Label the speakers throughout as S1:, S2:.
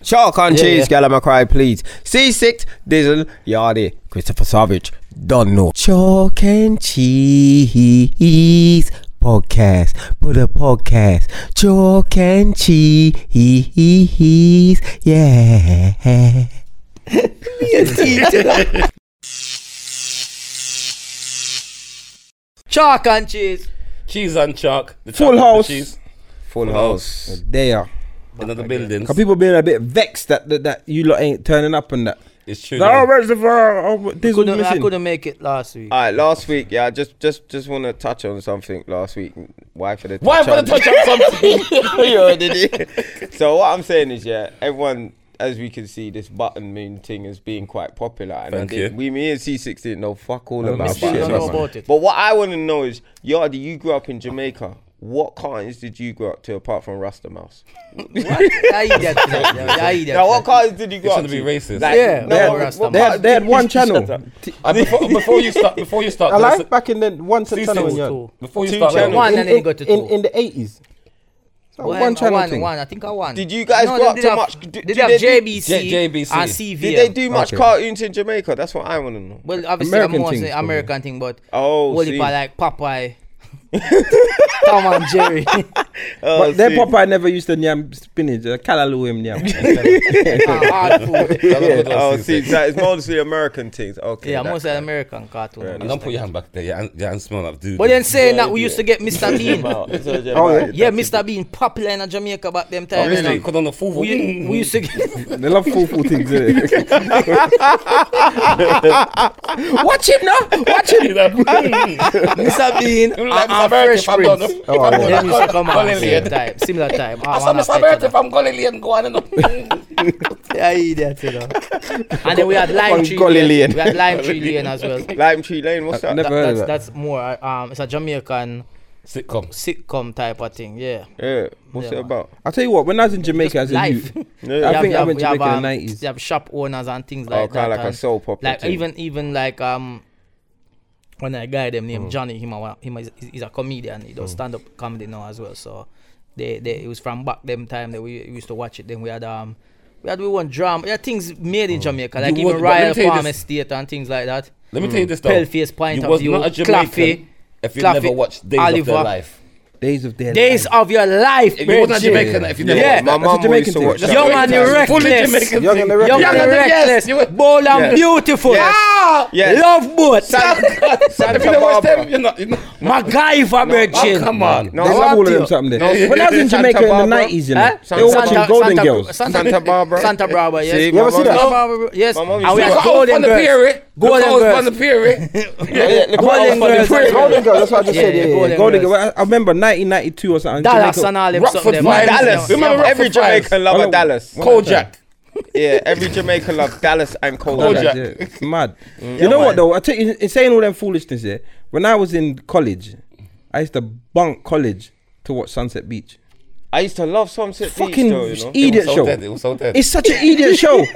S1: Shark on
S2: Yeah,
S1: cheese,
S2: yeah.
S1: girl, I'm cry, please. C6, Dizzle, Yardy, Christopher Savage, Donald. Chalk and cheese podcast. Put a podcast. Chalk and cheese. Yeah.
S2: Chalk and cheese.
S3: Cheese and chalk. The
S4: Full
S3: chalk
S4: house.
S3: With the cheese.
S1: Full house. There.
S3: Another building.
S1: Cause people being a bit vexed that, that that you lot ain't turning up on that.
S3: It's true.
S4: Oh,
S3: though.
S4: where's the uh, uh, this was
S2: Couldn't, I
S4: missing?
S2: couldn't make it last week.
S1: All right, last week, yeah, I just just just want to touch on something last week. Why for the
S3: Why for the touch on something?
S1: We already did. so what I'm saying is, yeah, everyone, as we can see, this button moon thing is being quite popular. And I
S3: Thank
S1: didn't-
S3: you.
S1: We, me and C6 didn't know fuck all
S4: don't
S1: about
S4: know
S1: it.
S2: don't know
S4: man.
S2: about it.
S1: But what I want to know is, Yardi, you grew up in Jamaica. What cartons did you grow up to apart from Rasta Mouse?
S2: I eat that. shit, yo. I eat that.
S1: Now, what
S2: shit.
S1: cartons did you grow
S3: It's
S1: up
S3: gonna
S1: to?
S3: be racist.
S2: Yeah,
S1: no,
S2: they
S1: what-
S2: had-
S1: what
S2: they
S4: They
S1: cartons
S4: had, they had
S1: did
S4: one
S1: you-
S4: channel.
S3: Uh, before, before you start, before you start, there's
S4: Alive
S3: a-
S4: back in then, one
S3: Two
S4: channel.
S3: things.
S4: in your-
S2: Two.
S3: before you
S1: Two
S3: start,
S1: channels.
S3: one-
S2: One and then
S4: in,
S2: you go to
S4: in,
S2: two.
S4: in the eighties. So
S2: Well,
S4: one
S2: I
S4: channel
S2: won,
S4: thing.
S2: One, I think I won.
S1: Did you guys
S2: no,
S1: grow
S2: they
S1: up
S2: did
S1: to
S2: have,
S1: much- d-
S2: Did,
S1: did
S2: they
S1: they
S2: have
S1: do-
S2: JBC,
S3: J- JBC.
S2: and CV?
S1: Did they do much cartoons in Jamaica? That's what I want to know.
S2: Well, obviously,
S4: American
S2: I'm more
S4: things,
S2: saying
S4: probably.
S2: American thing, but
S1: Oh,
S2: Wally
S1: see.
S2: Pa like Popeye, Tom and Jerry.
S1: Oh,
S4: But their
S1: see.
S4: Popeye never used the yam spinach. Uh, Kalalu him yam.
S2: Ah, hard food.
S3: That's what I
S1: Oh,
S3: was
S1: see,
S3: saying.
S1: so it's mostly American things. Okay.
S2: Yeah,
S1: that-
S2: mostly American cartoon.
S1: Fair
S3: And don't put your hand back there. Your hand, your hand smell like dude.
S2: But then saying
S1: Yeah,
S2: that, we
S1: yeah.
S2: used to get Mr. Bean.
S1: Wow, it's all
S4: Oh, yeah.
S1: Jamaican.
S2: yeah, Mr. Bean popular in Jamaica back them
S1: Oh,
S2: time. you know.
S3: because on the full.
S2: We, we used to get
S4: they love full full things. eh? innit?
S2: watch him now, watch him.
S3: You know, mm.
S2: Mr. Bean and,
S3: Like Mr.
S2: and
S3: Bert,
S2: Fresh
S3: if I'm done,
S2: Prince.
S4: Oh,
S3: if I'm done,
S2: Them
S3: I'm
S2: used to come on
S3: calling
S2: same
S3: you.
S2: time, similar time. Ah,
S3: I saw
S2: one
S3: Mr.
S2: after each
S3: Bert
S2: other.
S3: if I'm Galilean, go on and up.
S2: Yeah, he that, you know. And then we had lime
S1: Fucking
S2: tree
S1: Galilean.
S2: lane. We had lime tree lane as well. That,
S1: Lime Tree Lane, what's that?
S4: I've never heard of
S2: that's, that's
S4: that.
S2: more. uh, Um, it's a Jamaican
S3: Sitcoms.
S2: sitcom type of thing. Yeah.
S1: Yeah, what's
S2: Yeah,
S1: it
S2: man.
S1: about?
S4: I'll tell you what. When I was in Jamaica as a
S2: Life.
S4: youth, I think I went to Jamaica in the
S2: um,
S4: nineties.
S2: You have shop owners and things
S1: Oh,
S2: like
S1: kind
S2: that.
S1: of like a
S2: and
S1: soap opera.
S2: like
S1: thing.
S2: even even like um when a guy them
S1: Mm.
S2: named Johnny him, a wa- him is, is a comedian he does stand up comedy now as well so they they it was from back them time that we used to watch it then we had um we had we want drama yeah things made
S1: Mm.
S2: in Jamaica like
S3: You
S2: even
S3: was- but let me
S2: Royal
S3: tell you
S2: Palm
S3: this.
S2: Estate and things like that
S3: Let me tell you this though.
S2: Paleface, Pint
S3: you
S2: of
S3: was
S2: View,
S3: not a Jamaican
S2: Claffey,
S3: if you
S2: Claffey,
S3: never watched Days of
S2: Oliver.
S3: Their Life.
S4: Days of their
S2: days
S4: life.
S2: of your life
S3: If you wasn't a
S2: Benji.
S3: Jamaican, if you never
S2: Yeah.
S3: watched
S1: my
S3: that,
S4: that's a
S1: mum always used to
S4: Jamaican
S1: watch
S4: thing.
S1: that.
S2: Young
S1: all the
S2: and
S1: time.
S2: erect.
S3: fully
S2: reckless.
S3: Jamaican.
S4: Young
S3: thing.
S4: and the
S2: Young
S3: Young
S4: Reckless.
S2: and
S3: and the- yes,
S2: reckless,
S3: you were-
S2: bold and
S1: Yes.
S2: beautiful.
S1: Yes.
S2: Ah,
S1: Yes.
S2: love boat.
S1: Santa
S3: If you never watched
S1: Barbara.
S3: them, you're not. You're not
S2: MacGyver,
S3: oh,
S2: Virgin.
S3: come on.
S1: No,
S4: They
S1: what
S4: love all of
S1: do
S4: them
S1: you-
S4: something
S1: No.
S4: there. When I was in
S1: Santa
S4: Jamaica in the
S1: Barbara.
S4: nineties, you know,
S2: Huh?
S4: they were watching
S2: Santa-
S4: Golden
S2: Santa-
S4: Girls.
S2: Santa,
S1: Santa Barbara.
S2: Santa Barbara, yes.
S1: See,
S4: You ever
S1: my
S4: see
S1: mum-
S4: that?
S2: Santa Barbara, yes.
S1: My mum used
S2: and we
S1: to
S2: had
S1: watch-
S3: "Oh,
S2: Golden Girls. Golden Girls.
S3: Golden Girls.
S1: Yeah, yeah, look what I was
S2: Golden
S1: finding
S2: Girls.
S1: funny.
S4: Golden Girls, that's what I just
S2: Yeah,
S4: said.
S2: yeah,
S4: Yeah, yeah,
S2: Golden
S4: Golden
S2: Girls.
S4: Girls. I- I remember 1992 or something.
S2: Dallas
S4: Jamaica-
S2: and all them
S3: Rockford
S2: something. them.
S3: Vines.
S1: Dallas.
S2: Yeah.
S3: Remember
S1: Every
S3: Rockford Fives?
S1: Jamaican loved
S4: Hello.
S1: Dallas.
S3: Kojak.
S1: Yeah, every Jamaican loved Dallas and
S4: Oh,
S1: Kojak.
S3: Kojak.
S4: yeah. It's mad.
S3: Mm.
S4: you know what though? I tell you, in saying all them foolishness, yeah. When I was in college, I used to bunk college to watch Sunset Beach.
S1: I used to love Sunset
S4: Fucking
S1: Beach, though, you know.
S4: idiot
S3: so
S4: show.
S3: dead, it was so dead.
S4: It's such an idiot show.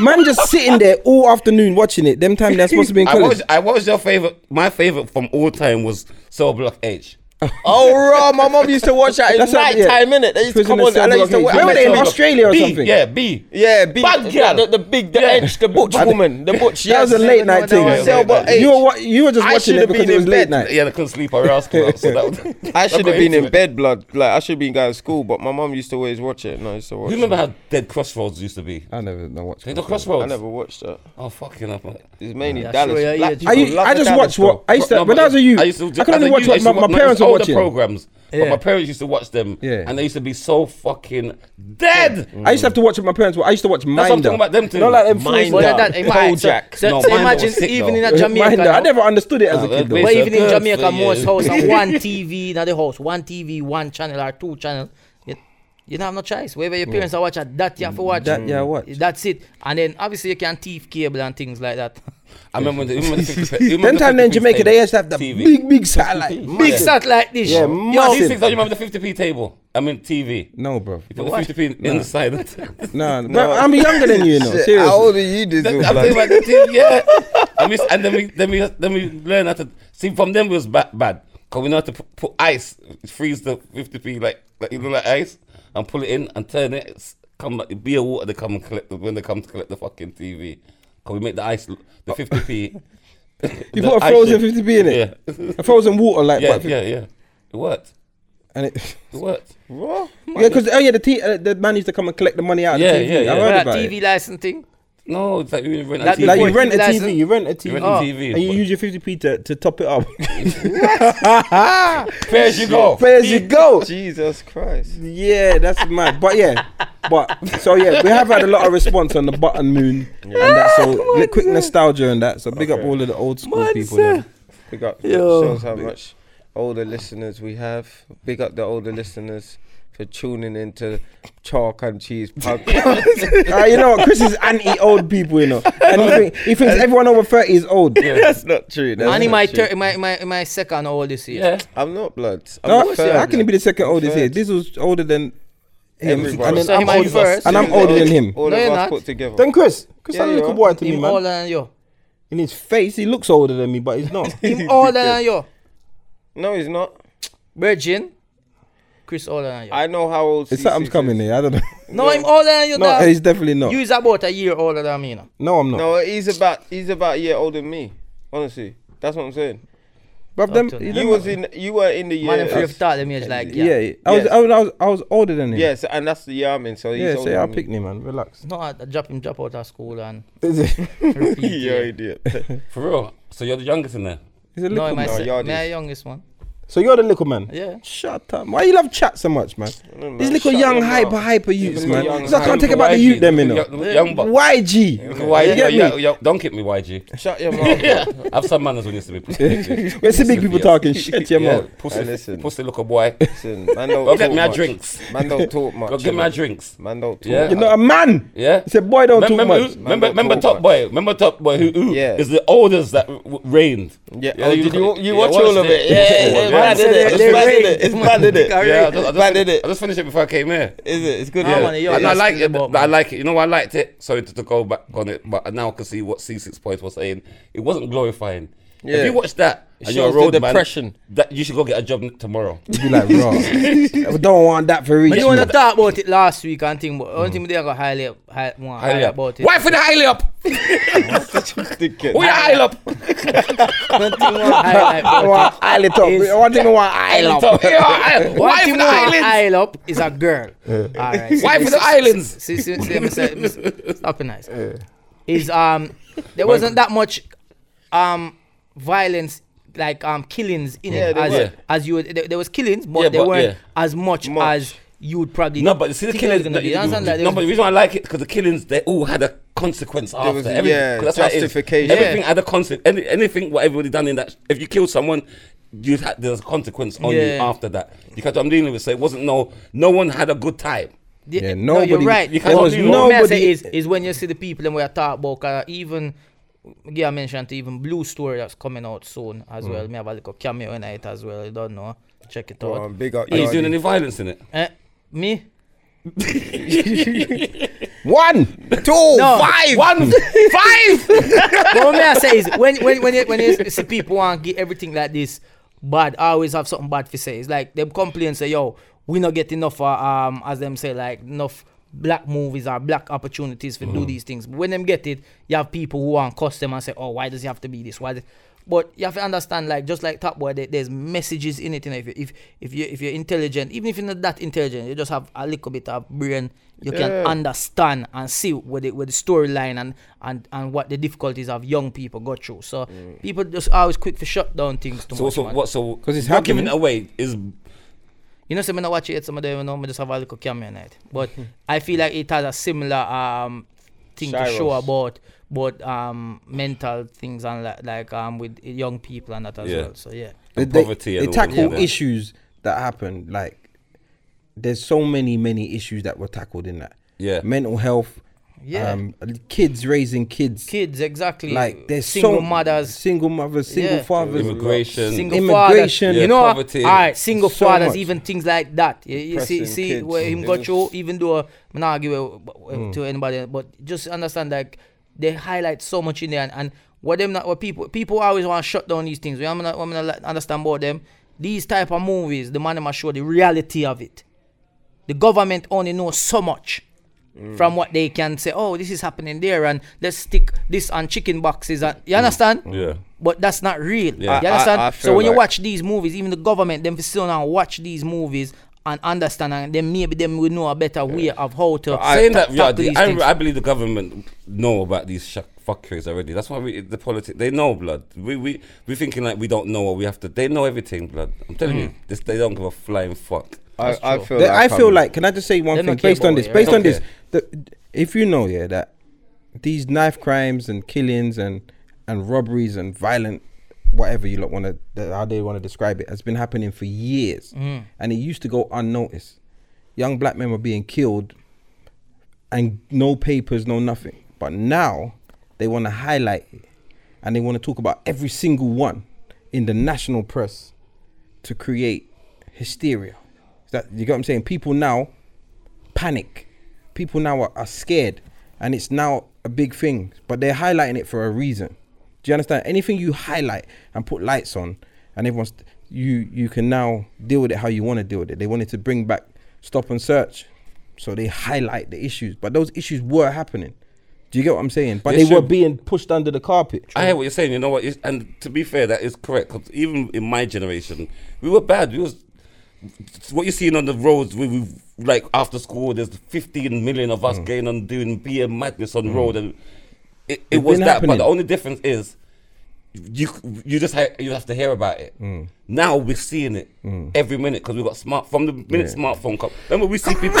S4: Man, just sitting there all afternoon watching it. Them time they're supposed to be in
S3: I
S4: college.
S3: was, I was your favorite. My favorite from all time was Cell Block H.
S1: Oh, raw. My mum used to watch that in
S4: That's
S1: night
S4: what-
S1: time,
S4: yeah.
S1: innit? They used to
S4: Prison
S1: come on
S4: and
S1: and they used to
S4: Cell
S1: watch
S4: Block H. Remember they in
S1: Yeah.
S4: Australia or
S3: B,
S4: something?
S3: Yeah, B.
S1: Yeah, big,
S3: Bad girl.
S1: The, the, the big, the
S3: Yeah.
S1: edge, the butch woman, the butch.
S4: That was a
S1: yes.
S4: late night
S2: no,
S4: thing.
S2: no,
S3: no, Cell no, Block no.
S1: H.
S4: You were wa- you were just
S1: I
S4: watching
S1: should've
S4: it because
S1: been
S4: it was
S1: in
S4: late
S1: bed.
S4: night.
S3: Yeah, I couldn't sleep. I was asking. that, So that was,
S1: I should have bed. been in
S3: It.
S1: bed, blood. Like I should have been going to school, but my mum used to always watch it, and I used to watch.
S3: Do you remember how dead Crossroads used to be?
S4: I never know what.
S3: They the
S1: it. I
S3: Crossroads.
S1: never watched that.
S3: Oh fucking up. man.
S1: It's mainly
S2: Yeah,
S1: Dallas.
S2: sure, yeah,
S1: Black
S2: yeah,
S1: people
S4: I, u-
S1: love
S4: I
S1: the
S4: just
S1: Dallas
S4: watched what I used to
S3: No,
S4: when
S3: but
S4: I was a youth. I,
S3: used to-
S4: could
S3: as a
S4: only
S3: youth,
S4: watch
S3: I
S4: what
S3: used to
S4: my, my
S3: watch
S4: parents were
S3: older
S4: watching.
S3: programs. But
S2: Yeah.
S3: my parents used to watch them,
S4: Yeah.
S3: and they used to be so fucking dead.
S4: I used to have to watch what my parents. Were. I used to watch
S3: That's what I'm
S4: Minder.
S3: talking about them too.
S4: Not like them fools
S1: Minder.
S2: Well,
S4: now.
S1: Yeah.
S2: that, alright, so-
S1: Kojak.
S2: So,
S3: No,
S2: so
S3: mine
S2: imagine
S3: was sick,
S2: even in
S3: though.
S2: a Jamaica.
S4: Minder. I
S2: no?
S4: never understood it as a
S3: Oh,
S4: kid
S3: well,
S2: But
S4: though.
S3: It's a
S2: even in
S3: good
S2: Jamaica,
S3: thing,
S2: most
S3: yeah.
S2: house have one TV in the house, one TV, one channel or two channel. You, you don't have no choice. Wherever your parents are watching, that you have to watch.
S4: That you have to watch.
S2: That's it. And then obviously you can thief cable and things like that.
S3: I remember. the- remember the 50 you remember
S4: Them
S3: the
S4: time then
S3: 50p
S4: Jamaica,
S3: table?
S4: they used to have the
S3: TV.
S4: big, big satellite.
S2: Big sat like this.
S4: Yeah,
S3: These
S4: massive.
S3: things. I remember the 50p table. I mean TV.
S4: No, bro.
S3: You put the 50p in- in the side.
S4: No, bro, I'm younger than you, you know.
S1: Shit, How old
S4: Seriously.
S1: are you, this
S3: I'm
S1: little
S3: talking
S1: blood?
S3: about the team, yeah. And, we, and then we then we then we learn how to see from them was bad bad because we know how to put, put ice, freeze the 50p like like you know like ice and pull it in and turn it, s- come back, be a water. They come and collect the, when they come to collect the fucking TV. Can we make the ice l- the fifty p?
S4: Oh. You put a frozen 50p in it?
S3: Yeah,
S4: A frozen water, like,
S3: yeah,
S4: but-
S3: yeah, yeah. It worked.
S4: and it,
S3: It worked.
S1: What?
S4: yeah, because oh yeah, the t- uh, the man used to come and collect the money out. of
S3: Yeah,
S4: the TV.
S3: yeah,
S4: I
S3: yeah.
S4: heard
S2: That
S4: about
S2: TV
S4: it.
S2: license thing.
S3: No, it's like you rent a
S2: Like
S3: TV.
S4: Like you
S2: Like,
S4: rent a
S2: that's-
S4: TV, you rent a TV,
S3: you rent
S2: Oh.
S3: a TV,
S4: and you
S3: but-
S4: use your 50p to, to top it up.
S3: Pay as you go.
S4: Pay as you go.
S1: Jesus Christ.
S4: Yeah, that's mad. But yeah, but so yeah, we have had a lot of response on the button moon and that. So li- quick nostalgia and that. So big up
S1: Okay.
S4: all of the old school people. There.
S1: Big up.
S3: Yo.
S1: Shows how much older listeners we have. Big up the older listeners for tuning into Chalk and Cheese podcast.
S4: Ah, you know what? Chris is anti-old people. You know, and he, think, he thinks everyone over thirty is old.
S1: That's not true. That's
S2: And in
S1: not
S2: my,
S1: true.
S2: ter- in my, in my, in my second all this year.
S3: Yeah.
S1: I'm not blood. I'm
S4: No,
S1: not third
S4: how can he
S1: blood.
S4: be the second oldest here?
S1: Third.
S4: This was older than him,
S1: Everybody.
S4: and then,
S2: So
S4: I'm
S2: him and
S4: older,
S2: first.
S4: and I'm
S1: All
S4: older
S1: of-
S4: than him.
S1: All
S2: No,
S1: of
S2: you're
S1: us
S2: not.
S1: put together.
S4: Then Chris, Chris,
S1: Yeah,
S4: I'm a
S1: you
S4: little
S1: are.
S4: boy to me,
S2: Him
S4: man.
S2: older than you.
S4: In his face, he looks older than me, but he's not.
S2: Him older than you.
S1: No, he's not.
S2: Virgin. Chris older than you.
S1: I know how old.
S4: It's
S1: C6
S4: something's
S1: is.
S4: coming here. I don't know.
S2: no, I'm older than you.
S4: No,
S2: dog.
S4: he's definitely not.
S2: you is about a year older than me. You know.
S4: No, I'm not.
S1: No, he's about he's about a year older than me. Honestly, that's what I'm saying.
S4: Bruv, them,
S2: to
S4: you
S2: now.
S4: them-
S1: You was in you were in the year.
S2: Man, if you
S1: of-
S2: thought them is like
S4: Yeah,
S2: yeah.
S4: yeah. I, was,
S1: Yes.
S4: I was, I was, I was older than him.
S1: yes, and that's the year I'm in. So he's
S4: yeah.
S1: older
S4: Say I
S1: than me.
S4: picked him, man. Relax.
S2: No, I I drop him, drop out of school and
S4: Is it?
S2: repeat.
S1: You're an
S2: year.
S1: idiot.
S3: For real. So you're the youngest in there.
S4: He's a
S2: No,
S4: little
S2: my,
S4: man.
S1: No,
S2: se-
S1: yard
S2: my
S1: is-
S2: youngest one.
S4: So you're the little man.
S2: Yeah.
S4: Shut up. Why you love chat so much, man?
S1: don't
S4: These
S1: know.
S4: little
S1: Shut
S4: young
S1: them
S4: hyper
S1: up.
S4: hyper youths,
S1: little
S4: man.
S1: young
S4: So I can't
S1: hyper
S4: take about the youth them, you know.
S3: Young, young buck.
S4: YG.
S3: Why?
S4: You
S3: Yeah,
S4: get
S3: yeah,
S4: me?
S3: yeah, don't kick me, YG.
S1: Shut your mouth. up.
S3: I've some manners when you used to be pussy.
S4: Where's the big people talking shit, yeah,
S3: Yeah,
S4: man?
S3: pussy,
S1: Hey, listen.
S3: pussy look a boy.
S1: Listen, man don't
S3: Go get
S1: talk
S3: me a
S1: much.
S3: drinks.
S1: Man don't talk much.
S3: Go get me a
S1: innit?
S3: drinks.
S1: Man don't talk.
S3: Yeah.
S4: You're not a man.
S3: Yeah.
S4: It's a boy don't talk
S3: remember,
S4: much.
S3: who-
S1: Man
S3: remember,
S1: don't
S3: remember
S1: talk
S3: Top
S1: much.
S3: Boy. Remember Top Boy, who, who
S1: Yeah.
S3: is the oldest that w- reigned.
S1: Yeah. Oh, did you you
S3: yeah,
S1: watch
S3: watched
S1: all of it? Yeah, it's
S3: Yeah,
S1: bad,
S2: said
S1: isn't it?
S2: it,
S1: It's
S2: they
S1: bad,
S2: rape.
S1: isn't it? It's bad, isn't it?
S3: Yeah, I just, I just
S1: Bad,
S3: finished,
S1: innit?
S3: I just finished it before I came here.
S1: Is it? It's good.
S2: I
S1: innit?
S2: wanna hear
S3: and I
S2: what
S3: like
S2: it's
S3: it.
S2: about,
S3: but I
S2: man.
S3: like it. You know, I liked it. Sorry to, to go back on it, but now I can see what C6 Point was saying. It wasn't glorifying. If
S1: Yeah.
S3: you watch that,
S1: It
S3: and you're a
S1: shows the
S3: road
S1: depression.
S3: that you should go get a job n- tomorrow.
S4: You like raw. I don't want that for
S2: But
S4: reach.
S2: you want to
S4: man.
S2: talk about it last week and think, but only thing they got highly, high, want to
S3: Highly
S2: highlight
S3: up.
S2: about it.
S3: Why for the highly up?
S1: Dickhead.
S3: We are highly up.
S2: One thing want to highlight
S4: I
S2: about
S4: want highly top. I want to know why I
S3: Highly
S4: love.
S3: up. We are highly-
S2: it. One
S3: Why for
S2: thing
S3: the
S2: want to
S3: islands?
S2: highlight up is a girl. All right.
S3: Why for the islands?
S2: See, see, see, me say- me say- stop it nice. Is um, there wasn't that much um violence like um killings in
S1: Yeah,
S2: it
S1: there
S2: as
S1: was.
S2: as you there, there was killings, but
S3: Yeah,
S2: they
S3: but-
S2: weren't
S3: yeah.
S2: as much,
S1: Much.
S2: as you would probably.
S3: No, but see the
S2: think there was
S3: killings.
S2: gonna be. You understand? Like, there
S3: no,
S2: was-
S3: but the reason I like it because the killings they all had a consequence after.
S1: was-
S3: Everything-
S1: yeah,
S3: 'cause that's how it is.
S1: justification.
S3: Everything
S2: Yeah.
S3: had a consequence. Any, anything what everybody done in that. If you killed someone, you had there's a consequence on you
S2: Yeah.
S3: after that. You catch what I'm dealing with. So it wasn't no. No one had a good time.
S2: The-
S4: Yeah,
S2: No,
S4: nobody-
S2: you're right.
S3: you
S2: There
S3: can't
S2: was
S3: do that.
S2: nobody. What I
S4: Nobody-
S2: say is, is when you see the people and we are talk about 'cause even yeah, I mentioned even Blue Story that's coming out soon as well. Me have a little cameo in it as well. You don't know. Check it
S1: Go
S2: out.
S1: on, Big up.
S3: Are you doing
S1: Yardi.
S3: any violence in it?
S2: Eh, me?
S4: One, two,
S2: No.
S4: five.
S3: One five.
S2: but what me I say is when when when you, when you see people want get everything like this bad, I always have something bad to say. It's like them complain say, yo, we not get enough uh, um as them say like enough black movies or black opportunities to do these things. But when them get it, you have people who want cuss them and say, oh, why does it have to be this? Why? Does... But you have to understand, like just like Top Boy, there, there's messages in it. You know, if you if if you if you're intelligent, even if you're not that intelligent, you just have a little bit of brain, you can
S1: Yeah.
S2: understand and see where the where the storyline and and and what the difficulties of young people go through. So people just always quick to shut down things too
S3: so
S2: much.
S3: so
S2: man.
S3: what? So
S4: 'Cause it's
S3: not giving it
S4: happening.
S3: away is
S2: You know, say when I watch it, some of them, you know, I just have a little camera in it. But I feel like it has a similar um thing to show
S1: Shiros.
S2: about about um mental things and like, like um with young people and that as
S3: Yeah.
S2: well. So yeah.
S4: they,
S3: and
S4: they-
S3: poverty
S4: they
S3: and all of
S4: tackle
S3: that.
S4: issues that happen like there's so many many issues that were tackled in that
S3: Yeah.
S4: mental health
S2: Yeah.
S4: um, kids raising kids
S2: Kids exactly
S4: like there's
S2: single
S4: so
S2: mothers
S4: single mothers single
S2: Yeah.
S4: fathers
S3: immigration.
S2: single
S4: Immigration.
S2: fathers,
S3: Yeah,
S2: you know,
S3: poverty.
S2: all right, single
S4: So
S2: fathers,
S4: much.
S2: even things like that. You, you see,
S1: Oppressing
S2: see
S1: kids.
S2: where him
S1: Mm.
S2: got you, even though I'm not arguing uh,
S3: Mm.
S2: to anybody, but just understand like they highlight so much in there, and, and what them not what people people always want to shut down these things. I'm gonna, I'm gonna like, understand about them. These type of movies, the man must show the reality of it. The government only knows so much. from what they can say. Oh, this is happening there, and let's stick this on chicken boxes. And
S3: Mm.
S2: you understand?
S3: Yeah.
S2: But that's not real.
S3: Yeah.
S2: You
S1: I- I-
S2: understand?
S1: I
S2: so
S1: feel
S2: when you
S1: like-
S2: watch these movies, even the government, them fi still now watch these movies and understand, and then maybe them will know a better way of how to
S3: Saying
S2: ta-
S3: that, yeah,
S2: tackle these
S3: the-
S2: things.
S3: I, I believe the government know about these sh- fuckeries already. That's why we, the politics, they know blood. We we we thinking like we don't know what we have to. They know everything, blood. I'm
S2: Mm.
S3: telling you, this they don't give a flying fuck.
S1: I, I feel
S4: Th-
S1: like
S4: I feel
S1: I'm-
S4: like can I just say one
S2: They're
S4: thing
S2: not care
S4: based on
S2: about
S4: this?
S2: it,
S4: Based
S3: right?
S4: on this,
S3: Okay.
S4: the, if you know, yeah, that these knife crimes and killings and and robberies and violent whatever you lot want to how they want to describe it has been happening for years,
S2: Mm.
S4: and it used to go unnoticed. Young black men were being killed, and no papers, no nothing. But now they want to highlight it, and they want to talk about every single one in the national press to create hysteria. Is that you get what I'm saying? People now panic. People now are, are scared, and it's now a big thing. But they're highlighting it for a reason. Do you understand? Anything you highlight and put lights on, and everyone's you you can now deal with it how you want to deal with it. They wanted to bring back stop and search, so they highlight the issues. But those issues were happening. Do you get what I'm saying? But
S3: They
S4: they, were
S3: should-
S4: being pushed under the carpet.
S3: I hear what you're saying. You know what? It's, and to be fair, that is correct. 'cause even in my generation, we were bad. We was what you're seeing on the roads. We, we like after school. There's 15 million of
S4: Hmm.
S3: us going on doing beer madness on road, and it, it
S4: It's
S3: was that.
S4: been
S3: But
S4: happening.
S3: the only difference is you you just ha- you have to hear about it.
S4: Hmm.
S3: Now we're seeing it every minute because we've got smart from the minute smartphone come. Remember, we see people.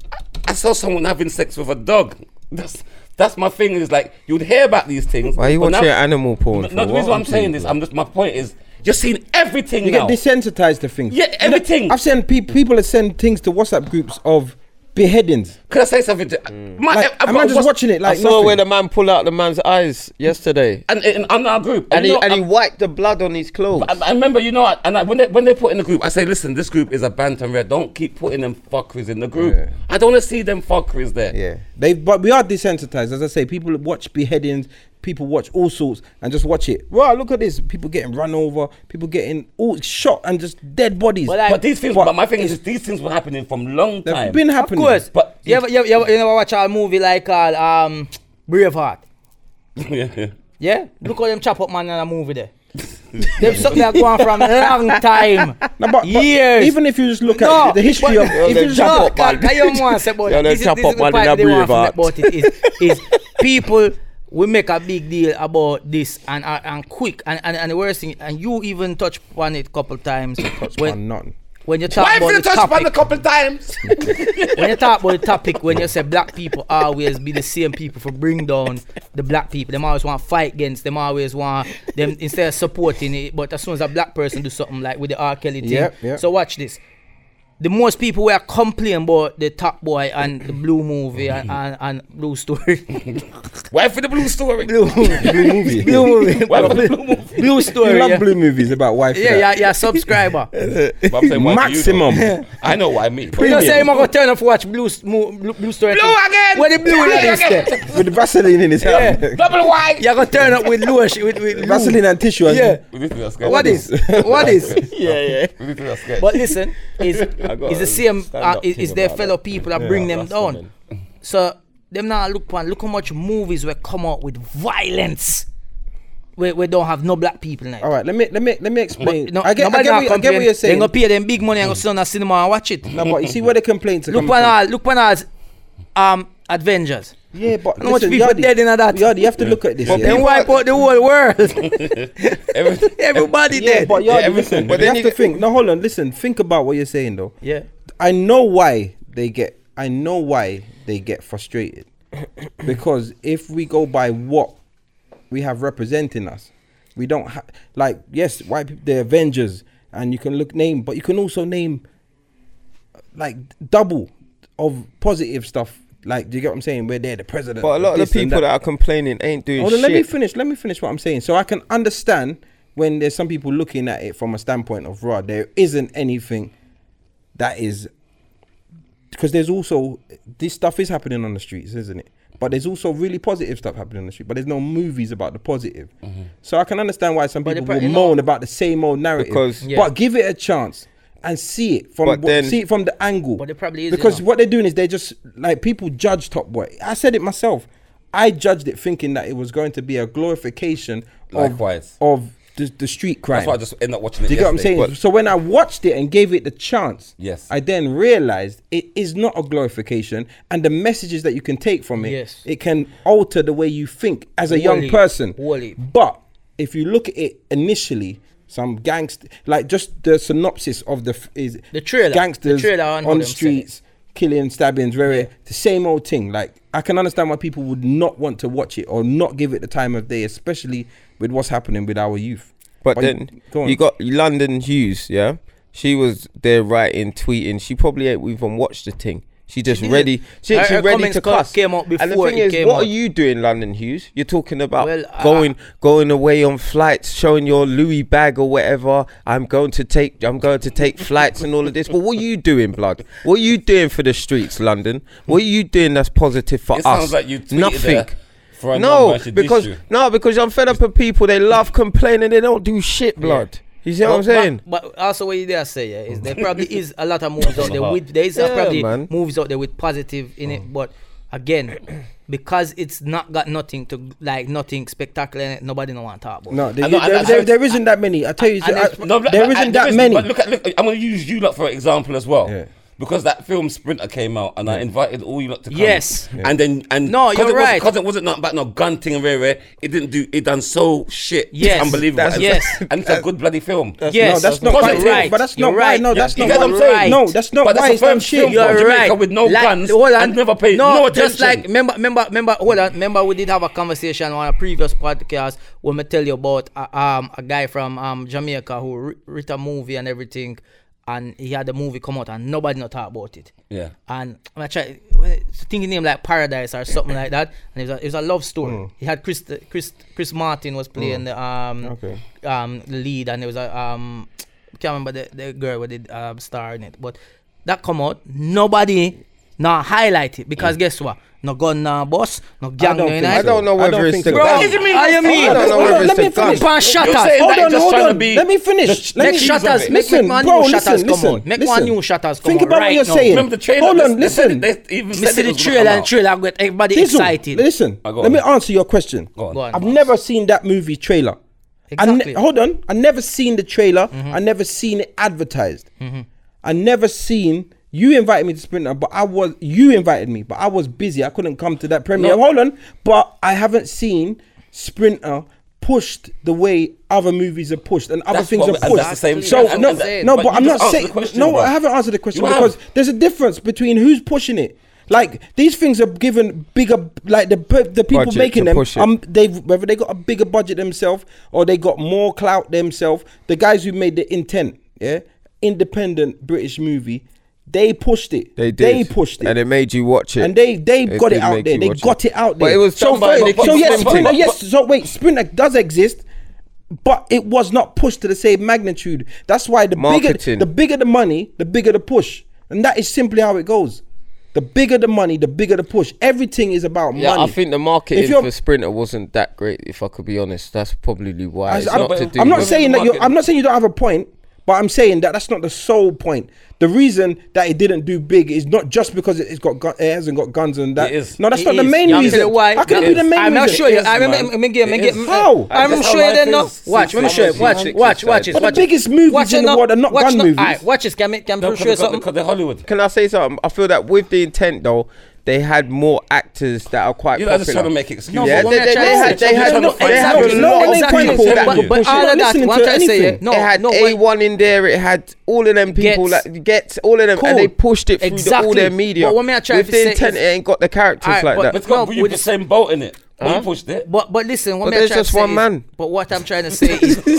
S3: I saw someone having sex with a dog. That's that's my thing. Is like you'd hear about these things.
S1: Why are you
S3: but
S1: watching
S3: now-
S1: animal porn?
S3: no,
S1: for?
S3: no, the
S1: What
S3: reason why I'm
S1: to
S3: saying
S1: you?
S3: this, I'm just my point is you're seeing everything
S4: You
S3: now.
S4: get desensitized to things.
S3: Yeah,
S4: You know,
S3: everything.
S4: I've sent pe- people have sent things to WhatsApp groups of beheadings.
S3: Could I say something? To, my,
S4: Mm. Like,
S3: I've
S4: am
S3: got
S4: I just
S3: what's-
S4: watching it
S1: I
S4: like
S1: saw
S4: nothing?
S1: where the man pull out the man's eyes yesterday,
S3: And, and on our group,
S1: and
S3: you
S1: he
S3: know,
S1: and he
S3: I-
S1: wiped the blood on his clothes.
S3: I, I remember, you know, I- and I, when they when they put in the group, I say, listen, this group is a banter red. Don't keep putting them fuckeries in the group.
S4: Yeah.
S3: I don't want to see them fuckeries there.
S4: Yeah, they but we are desensitized. As I say, people watch beheadings, people watch all sorts, and just watch it. Wow, look at this! People getting run over, people getting all shot, and just dead bodies.
S2: But I-
S3: But these things,
S4: But
S3: but, my thing is,
S4: it's-
S3: these things were happening from long
S4: They've
S3: time.
S4: been
S2: Of
S4: happening.
S2: course,
S3: But-
S2: but you ever, you ever, you ever, you ever watch a movie like uh, um Braveheart?
S3: yeah, yeah.
S2: Yeah, look how them chop up man in a movie there. them something that going from long time,
S4: No, but- but
S2: years.
S4: Even if you just look at
S2: No,
S4: the history
S2: but-
S4: of, if you
S1: they
S4: just
S1: chop
S4: look
S2: no,
S1: up man.
S2: can, can you more say about
S1: Yeah,
S2: it?
S1: them
S2: This is,
S1: chop
S2: this is
S1: up
S2: the
S1: man in
S2: part
S1: a
S2: they want from
S1: Braveheart.
S2: about it is, is people we make a big deal about this and and, and quick and, and and the worst thing and you even touch upon it a couple times when
S4: none.
S2: when you talk
S3: Why
S2: about
S3: have you
S2: the
S3: touched upon a
S2: topic
S3: couple times?
S2: when you talk about the topic, when you say black people always be the same people for bring down the black people, them always want fight against them, always want them instead of supporting it. But as soon as a black person do something like with the R. Kelly thing,
S4: Yep, yep.
S2: so watch this. The most people were complaining about the Top Boy and the Blue Movie and, and, and Blue Story.
S3: Why for the blue story?
S4: blue movie.
S2: blue Movie.
S3: Why for
S2: blue,
S3: the blue movie?
S2: Story.
S4: you love
S2: yeah.
S4: blue movies about wife.
S2: yeah, yeah, yeah, subscriber.
S3: But I'm saying, why do you know?
S4: Maximum.
S3: I know what I mean.
S2: you know,
S4: Premium.
S2: say I'm gonna turn off watch Blue, s- mo- blue, blue Story.
S3: Blue again!
S2: Where the blue
S3: Blue
S2: is
S3: again!
S2: there?
S4: with the Vaseline in his hand,
S3: Double Y.
S2: You're gonna turn up with Lua with, with Lou.
S4: Vaseline and tissue. and-
S2: Yeah.
S3: This is a scary-
S2: What is? What is?
S3: Yeah, yeah. This is a sketch.
S2: But listen, is
S3: I got
S2: is
S3: a
S2: the same uh,
S3: stand-up
S2: is,
S3: thing
S2: is their
S3: about
S2: fellow
S3: that.
S2: people that bring them
S3: that's
S2: down. So them now look upon look how much movies will come out with violence. We, we don't have no black people now.
S4: All right. Let me let me let me explain.
S2: No,
S4: Oh. I, get, I,
S2: nobody
S4: get
S2: now
S4: what, you- I get
S2: complain.
S4: what you're saying.
S2: They gonna pay them big money and go sit on a cinema and watch it.
S4: No, but you see where the complaints are
S2: Look
S4: coming
S2: on
S4: from.
S2: all look on all um Avengers.
S4: Yeah, but
S2: How much
S4: listen,
S2: people
S4: Yardi-
S2: dead in that?
S4: Yardi, you have to look at this. yeah.
S2: They wipe out the whole world.
S3: Everything-
S2: Everybody
S4: Yeah,
S2: dead.
S4: but yeah,
S3: Yeah, everything.
S4: listen,
S3: But
S4: you
S3: then
S4: have
S3: you
S4: to
S3: get-
S4: think. No, hold on. Listen, think about what you're saying though.
S2: yeah.
S4: I know why they get. I know why they get frustrated. because if we go by what we have representing us, we don't have like yes, white people, the Avengers, and you can look name, but you can also name like double of positive stuff. Like, do you get what I'm saying? Where they're the president.
S1: But a lot of
S4: this
S1: the
S4: and
S1: people that. are complaining ain't doing
S4: Hold on,
S1: shit.
S4: let me finish. Let me finish what I'm saying, so I can understand when there's some people looking at it from a standpoint of raw. There isn't anything that is because there's also this stuff is happening on the streets, isn't it? But there's also really positive stuff happening on the street. But there's no movies about the positive,
S1: Mm-hmm.
S4: so I can understand why some
S2: But the
S4: people
S2: pro-
S4: will
S2: you know-
S4: moan about the same old narrative.
S1: Because-
S2: Yeah.
S4: but give it a chance. and see it from
S1: But
S4: what-
S1: then-
S4: see it from the angle.
S2: But they probably is, you
S4: because
S2: know.
S4: what they're doing is they're just like people judge Top Boy. I said it myself. I judged it thinking that it was going to be a glorification
S3: Likewise.
S4: of of the, the street crime.
S3: That's why I just end up watching it.
S4: Do you get what I'm
S3: yesterday.
S4: saying? so when I watched it and gave it the chance,
S3: Yes.
S4: I then realized it is not a glorification, and the messages that you can take from it,
S2: Yes.
S4: it can alter the way you think as a young
S2: Wally,
S4: person.
S2: Wally.
S4: But if you look at it initially, some gangster, like just the synopsis of the f- is
S2: The trailer.
S4: gangsters
S2: The trailer on
S4: on,
S2: how them
S4: the
S2: said it.
S4: streets, killing, stabbings, rare, the same old thing. Like I can understand why people would not want to watch it or not give it the time of day, especially with what's happening with our youth.
S1: But
S4: Are you-
S1: then
S4: go on.
S1: you got London Hughes, yeah. She was there writing, tweeting. She probably ain't even watched the thing. She just
S2: didn't.
S1: ready. She,
S2: Her-
S1: she
S2: her
S1: ready
S2: comments
S1: to
S2: co-
S1: cuss.
S2: came out
S1: and the
S2: before
S1: thing
S2: it
S1: is,
S2: came
S1: what
S2: out.
S1: are you doing, London Hughes? You're talking about
S2: Well, I-
S1: going going away on flights, showing your Louis bag or whatever. I'm going to take I'm going to take flights and all of this. But what are you doing, blood? What are you doing for the streets, London? What are you doing that's positive for
S3: It
S1: us?
S3: sounds like you tweeted
S1: Nothing.
S3: her for a number
S1: No,
S3: and she dissed
S1: because
S3: you.
S1: no, because I'm fed up of people. They love complaining. They don't do shit, blood. You see what I'm
S2: But- but-
S1: saying?
S2: But, also what you there say, yeah, is there probably is a lot of moves out there with there is a
S1: Yeah,
S2: probably
S1: man.
S2: moves out there with positive in it, but again, because it's not got nothing to like nothing spectacular in it, nobody don't want to talk about.
S4: No, there,
S3: I know,
S4: there-
S3: I- I-
S4: there- there isn't that many. I tell you,
S2: and
S4: I-
S2: it's-
S3: No, but-
S4: there
S3: but- but-
S4: isn't that
S3: listen,
S4: many.
S3: But look, at, look, I'm going to use you lot for example as well.
S4: Yeah.
S3: Because Because that film Sprinter came out, and I invited all you lot to come.
S2: Yes.
S3: and then and
S2: No,
S3: 'cause
S2: you're
S3: it wasn't-
S2: right.
S3: Cause it wasn't not about no gun thing and rare, rare. It didn't do. It done so shit.
S2: Yes.
S3: it's unbelievable.
S2: That's-
S3: and
S2: yes.
S3: and it's a good bloody film.
S2: Yes,
S4: no, that's not
S3: that's
S4: why.
S3: right.
S4: But that's
S2: You're
S4: not why.
S2: right.
S4: No, that's
S3: You
S4: not
S3: get what
S4: why.
S3: I'm saying?
S4: No, that's not
S3: But that's
S4: why.
S3: the
S4: It's damn
S3: first
S4: shit.
S3: film. You're
S4: bro.
S3: Jamaica with no guns and never paid no
S2: just
S3: attention.
S2: like remember, remember, remember. Hold on, remember we did have a conversation on a previous podcast when I tell you about uh, um a guy from um Jamaica who wr- wrote a movie and everything, and he had the movie come out and nobody not talk about it.
S3: Yeah.
S2: And I try well, it's a thingy name like Paradise or something like that, and it was a, it was a love story.
S4: Mm.
S2: He had Chris Chris Chris Martin was playing the um
S4: Okay.
S2: um the lead and there was a um can't remember the, the girl with the um, star in it but that come out nobody now highlight it because guess what no gun no boss no gang no
S4: Mm. don't think
S1: I
S2: united.
S4: so.
S1: don't know
S4: I
S1: whether
S4: don't
S1: it's
S4: think
S1: the
S4: so.
S1: gun.
S4: Bro,
S2: What you mean? I
S3: Oh,
S2: am
S1: I don't know
S4: Hold on,
S1: whether
S4: let me
S1: it's the gun.
S4: finish.
S2: Pan shutters.
S3: You're saying
S4: Hold
S3: that
S4: on,
S3: just
S4: hold
S3: trying to
S4: on.
S3: be-
S4: Let me finish.
S3: just-
S4: Let
S2: Make
S4: me
S2: shutters, make-
S4: Listen,
S2: make one
S4: bro,
S2: new
S4: listen,
S2: shutters come
S4: listen,
S2: on. Make one
S4: listen.
S2: new shutters come
S4: Think
S2: on
S4: about
S2: right
S4: what
S2: now.
S4: you're saying.
S3: Remember the trailer?
S4: Hold
S3: They-
S4: on,
S3: they said
S4: listen.
S3: it- they even
S2: Me
S3: said
S2: see
S3: it
S2: the
S3: was gonna
S2: trailer
S3: come
S2: and
S3: out.
S2: trailer got everybody
S4: Dizzle,
S2: excited.
S4: Listen,
S3: Oh, go
S4: let me
S3: on.
S4: answer your question.
S3: Go on.
S2: Go on.
S4: I've never seen that movie trailer. I ne-
S2: Exactly. Mm-hmm.
S4: hold on. I never seen the trailer. I never seen it advertised. I never seen you invited me to Sprinter, but I was you invited me, but I was busy. I couldn't come to that premiere. Hold on, but I haven't seen Sprinter pushed the way other movies are pushed and other
S3: That's
S4: things
S3: what
S4: are
S3: we- and
S4: pushed.
S3: that's the same
S4: so
S3: thing. And-
S4: no,
S3: and that-
S4: no,
S3: but
S4: but,
S3: you
S4: I'm
S3: just
S4: not
S3: answered
S4: saying
S3: the question,
S4: no.
S3: bro.
S4: I haven't answered the question
S3: You have.
S4: because there's a difference between who's pushing it. Like these things are given bigger, like the pe- the people
S1: Budget to
S4: making them.
S1: push it.
S4: Um, they whether they got a bigger budget themselves or they got more clout themselves. The guys who made the intent, yeah, independent British movie, they pushed it.
S1: They did.
S4: They pushed it.
S1: and it made you watch it.
S4: And they they
S1: It
S4: got it
S1: did
S4: out
S1: make
S4: there.
S1: you
S4: They
S1: watch
S4: got it out there.
S1: But it was
S4: so,
S1: done by
S4: so-
S1: Nicky
S4: so yes,
S1: Springsteen.
S4: Sprinter, yes. So wait, Sprinter does exist, but it was not pushed to the same magnitude. That's why the bigger
S1: Marketing.
S4: the bigger the money, the bigger the push, and that is simply how it goes. The bigger the money, the bigger the push. Everything is about
S1: Yeah,
S4: money.
S1: I think the
S4: If
S1: marketing
S4: you're-
S1: for Sprinter wasn't that great. If I could be honest, that's probably why. it's
S4: I, am
S1: not to do
S4: I'm not
S1: with-
S4: saying that. You're,
S3: marketing.
S4: I'm not saying you don't have a point, but I'm saying that that's not the sole point. The reason that it didn't do big is not just because it- it's got gu- it hasn't got guns and that.
S3: It is.
S4: No, that's
S2: It
S4: not the
S2: is.
S4: main
S2: You want me to tell
S4: reason.
S2: you why?
S4: How can
S2: It
S4: it be the
S2: is.
S4: main
S2: I'm
S4: reason?
S2: not sure.
S3: It is,
S2: I remember.
S3: man.
S2: me get- me
S3: It
S2: get-
S3: is.
S4: How?
S2: I'm
S3: That's
S2: sure
S3: how
S2: you
S3: life
S2: didn't know.
S3: is.
S2: Watch. Let me
S3: That's
S2: show you.
S3: how life
S2: Watch.
S1: is.
S2: Watch. Watch.
S1: But
S4: the
S2: watch it.
S4: biggest movies
S2: Watch
S4: in
S2: it
S4: the
S2: now.
S4: world are not
S2: Watch
S4: gun
S2: now.
S4: movies.
S2: Alright, Watch this. Can I can I
S3: Because
S2: show you
S3: they got-
S2: something?
S3: because they're Hollywood.
S1: Can I say something? I feel that with the intent though, they had more actors that are quite
S3: You know, I
S1: popular.
S3: just trying to make excuses.
S1: yeah,
S2: but
S1: they,
S2: what
S1: they,
S2: I'm
S1: they
S2: trying
S1: had
S2: to
S1: they
S2: say-
S1: had
S3: No,
S1: no,
S3: but
S1: they had
S2: exactly,
S1: a lot
S4: no,
S1: of
S4: exactly.
S1: people
S4: But-
S1: that
S4: but-
S1: were
S4: but I-
S1: pushing it.
S2: all of that.
S4: listening
S2: What
S4: to
S2: I'm trying to say, yeah,
S4: anything.
S2: no,
S1: it had
S2: no,
S1: A1 in there. It had all of them people
S2: Gets.
S1: that gets all of them, and they
S2: Cool.
S1: pushed it through the- all
S2: Exactly.
S1: their media.
S2: But what me I try
S1: With
S2: to
S1: the
S2: say
S1: intent,
S2: is-
S1: it ain't got the characters
S2: Alright,
S1: like
S2: but-
S1: that.
S3: But it's got
S2: No,
S3: you
S2: we
S3: put
S2: just-
S3: Usain Bolt in it. You pushed it.
S2: But but listen, what
S1: But
S2: me I
S1: there's
S2: trying to
S1: just
S2: say
S1: one
S2: is-
S1: man.
S2: But what I'm trying to say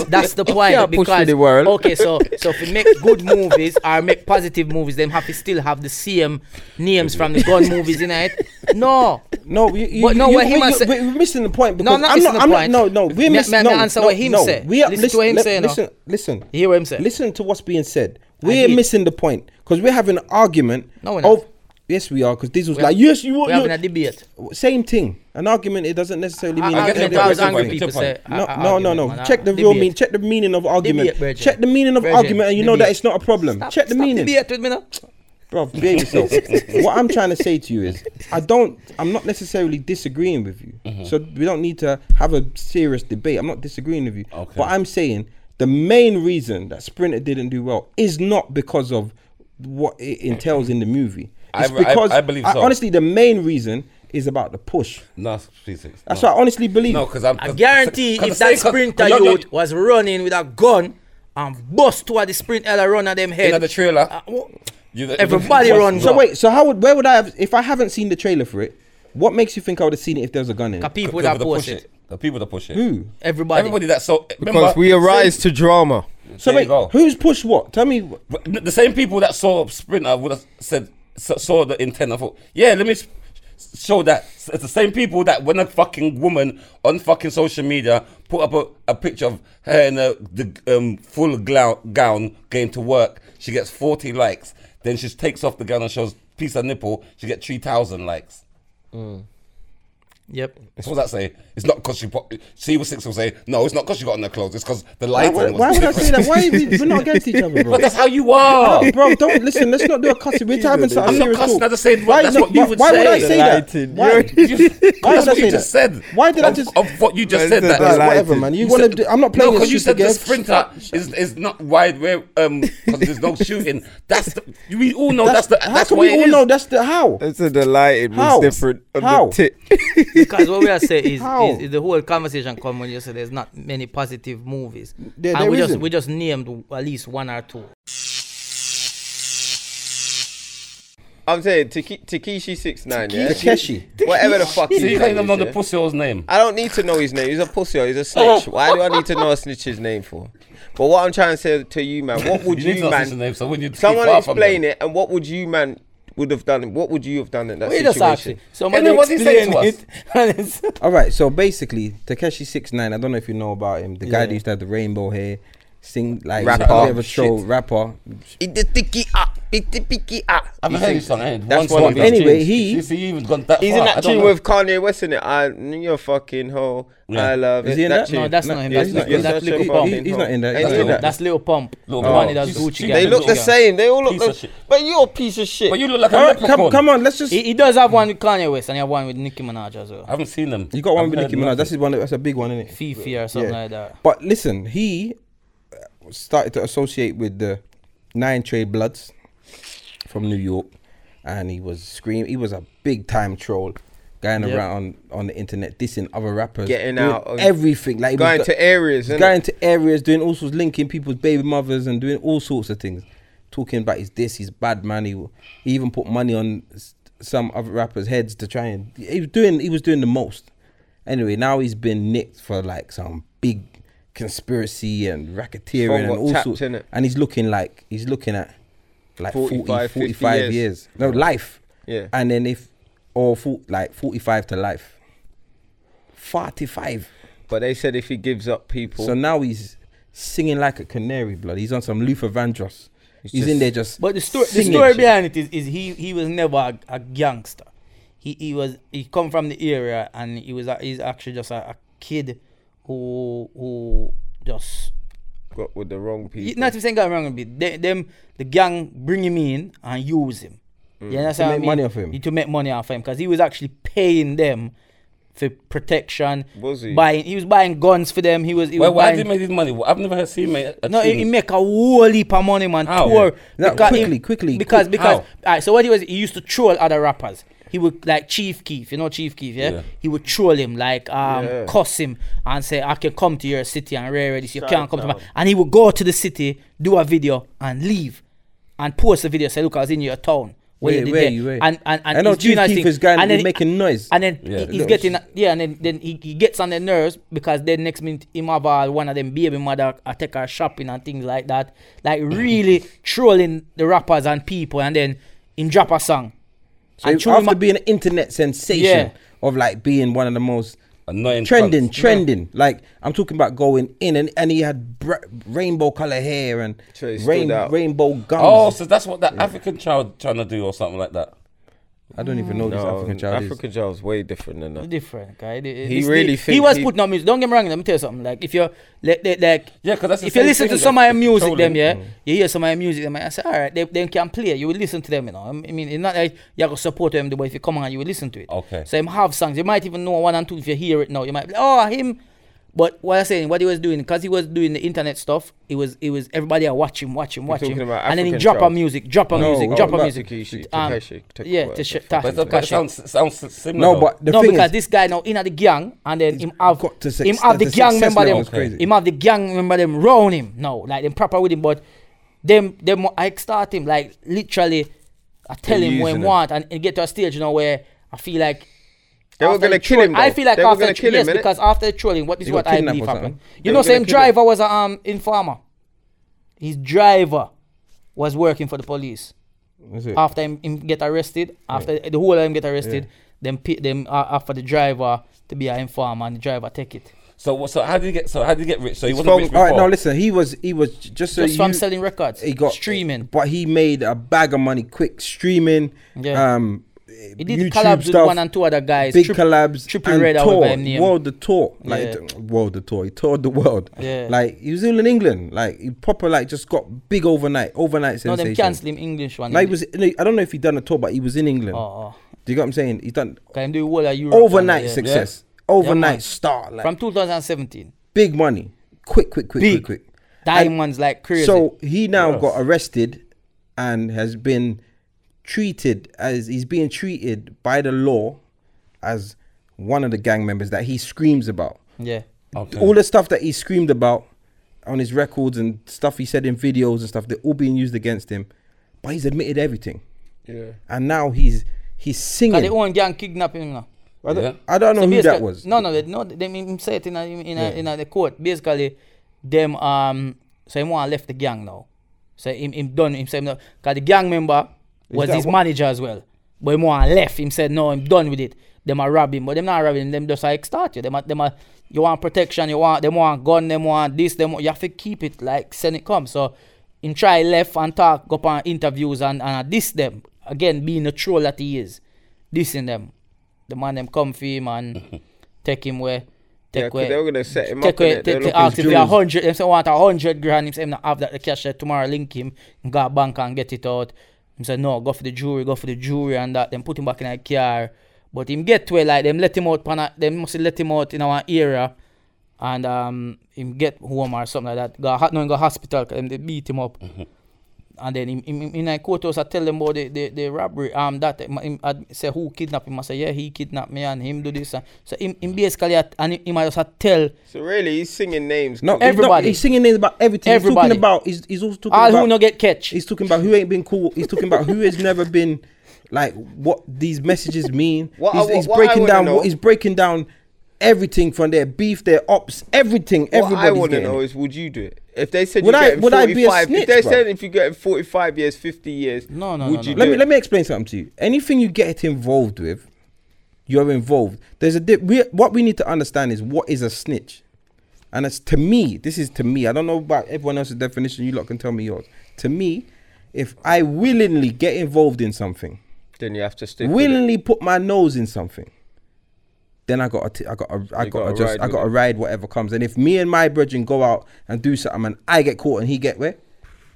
S2: is that's the point
S1: can't push
S2: because
S1: to the world.
S2: okay, so so if you make good movies or make positive movies, them have to still have the same names from the gun movies in it. No,
S4: No, you, you,
S2: But no,
S4: you,
S2: what
S4: you,
S2: him
S4: you,
S2: a say-
S4: we're missing the point because
S2: I'm not
S4: I'm
S2: missing
S4: not,
S2: the
S4: I'm
S2: point.
S4: not. No, no, we're
S2: Me- me-
S4: missing.
S2: me
S4: No,
S2: answer
S4: no,
S2: what him
S4: no.
S2: say.
S4: We are,
S2: Listen to what him
S4: li-
S2: say now.
S4: Listen, listen.
S2: You hear what him say?
S4: Listen to what's being said. We're
S2: did.
S4: missing the point because we're having an argument.
S2: No, we're not.
S4: of, Yes, we are, because this was like, yes, you
S2: We're having a
S4: want.
S2: debate.
S4: Same thing. An argument. It doesn't necessarily mean.
S3: I- I
S4: it's
S3: get
S2: Argument,
S3: it,
S2: I
S4: everything.
S2: was
S3: but-
S2: angry
S3: but-
S2: people
S3: but-
S2: say. a- a
S4: No, no, no,
S2: argument,
S4: no.
S2: man.
S4: Check the
S2: A
S4: real
S2: debate.
S4: meaning. Check the meaning of argument.
S2: Debate, Virgin.
S4: Check the meaning of
S2: Virgin,
S4: argument, and you know that
S2: debate.
S4: it's not a problem. Check the
S2: Stop
S4: meaning,
S2: Debate with me now.
S4: bro. Behave yourself. what I'm trying to say to you is, I don't. I'm not necessarily disagreeing with you.
S3: Mm-hmm.
S4: So we don't need to have a serious debate. I'm not disagreeing with you.
S3: Okay.
S4: But I'm saying the main reason that Sprinter didn't do well is not because of what it entails in the movie.
S3: I-
S4: It's
S3: I-
S4: because
S3: I believe so.
S4: honestly, the main reason is about the push.
S3: No, three six.
S4: That's
S3: no.
S4: what I honestly believe.
S3: No, because I'm.
S2: I guarantee if that sprinter youth was running with a gun and bust two of the sprint eller run at them head.
S3: in the trailer,
S2: uh, wo-
S3: you-
S2: everybody
S3: you-
S2: runs
S4: So
S2: up.
S4: wait, so how would where would I have if I haven't seen the trailer for it? What makes you think I would have seen it if there was a gun in
S2: the
S4: it?
S2: people
S3: Because
S2: that
S3: of the
S2: post
S3: push
S2: it.
S3: The people that push it.
S4: Who?
S2: Everybody.
S3: Everybody that so
S1: Because we arise to drama.
S4: So
S3: there
S4: wait,
S3: you go.
S4: who's pushed what? Tell me.
S3: But The same people that saw Sprinter would have said s- saw the intent. I thought, yeah, let me s- show that. S- It's the same people that when a fucking woman on fucking social media put up a, a picture of her in a the, um, full glou- gown going to work, she gets forty likes. Then she takes off the gown and shows piece of nipple. She gets three thousand likes.
S2: Yep.
S3: So what does that say? It's not because she put. She was six will say no. It's not because she got on her clothes. It's because the
S4: Why,
S3: lighting
S4: would-
S3: was
S4: why would I
S3: different.
S4: say that? Why are we, we're not against each other, bro?
S3: But that's how you are.
S4: No, bro, don't listen. Let's not do a cussing. We're having some
S3: I'm not
S4: serious
S3: cussing,
S4: talk.
S3: I just said what- that's what you
S4: why-
S3: would
S4: why would I
S3: say.
S4: say that?
S1: Delighted.
S4: Why?
S3: You- that's
S4: did I
S3: what
S4: say
S3: you
S4: that?
S3: just said.
S4: Why did I
S3: Of-
S4: just-
S3: of what you just
S1: Man
S3: said?
S1: said
S3: That
S1: that.
S4: Like,
S1: Delighted.
S4: whatever, man. You,
S3: You
S4: want
S3: said-
S4: to? I'm not
S3: no,
S4: playing
S3: because
S4: because
S3: you said the sprinter is, is not wide where um 'cause there's no shooting. That's the, we all know that's, the
S4: how
S3: that's
S4: can
S3: what
S4: we all know that's the how?
S1: That's a delighted
S4: How?
S1: was different on
S4: How?
S1: the tip.
S2: Because what we are saying is,
S4: How?
S2: is, is the whole conversation come when you say there's not many positive movies.
S4: There-
S2: and
S4: there
S2: we
S4: isn't.
S2: just we just named at least one or two.
S1: I'm saying Taki- Takeshi six nine. Yeah?
S4: Takeshi.
S1: Whatever the fuck.
S3: So
S1: his
S3: you
S1: name
S3: can't even
S1: is,
S3: know the
S1: yeah?
S3: pussy's name.
S1: I don't need to know his name. He's a pussy. He's a
S3: Oh.
S1: snitch. Why do I need to know a snitch's name for? But what I'm trying to say to you, man, what would
S3: You need
S1: you,
S3: to know his
S1: man?
S3: name. So when you keep
S1: someone
S3: far from
S1: explain
S3: them.
S1: it, and what would you, man, would have done? What would you have done in that
S2: We just asked
S1: situation?
S2: it. Somebody
S3: then what's he saying to
S2: explain it.
S4: All right, so basically, Takeshi Six Nine. I don't know if you know about him. The guy that
S2: Yeah.
S4: used to have the rainbow hair, sing like
S1: Rapper.
S4: a bit of a show
S1: Shit.
S4: rapper.
S1: It the tiki ah, it the piki ah.
S3: I've heard his song. I heard
S1: That's
S3: one
S1: one of
S3: song.
S1: his
S4: Anyway, tunes. he-
S3: You see, he even gone that
S1: He's
S3: far.
S1: in
S3: I
S1: that
S3: don't
S1: tune
S3: know.
S1: with Kanye West in it. I you're a fucking hoe.
S3: Yeah.
S1: I love
S4: Is
S1: it.
S4: he in that?
S2: No, that's not him. That's
S1: he's
S2: not him.
S1: he's
S2: That's
S1: such a
S2: Lil
S1: fucking
S2: Pump.
S4: He- he's not in that.
S1: hoe. Ain't
S3: He's
S1: he
S3: not in that.
S2: That's Lil Pump.
S3: Lil
S2: the
S3: Pump.
S2: one that's
S3: Jesus,
S2: Gucci
S3: Jesus.
S2: guy.
S1: They look the
S3: Yeah.
S1: same. They all look
S3: Piece of
S1: the
S3: shit.
S1: same. But you're a piece of shit.
S3: But you look like a
S4: All right, come,
S3: leprechaun.
S4: come on, let's just.
S2: He, he does have one with Kanye West and he have one with Nicki Minaj as well.
S3: I haven't seen them.
S4: You got one
S3: I've
S4: with
S3: heard
S4: Nicki Minaj.
S3: nothing.
S4: That's his one. That's a big one, isn't it?
S2: Fifi or something like that.
S4: But listen, he uh, started to associate with the Nine Trade Bloods from New York, and he was scream. He was a big time troll, going
S2: Yep.
S4: around on, on the internet, dissing other rappers,
S1: Getting
S4: doing
S1: out of-
S4: everything, like he was
S1: going
S4: go-
S1: to areas.
S4: he's
S1: innit?
S4: going to areas, doing all sorts, linking people's baby mothers, and doing all sorts of things. Talking about his this, his bad man. He, he even put money on s- some other rappers' heads to try and he was doing he was doing the most. Anyway, now he's been nicked for like some big conspiracy and
S1: From
S4: racketeering and
S1: what,
S4: all
S1: tapped,
S4: sorts.
S1: innit?
S4: And he's looking like he's looking at like 45, 40,
S1: 45, 50
S4: 45 years.
S1: years.
S4: No life.
S1: Yeah.
S4: And then if or for, like forty five to life. Forty five.
S1: But they said if he gives up people,
S4: So now he's singing like a canary, blood. He's on some Luther Vandross. He's, in
S1: just-
S4: there just.
S2: But the story, the
S4: singing
S2: story
S4: shit.
S2: behind it is, is he he was never a, a gangster. He he was he come from the area and he was a, he's actually just a, a kid who who just
S1: got with the wrong
S2: he,
S1: people.
S2: not saying got wrong with it. They, them the gang bring him in and use him. You understand what I
S4: make
S2: mean?
S4: money off him.
S2: He- to make money off him because he was actually paying them for protection.
S1: Was he?
S2: buying? He was buying guns for them. He was. He
S3: Why,
S2: was
S3: why
S2: buying,
S3: did he make his money? I've never heard seen him.
S2: no, he, he make a whole heap of money, man.
S3: How?
S2: Tour.
S4: Yeah. No,
S2: Because
S4: quickly,
S2: he-
S4: quickly,
S2: Because
S4: quick.
S2: because
S3: How?
S2: alright. So what he was, he used to troll other rappers. He would like Chief Keef, you know Chief Keef, yeah.
S3: Yeah.
S2: He would troll him, like um,
S1: Yeah.
S2: cuss him and say, "I can come to your city and rare this. You can't come to my." And he would go to the city, do a video, and leave, and post the video. Say, "Look, I was in your town." What
S4: Where-
S2: you did
S4: where
S2: there."
S4: you- where?
S2: And and and
S4: I know
S2: he's doing
S4: Chief
S2: his
S4: Keef
S2: thing.
S4: is going-
S2: And then
S4: he's making noise.
S2: And then
S3: Yeah.
S2: he- he's
S4: Little
S2: getting yeah, and then, then he, he gets on the nerves because then next minute him have all one of them baby mother I take her shopping and things like that. Like really trolling the rappers and people and then him drop a song.
S4: So
S2: and
S4: if-
S2: through him-
S4: after being an internet sensation
S2: Yeah.
S4: of like being one of the most
S3: annoying
S4: trending,
S3: cunts.
S4: trending. Like I'm talking about going in, and and he had br- rainbow color hair and
S1: So he stood
S4: rain,
S1: out.
S4: rainbow gums.
S3: Oh, so that's what that African child trying to do or something like that.
S4: I don't even know this African child
S1: African child is way different than that.
S2: Different, guy. He
S1: really
S2: he
S1: think
S2: was
S1: he-
S2: putting on music. Don't get me wrong. Let me tell you something. Like if you're like, they- like
S3: Yeah, 'cause that's the
S2: if you
S3: same
S2: listen
S3: thing
S2: to
S3: that
S2: some of your
S3: it's
S2: music, them
S3: stolen.
S2: yeah, you hear some of your music, them. I say, all right, they, they can play. You will listen to them, you know. I mean, it's not like you go support them, but if you come on, you will listen to it.
S3: Okay.
S2: So him have songs. You might even know one and two if you hear it now. You might be like, oh him. But what I'm saying, what he was doing, because he was doing the internet stuff, it was it was everybody are watching, watching, watching,
S1: talking about
S2: and then he
S1: African
S2: drop a
S1: trap.
S2: music, drop a
S4: No,
S2: music,
S4: we're
S2: drop
S4: talking
S2: a
S4: about
S2: music.
S1: Takeshi-
S2: Um,
S1: Takeshi, take
S2: yeah,
S1: what?
S2: Takeshi-
S1: That's
S3: But
S2: Takeshi-
S3: that, that
S2: Takeshi
S3: sounds sounds si- similar.
S4: No,
S3: though.
S4: but the
S2: no,
S4: thing
S2: because
S4: is,
S2: this guy now in at the gang, and then him have
S4: got to sex-
S2: him have the,
S4: the
S2: gang
S4: success
S2: member
S4: level
S2: them,
S4: is crazy.
S2: him have the gang member them round him. No, like them proper with him, but them them I start him like literally, I tell
S1: They're
S2: him what he
S1: using him.
S2: want, and, and get to a stage you know where I feel like.
S1: They were
S2: after
S1: gonna
S2: the
S1: kill him,
S2: troll- I
S1: though.
S2: feel like
S1: They were
S2: after
S1: gonna
S2: the-
S1: kill him,
S2: yes,
S1: innit?
S2: because after the trolling, what is
S4: They
S2: what
S4: got
S2: I
S4: kidnapped or
S2: believe happened.
S4: something.
S2: You
S1: They
S2: know,
S1: were gonna
S2: same
S1: kill him.
S2: driver was a um informer. His driver was working for the police
S4: That's it.
S2: after him, him get arrested, after the whole of him get arrested, then pay them uh, after the driver to be an informer and the driver take it.
S3: so what- so how did you get so how did you get rich? So you
S1: It's
S3: wasn't rich
S1: from-
S3: before.
S4: All right, now listen. He was he was j- just so
S2: Just from
S4: you-
S2: selling records,
S4: he got
S2: streaming.
S4: but he made a bag of money quick streaming.
S2: Yeah.
S4: Um,
S2: He did
S4: YouTube
S2: collabs
S4: stuff,
S2: with one and two other guys.
S4: big
S2: Trip-
S4: collabs,
S2: Triple
S4: and
S2: Red,
S4: tour,
S2: however him name.
S4: world the tour, like
S2: Yeah.
S4: the- world the tour. He toured the world.
S2: Yeah.
S4: Like he was all in England. Like he proper like just got big overnight, overnight
S2: no,
S4: sensation.
S2: them cancel him English one.
S4: Like he was, no, I don't know if he done a tour, but he was in England.
S2: Oh, oh.
S4: Do you get what I'm saying? He's done
S2: Can do whole of Europe.
S4: overnight
S2: yeah.
S4: success,
S2: man.
S4: overnight star, like
S2: From 2017,
S4: big money, quick, quick, quick,
S2: Big.
S4: quick, quick.
S2: diamonds like crazy.
S4: So he now got arrested and has been treated as he's being treated by the law as one of the gang members that he screams about.
S2: yeah,
S3: Okay.
S4: All the stuff that he screamed about on his records and stuff he said in videos and stuff, they're all being used against him. But he's admitted everything.
S1: Yeah.
S4: And now he's he's singing.
S2: Cause they own gang kidnapping him now.
S4: I, don't,
S3: Yeah.
S4: I don't know
S2: So
S4: who that
S2: basically-
S4: was.
S2: No, no, they, no. They him say it in a, in, a, in a, the court. Basically, them um. So him want left the gang now. So him him done. Him said no. Cause the gang member was
S4: that
S2: his
S4: what-
S2: manager as well. But him want left. Him said no. I'm done with it. Them are robbing, but them not robbing. Them just like start you. Them are, them are, you want protection. You want them want gun. Them want this. Them want- you have to keep it like send it come. So him try left and talk go up on interviews and and this them again being a troll that he is, this in them the man them come for him and take him where
S1: Yeah,
S2: take
S1: 'cause
S2: where
S1: they were gonna set him
S2: take
S1: up. innit?
S2: where
S1: They
S2: take
S1: were
S2: the
S1: looking-
S2: ask if you
S4: jewels.
S2: hundred them say want a hundred grand him say him not have that the cash that tomorrow link him him go to bank and get it out him say no go for the jury go for the jury and that them put him back in a car but him get where like them let him out pan a, them must let him out in our area and um him get home or something like that go ho- no him go hospital 'cause them they beat him up and then him, him, him in a courthouse, I tell them about the, the, the robbery. Um, that him, him, I say who kidnapped him. I say yeah, he kidnapped me and him do this. And, so him, him basically at, and him, him I just a tell
S1: So really, he's singing names.
S4: No, he's not-
S2: Everybody.
S4: he's singing names about everything. He's
S2: Everybody.
S4: talking about. He's, he's also talking
S2: all
S4: about.
S2: who no get catch.
S4: He's talking about who ain't been cool. He's talking about who has never been like what these messages mean.
S1: What I
S4: he's
S1: wa-
S4: he's
S1: what I
S4: breaking
S1: wanna
S4: down.
S1: know-
S4: What, he's breaking down everything from their beef, their ops, everything.
S1: What I
S4: everybody's
S1: want to
S4: getting
S1: know
S4: it.
S1: is, would you do it if they said
S4: Would
S1: you
S4: I-
S1: get
S4: would I be a
S1: 45?
S4: snitch,
S1: if they
S4: bro?
S1: said if you get 45 years, 50 years,
S2: No, no, no,
S1: would
S2: no, no.
S1: you do
S4: Let me
S1: it?
S4: let me explain something to you. Anything you get involved with, you're involved. There's a di- we, what we need to understand is what is a snitch, and it's to me. This is to me. I don't know about everyone else's definition. You lot can tell me yours. To me, if I willingly get involved in something,
S1: then you have to stick. with it.
S4: willingly put my nose in something, then I got to, I got to, I got
S1: You gotta
S4: to just,
S1: ride
S4: I
S1: with
S4: got to ride whatever comes. And if me and my brethren go out and do something, and I get caught and he get where,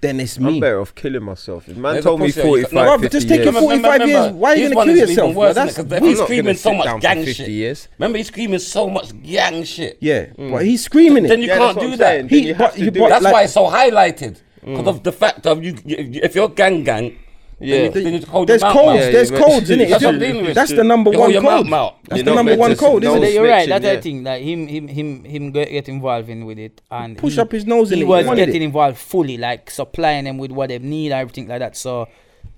S4: then it's
S1: I'm
S4: me.
S1: better off killing myself. If man
S3: There's a
S1: told me
S3: pussy, you got-
S1: 45,
S3: No,
S4: Rob,
S1: 50
S4: just take
S1: years,
S4: him
S3: Remember-
S4: 45 years,
S3: remember,
S4: why are you
S3: this
S4: gonna
S3: one
S4: kill
S3: is
S4: yourself,
S3: even
S4: bro?
S3: worse,
S4: That's-
S3: innit? 'Cause
S4: I'm
S3: he's
S1: not gonna
S3: screaming so
S1: sit
S3: much
S1: down for
S3: gang
S1: 50
S3: shit.
S1: years.
S3: Remember, he's screaming so much gang shit.
S4: Yeah, but he's screaming it.
S3: Then you
S1: Mm. Yeah, that's
S3: can't
S1: what
S3: do
S1: I'm
S3: that.
S1: saying.
S4: He-
S1: Then you have
S4: but
S1: to
S4: you
S1: do
S4: bought-
S1: it.
S3: That's
S4: Like-
S3: why it's so highlighted because of the fact of you, you. If you're gang gang,
S1: Mm. Yeah.
S3: yeah, then you, then you hold
S4: There's
S3: your mouth
S4: codes.
S3: mouth.
S1: Yeah,
S4: there's
S1: yeah,
S4: codes
S1: but-
S4: in it.
S1: That's
S4: That's,
S1: what I'm dealing with,
S4: the
S1: dude.
S4: number
S3: You hold
S4: one
S3: your
S4: code.
S3: mouth mouth.
S4: That's
S1: You're
S4: the
S1: not
S4: number
S1: meant
S4: one
S1: to
S4: code, isn't
S1: know
S2: So
S4: it?
S1: that.
S2: you're right.
S1: snitching,
S2: That's
S1: yeah.
S2: the thing. Like him, him, him, him get, get involved in with it, and
S4: Push
S2: he-
S4: up his nose in
S2: He
S4: it, he
S2: was
S4: wanted
S2: getting
S4: it.
S2: involved fully, like supplying them with what they need, and everything like that. So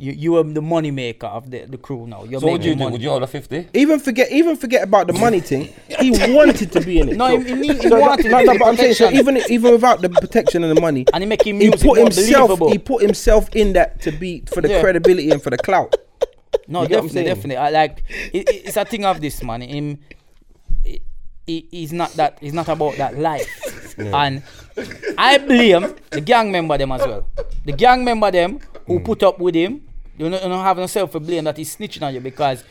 S2: you, you are the money maker of the, the crew now. You're
S3: So what would you
S2: making
S3: do?
S2: money.
S3: Would you hold a fifty?
S4: Even forget, even forget about the money thing. He wanted to be in it.
S2: No,
S4: So-
S2: he- he need- he
S4: so-
S2: wanted
S4: no,
S2: the
S4: no, but I'm saying, so
S2: protection.
S4: even even without the protection and the money,
S2: And he making
S4: he
S2: music
S4: put
S2: more
S4: himself,
S2: believable.
S4: he put himself in that to be for the
S2: Yeah.
S4: credibility and for the clout.
S2: No,
S4: You get what I'm
S2: definitely,
S4: saying?
S2: definitely. I like it, it- it's a thing of this man. Him, he- he, he's not that. He's not about that life. And
S4: Hmm.
S2: I blame the gang member them as well. The gang member them who put up with him You don't, you don't have yourself to blame that he's snitching on you because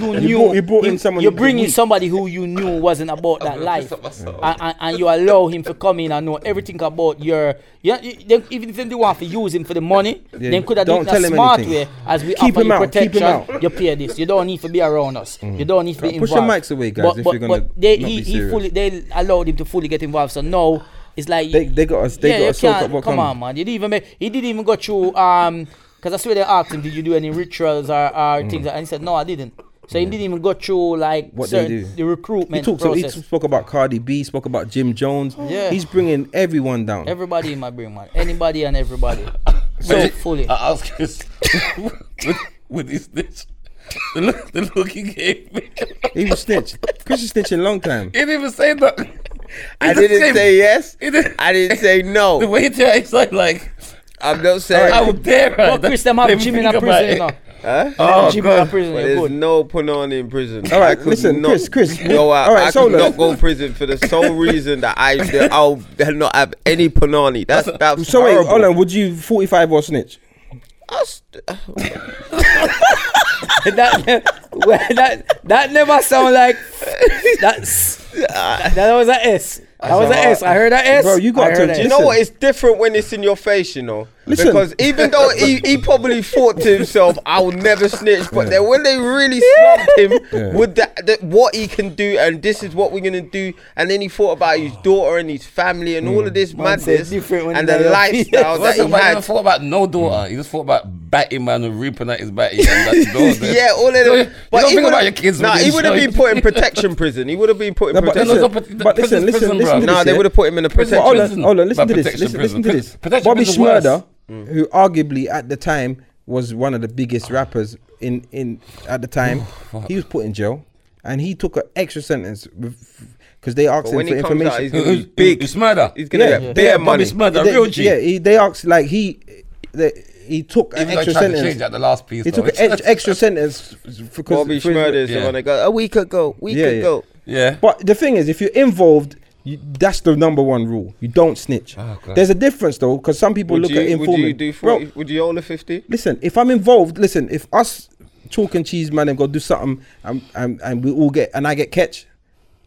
S2: you,
S4: You
S2: knew
S4: brought- you brought in someone
S2: You're
S4: who
S2: bringing
S4: was
S2: somebody who you knew wasn't about that life,
S3: up myself.
S2: and, and, and you allow him to come in and know everything about your. Yeah, you- them- even if they want to use him for the money,
S4: Yeah,
S2: then could have done
S4: don't
S2: it in
S4: tell
S2: a
S4: him
S2: smart
S4: anything.
S2: way as we
S4: Keep
S2: offer
S4: him
S2: you
S4: out, keep him
S2: protection.
S4: out. Mm.
S2: You pay this. You don't need to be around us. You don't need to be
S4: Push your
S2: involved.
S4: mics away, guys,
S2: But,
S4: if
S2: but,
S4: you're gonna
S2: but they,
S4: not
S2: he,
S4: be
S2: he
S4: serious.
S2: fully they allowed him to fully get involved. So now it's like
S4: They- they got us- they got
S2: you
S4: us soaked up
S2: can't-
S4: what
S2: Come
S4: comes.
S2: on, man. You didn't even make, he didn't even go through um because I swear they asked him, did you do any rituals or, or things? And he said, no, I didn't. So he didn't even go through like
S4: Mm. What they
S2: certain,
S4: do.
S2: the
S4: He
S2: recruitment
S4: talked. So he
S2: process.
S4: spoke about Cardi B. Spoke about Jim Jones.
S2: Yeah.
S4: He's bringing everyone down.
S2: everybody in my brain, man. Anybody and everybody. so
S3: Wait,
S2: fully.
S3: I ask this with, with his snitch. The look, the look he gave me.
S4: he was snitched. Chris is snitching long time.
S3: He didn't even say that.
S1: I didn't say yes.
S3: He didn't-
S1: I didn't say
S3: The
S1: no.
S3: way he acts like, like
S1: I'm not saying.
S3: how dare her.
S2: But Chris, them have
S3: Didn't
S2: Jimmy in
S3: think
S2: a
S3: about
S2: prison, you
S3: it.
S2: know.
S1: Huh?
S3: Oh,
S2: Jimmy in a
S3: God.
S2: prison,
S1: But
S2: you're
S1: there's
S2: good.
S1: no punani in prison.
S4: All right,
S1: I could
S4: listen,
S1: not
S4: Chris, Chris,
S1: Go out.
S4: all right,
S1: I could
S4: Solo.
S1: not go to prison for the sole reason that I that I'll not have any punani. That's that's
S4: So wait,
S1: horrible.
S4: hold on. Would you 45 or snitch?
S1: That's-
S2: that, well, that that never sound like that's that, that was a S. That was a S. I heard a S.
S4: Bro, you got
S2: I heard
S4: to
S2: a
S1: You
S2: S.
S4: just-
S1: know
S4: Listen.
S1: what? It's different when it's in your face, you know.
S4: Listen.
S1: Because even though he, he probably thought to himself, "I'll never snitch," but then when they really slumped him
S4: Yeah.
S1: with that, that, what he can do, and this is what we're gonna do, and then he thought about
S4: Ah.
S1: his daughter and his family and
S4: Mm.
S1: all of this
S2: Man said
S1: madness
S2: different when
S1: and
S2: he
S1: the
S2: got your feet.
S1: lifestyle that
S3: What's
S1: he
S3: about, he never
S1: had.
S3: thought about no daughter. He just thought about batting man and reaping at his batting. And that's daughter.
S1: Yeah, all of them.
S3: But you don't
S1: he
S3: think
S1: would've-
S3: about your kids.
S1: Nah,
S3: when
S1: he
S3: they
S1: would have
S3: show
S1: been
S3: you.
S1: put in protection prison. He would have been put in
S4: No, but
S1: protection.
S4: listen,
S3: No, no, but-
S4: but listen,
S3: prison,
S4: listen,
S3: prison,
S4: listen
S3: bruv.
S4: to
S1: Nah,
S4: this,
S1: they
S4: yeah.
S1: would have put him in a
S4: But
S1: protection.
S4: hold on,
S3: Prison.
S4: hold on, listen
S3: But
S4: to this.
S3: protection
S4: Listen,
S3: prison.
S4: listen to this.
S3: Protection
S4: Bobby
S3: prison worse. Mm.
S4: Schmurder, who arguably at the time was one of the biggest rappers in in at the time, he was put in jail, and he took an extra sentence because they asked
S1: But
S4: him
S1: when
S4: for
S1: he comes out,
S4: information.
S1: he's gonna
S3: Who-
S1: be
S3: who-
S1: big.
S3: It's murder.
S1: He's gonna
S4: Yeah.
S1: get bare
S3: Yeah,
S1: money.
S3: Bobby Schmurder,
S4: They-
S3: real G.
S4: Yeah, he, they asked like he, they, he took an
S3: Even though I
S4: extra
S3: tried to change
S4: sentence.
S3: at the last piece.
S4: He took
S3: though.
S4: an ex- extra sentence for
S1: Bobby Schmurder is the
S3: Yeah.
S1: one that goes a week ago, week
S4: Yeah, yeah.
S1: ago.
S3: Yeah.
S4: But the thing is, if you're involved, you, that's the number one rule. You don't snitch.
S3: Oh, God.
S4: There's a difference though, because some people look
S1: you,
S4: at informing.
S1: Would you do
S4: Bro,
S1: 40, Would you own a fifty?
S4: listen, if I'm involved, listen, if us chalk and cheese man and go do something, and, and, and we all get and I get catch,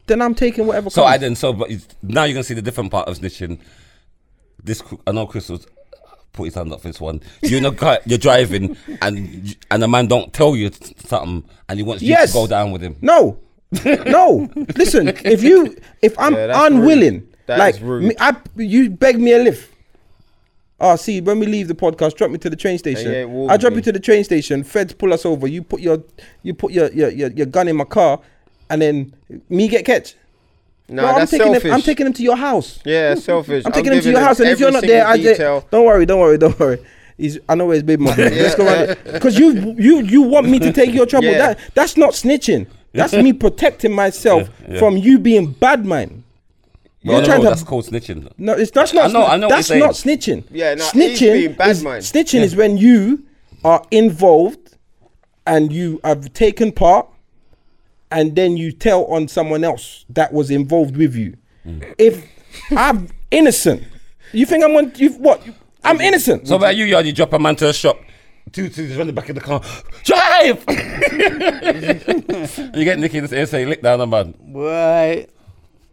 S4: then I'm taking whatever.
S3: So
S4: comes.
S3: I didn't. So, but it's- now you can see the different part of snitching. This cr- I know Chris was put his hand up for this one. You're in a car, you're driving, and and a man don't tell you s- something, and he wants you
S4: Yes.
S3: to go down with him.
S4: No, no. Listen, if you, if I'm
S1: Yeah, that's
S4: unwilling,
S1: rude. That
S4: like
S1: is rude.
S4: Me, I, you beg me a lift. Oh, see, when we leave the podcast, drop me to the train station.
S1: ain't warned
S4: I drop
S1: me.
S4: you to the train station. Feds pull us over. You put your, you put your your, your, your gun in my car, and then me get catch.
S1: No,
S4: Bro, I'm
S1: that's
S4: taking
S1: selfish.
S4: Them, I'm taking them to your house.
S1: Yeah, selfish.
S4: I'm taking them to your house, and if you're not there, I get. Don't worry, don't worry, don't worry. He's, I know where his baby mother. is. Let's go
S1: Yeah.
S4: around because you you you want me to take your trouble.
S1: Yeah.
S4: That that's not snitching. That's me protecting myself
S3: Yeah, yeah.
S4: from you being bad man.
S3: Well,
S4: You're
S3: no,
S4: trying
S3: no,
S4: to-
S3: that's called snitching.
S4: No, it's that's not.
S3: I know- I know what
S4: that's
S3: you're
S4: not snitching.
S1: Yeah, no, he's being
S4: snitching.
S1: bad
S4: is,
S1: mind.
S4: snitching is when you are involved and you have taken part, and then you tell on someone else that was involved with you.
S3: Mm.
S4: If I'm innocent, you think I'm on? You what? I'm innocent.
S3: So about you, Yard, you drop a man to a shop. Two two, he's running back in the car. Drive. you get Nicky in his ear say, "Lick down a man."
S2: Boy,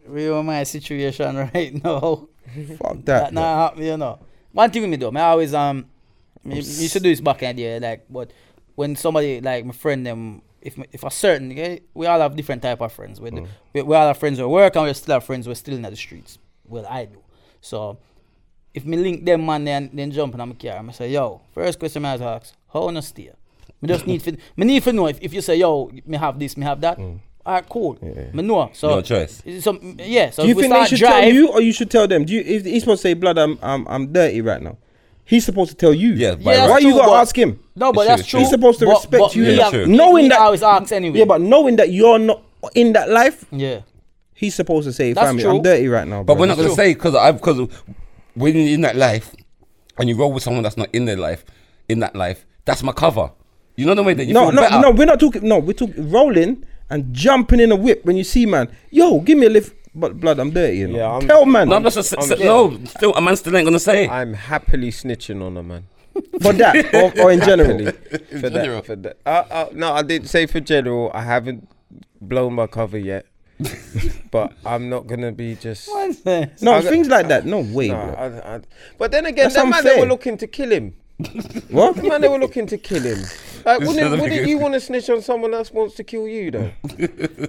S2: we on my situation right now.
S4: Fuck
S2: that
S4: that.
S2: nah happen, you know. One thing with me though, me always um, me, me used to do this back in the day, like, but when somebody like my friend them, if me- if a certain, yeah, we all have different type of friends. We,
S4: Mm.
S2: do- we, we all have friends who work and we still have friends who are still in the streets. Well, I do. So if me link them man then then jump in my car, I say yo, first question I ask, how on steer? Me just need to, me need to know if, if you say yo, me have this, me have that.
S4: Mm.
S2: Alright, cool. Me know. So
S3: No choice.
S2: So yeah. So
S4: Do you
S2: if we
S4: think they
S2: start
S4: should
S2: drive,
S4: tell you, or you should tell them? Do you? If he's supposed to say, "Blood, I'm I'm I'm dirty right now," he's supposed to tell you.
S3: Yeah, by
S4: Why
S3: right.
S4: you
S2: true,
S4: gotta
S2: but-
S4: ask him?
S2: No, but
S3: It's
S2: that's true.
S3: true, it's
S4: He's supposed to
S2: But-
S4: respect
S2: but
S4: you.
S2: Me,
S3: Yeah,
S2: have-
S3: true.
S4: Knowing
S2: me
S4: that-
S2: always asks anyway.
S4: Yeah, but knowing that you're not in that life,
S2: yeah,
S4: he's supposed to say,
S2: That's
S4: "Family,
S2: true.
S4: I'm dirty right now."
S3: But
S4: bro."
S3: we're not gonna
S2: Sure.
S3: say because I because when you're in that life and you roll with someone that's not in their life, in that life, that's my cover. You know the way that you
S4: No,
S3: feel
S4: no,
S3: better.
S4: no. We're not talking. No, we're talking rolling and jumping in a whip when you see man. Yo, give me a lift. But blood, I'm dirty. You know?
S1: Yeah, I'm-
S4: Tell man.
S1: Oh,
S3: No, I'm just a, s-
S1: I'm-
S3: s- no. Still, a man still ain't gonna say.
S1: I'm happily snitching on a man.
S4: for that or, or in generally.
S1: for
S3: general.
S1: that. For that. Uh, uh, no, I didn't say for general. I haven't blown my cover yet, but I'm not gonna be just.
S4: No
S1: I got-
S4: things like that. No way,
S1: No,
S4: bro.
S1: I- I- but then again,
S4: That's
S1: that man they
S4: unfair.
S1: were looking to kill him.
S4: What?
S1: The man they were looking to kill him. Like,
S3: doesn't
S1: wouldn't,
S3: make
S1: wouldn't
S3: it-
S1: you want to snitch on someone else wants to kill you though?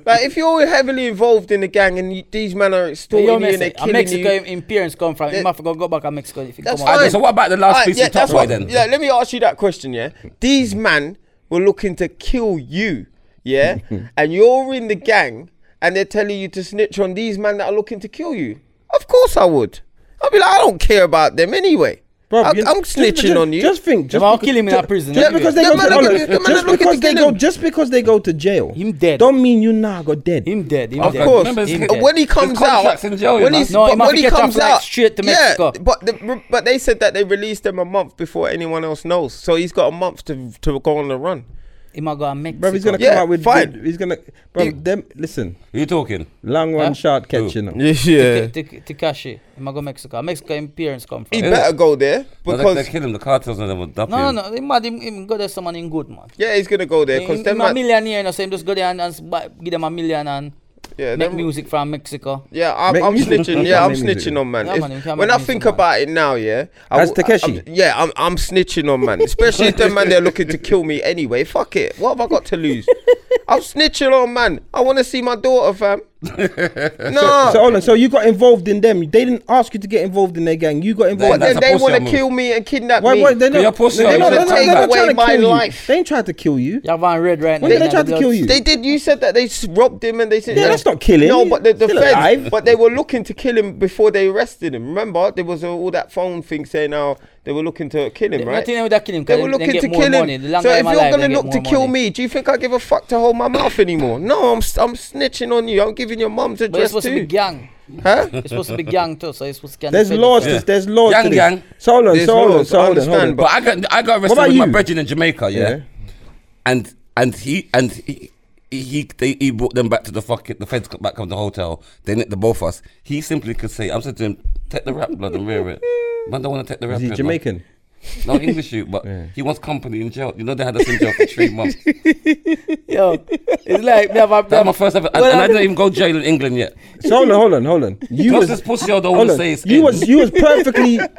S1: like if you're heavily involved in the gang and you, these men are extorting you and they're
S2: a
S1: killing
S2: Mexico
S1: you.
S2: in, in parents come from.
S1: Yeah.
S2: You must go go back to Mexico if you
S1: That's
S2: come
S1: fine.
S2: out.
S3: Alright, so what about the last
S1: Alright,
S3: piece
S1: yeah,
S3: of Top
S1: that's
S3: Boy
S1: what,
S3: then?
S1: yeah, let me ask you that question, yeah? These men were looking to kill you, yeah? and you're in the gang and they're telling you to snitch on these men that are looking to kill you. Of course I would. I'd be like, I don't care about them anyway.
S4: Bro,
S1: I,
S4: you-
S1: I'm
S4: just-
S1: snitching
S4: just-
S1: on you.
S4: Just think. Just
S2: I'll
S4: because-
S2: kill him in
S4: ju-
S2: that prison
S4: Just
S2: anyway.
S4: because they
S1: The
S4: go
S1: man
S4: to
S1: look-
S4: hold on,
S1: the man
S4: just
S1: looking
S4: because
S1: to
S4: they
S1: kill
S4: go,
S1: him.
S4: just because they go to jail.
S2: Him dead.
S4: Don't mean you now go dead.
S2: Him dead. Him
S3: Of
S2: dead.
S1: course.
S3: Remember,
S2: Him dead.
S3: it's-
S1: But when he comes out,
S3: contract's in jail, you
S1: when
S3: know.
S1: he's,
S2: No, he
S1: but
S2: must
S1: when
S2: be
S1: he
S2: kept
S1: comes
S2: off, like,
S1: out,
S2: straight to Mexico.
S1: Yeah, but the, but they said that they released him a month before anyone else knows, so he's got a month to to go on the run.
S2: He might go to Mexico.
S4: Bro, he's gonna
S1: Yeah,
S4: come out with.
S1: fine.
S4: good- He's gonna. Bro,
S1: You-
S4: them. Listen,
S3: Who you talking?
S4: long one
S2: Huh?
S4: shot catching them.
S1: Yeah,
S2: Takashi. He might go to Mexico. Mexico in parents come
S1: he
S2: from.
S1: better go there
S3: No, they-
S1: because
S3: they kill him. The cartels and them will dump
S2: No,
S3: him.
S2: no, he might him, him go there someone in good man.
S1: yeah, he's gonna go there
S2: Him,
S1: because
S2: him
S1: them
S2: a
S1: man,
S2: millionaire, you know, so him just go there and, and s- buy- give them a million and
S1: yeah,
S2: make
S1: them-
S2: music from Mexico.
S1: Yeah, I'm,
S4: Make
S1: I'm
S4: music.
S1: snitching.
S4: Yeah,
S1: Yeah, I'm
S4: make music.
S1: snitching on man.
S2: Yeah,
S1: If-
S2: man, you can't
S1: when
S2: make
S1: I
S2: music,
S1: think
S2: man.
S1: about it now, yeah, I
S4: As
S1: w-
S4: Takeshi.
S1: I'm- yeah, I'm I'm snitching on man, especially if the man they're looking to kill me anyway. Fuck it, what have I got to lose? I'm snitching on man. I want to see my daughter, fam. no,
S4: So hold on. So you got involved in them. They didn't ask you to get involved in their gang. You got
S1: but
S4: involved.
S3: that's
S1: then
S3: a
S1: they
S3: pussy
S1: want to
S3: move.
S1: kill me and kidnap
S4: Why?
S1: me.
S4: Why? They
S3: You're
S4: not.
S3: pussy,
S4: They
S3: you're
S4: not.
S1: gonna
S4: They're not-
S1: take
S4: they're not
S1: away
S4: trying to
S1: my
S4: kill you.
S1: life.
S4: They ain't tried to kill you.
S2: You have one red right
S4: When
S2: now.
S4: did they try to kill you?
S1: They did. You said that they s- robbed him and they said
S4: Yeah, that's not killing.
S1: No, but the, the
S4: Still
S1: feds-
S4: alive.
S1: but they were looking to kill him before they arrested him. Remember, there was all that phone thing saying how they were looking to kill him, right?
S2: Nothing they would have killed him. 'cause
S1: They were
S2: then
S1: looking
S2: get
S1: to
S2: more
S1: kill
S2: money.
S1: him.
S2: The longer
S1: So if
S2: I'm
S1: you're
S2: alive,
S1: gonna
S2: they get
S1: look to
S2: more
S1: kill
S2: money.
S1: me, do you think I give a fuck to hold my mouth anymore? No, I'm s- I'm snitching on you. I'm giving your mum's
S2: But it's
S1: address
S2: supposed to be
S1: too.
S2: gang.
S1: Huh?
S2: It's supposed to be gang too, so it's supposed to be.
S4: There's laws.
S3: Yeah.
S4: To, there's laws.
S3: Gang,
S4: to this.
S3: gang.
S4: So hold on.
S1: There's
S4: So hold on.
S1: laws,
S4: So
S1: I
S4: hold on. Hold on.
S1: understand,
S3: But I got I got arrested
S4: about
S3: with my
S4: you?
S3: brethren in Jamaica, yeah?
S4: Yeah.
S3: and and he and he. He he, they, he brought them back to the fucking the feds got back come to the hotel. They nicked the both of us. He simply could say, "I'm saying to him, take the rap blood and rear it." Man, don't want to take the rap.
S4: Is he
S3: blood, man.
S4: Jamaican?
S3: No English, you. But he wants company in jail. You know they had us in jail for three months.
S2: Yo, it's like they have a, they
S3: That's
S2: have
S3: my first ever, and, and I didn't even go jail in England yet.
S4: So hold on. Hold on. Hold on. You
S3: Plus
S4: was.
S3: this pussy I don't
S4: Hold
S3: want to say
S4: on.
S3: it's
S4: You
S3: in.
S4: was. You was perfectly.
S3: I'm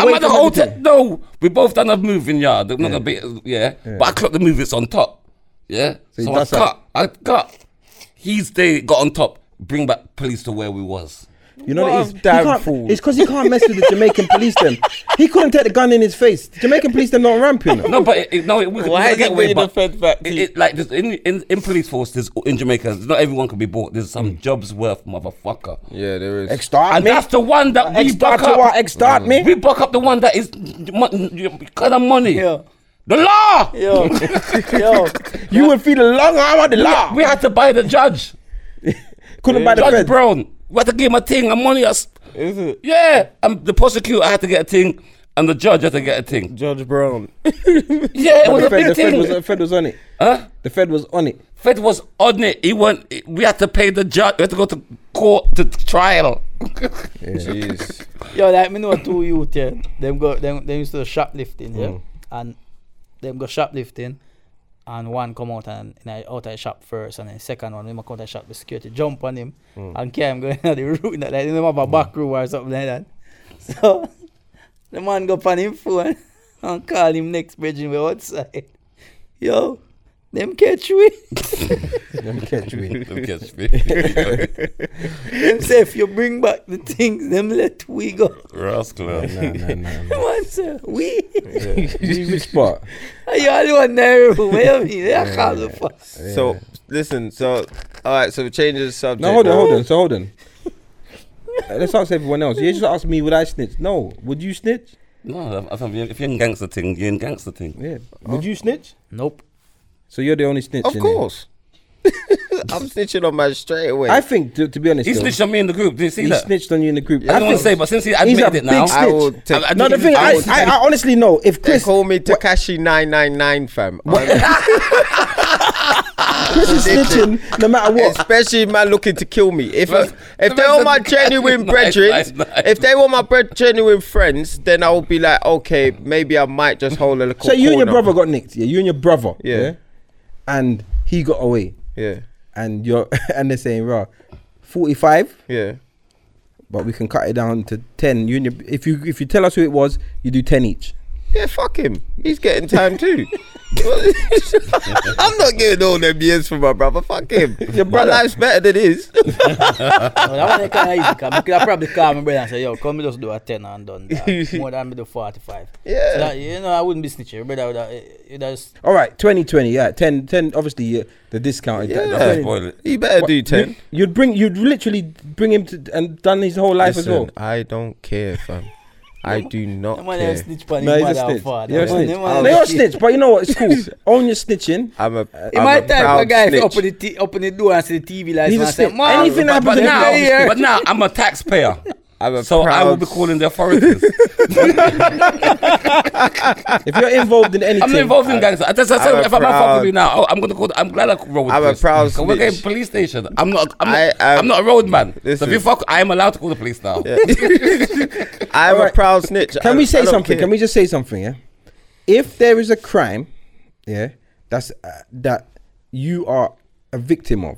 S4: away
S3: at the
S4: from
S3: hotel.
S4: everything.
S3: No, we both done a moving yard. I'm not gonna be, yeah. But I clocked the move. It's on top. Yeah. So,
S4: he
S3: I
S4: does that.
S3: cut. I cut. He's there. Got on top. Bring back police to where we was.
S4: You know
S1: What
S4: what
S1: a
S4: it is?
S1: damn
S4: He can't-
S1: fool.
S4: It's because he can't mess with the Jamaican police. Them. He couldn't take the gun in his face. The Jamaican police. Them not ramping.
S3: No, but it, it, no, it, we could
S1: Why
S3: we
S1: is
S3: could get
S1: it
S3: away.
S1: bringing the
S3: But
S1: Fed back
S3: it-
S1: to you?
S3: it- like there's- in, in in police force, there's in Jamaica, not everyone can be bought. There's some jobs worth, motherfucker.
S1: Yeah, there is.
S4: Start
S3: And
S4: me.
S3: that's the one that we
S4: Start
S3: buck
S4: to what?
S3: up.
S4: Start me.
S3: We buck up the one that is kind of money.
S2: Yeah.
S3: The law.
S2: yo, yo.
S4: You would feel the long arm of the law.
S3: We had to buy the judge.
S4: Couldn't buy the
S3: Judge
S4: feds.
S3: Brown. We had to give him a thing, a money. Us.
S1: Is it
S3: Yeah. And the prosecutor had to get a thing, and the judge had to get a thing.
S1: Judge Brown?
S3: Yeah, it
S4: But
S3: was
S4: the,
S3: a
S4: Fed, the
S3: big
S4: Fed was, the
S3: thing.
S4: Fed was on it.
S3: Huh?
S4: The Fed was on it.
S3: Fed was on it. He went. We had to pay the judge. We had to go to court to trial.
S1: Jeez.
S2: Yo, like me know two youth yeah. Them go them them used to do shoplifting, yeah. And them go shoplifting and one come out and in a, out of the shop first and then second one him a come out of the shop the security jump on him and carry him going out the route like they don't have a back room or something like that. So the man go on him phone and call him next bridging we outside. Yo, them catch we
S4: Them catch me.
S2: them say if you bring back the things, them let we go.
S3: Rascal.
S4: Nah, nah, nah, nah.
S2: The man say, we
S4: Which spot?
S2: Are you all on there? Where me? They are called the fuss.
S1: So listen. So all right. So we change the subject.
S4: No, hold on,
S1: now.
S4: hold on. So hold on. Uh, Let's ask everyone else. You just asked me, would I snitch? No. Would you snitch?
S3: No, I- I thought if you're in gangster thing, you're in gangster thing.
S4: Yeah. Would you snitch?
S2: Nope.
S4: So you're the only snitch.
S1: Of
S4: in here.
S1: course. I'm snitching on man straight away.
S4: I think, to, to be honest,
S3: He
S4: though,
S3: snitched on me in the group. Did you see
S4: he
S3: that?
S4: snitched on you in the group.
S3: I don't want to say, but since he admitted
S4: a
S3: it now,
S4: big
S1: I
S4: snitch.
S1: will take.
S3: I- I
S4: no, the
S3: think
S4: thing,
S3: I
S4: I,
S3: would-
S4: I, I honestly know if
S1: They
S4: Chris
S1: call me Takashi nine nine nine, fam. I'm-
S4: Chris is snitching no matter what.
S1: Especially man looking to kill me. If
S3: That's-
S1: if they were my genuine
S3: Nice,
S1: brethren,
S3: nice, nice.
S1: if they were my bre- genuine friends, then I would be like, okay, maybe I might just hold a little.
S4: So you and your
S1: corner.
S4: brother got nicked. Yeah, you and your brother.
S1: Yeah.
S4: and he got away,
S1: Yeah,
S4: and you're and they're saying, "Raw, forty-five,
S1: yeah.
S4: but we can cut it down to ten. You and your, if you if you tell us who it was, you do ten each."
S1: Yeah, fuck him. He's getting time too. I'm not giving all them years for my brother. Fuck him.
S4: Your
S1: My
S4: brother.
S1: life's better than his.
S2: No, that one kind of easy. Cause I could have probably call my brother and say, "Yo, come we just do a ten and done that. More than me do forty-five.
S1: Yeah.
S2: So that, you know, I wouldn't be snitching. Your brother would have, eh, that's
S4: All right, 2020, yeah, 10, 10 obviously uh, the discounted.
S1: Yeah.
S4: That's
S1: Yeah.
S4: what it-
S3: Spoil it.
S1: He better
S4: What,
S1: do ten.
S4: You, you'd bring, you'd literally bring him to and done his whole life as well.
S1: Listen, I don't care, fam. I do not
S2: that man
S1: care.
S2: have snitch pon
S4: No,
S2: his
S4: he's a
S2: mother and
S4: snitch.
S2: father.
S4: You're a
S2: That man-
S4: snitch.
S2: that
S4: No,
S2: man
S4: you're a
S2: have
S4: snitch, but you know what? It's cool. Own your snitching.
S1: I'm a.
S2: In
S1: I'm
S2: my
S1: a
S2: time, my
S1: proud
S2: guy
S1: snitch.
S2: open the t- open the door and see the TV lights.
S4: He's a
S2: and I say,
S4: snitch.
S2: "Man,
S4: Anything
S2: but-
S4: happens
S2: but
S3: But
S4: to
S2: they're
S4: him,
S2: here."
S3: now, but now I'm a taxpayer.
S1: I'm a
S3: So I will be
S1: proud
S3: calling the authorities.
S4: If you're involved in anything,
S3: I'm not involved in gangs. I just, I
S1: I'm a
S3: said, if I'm not fucking
S1: proud-
S3: with you now, oh, I'm gonna call. I'm glad I roll with
S1: I'm a
S3: Chris,
S1: proud
S3: 'cause We're
S1: snitch.
S3: getting police station. I'm not. I'm,
S1: I
S3: not,
S1: am-
S3: I'm not a roadman. So
S1: Listen.
S3: if you fuck, I am allowed to call the police now.
S1: I'm
S4: Alright.
S1: a proud snitch.
S4: Can
S1: I-
S4: we
S1: I
S4: say
S1: don't
S4: something?
S1: care.
S4: Can we just say something? Yeah. If there is a crime, yeah, that's uh, that you are a victim of,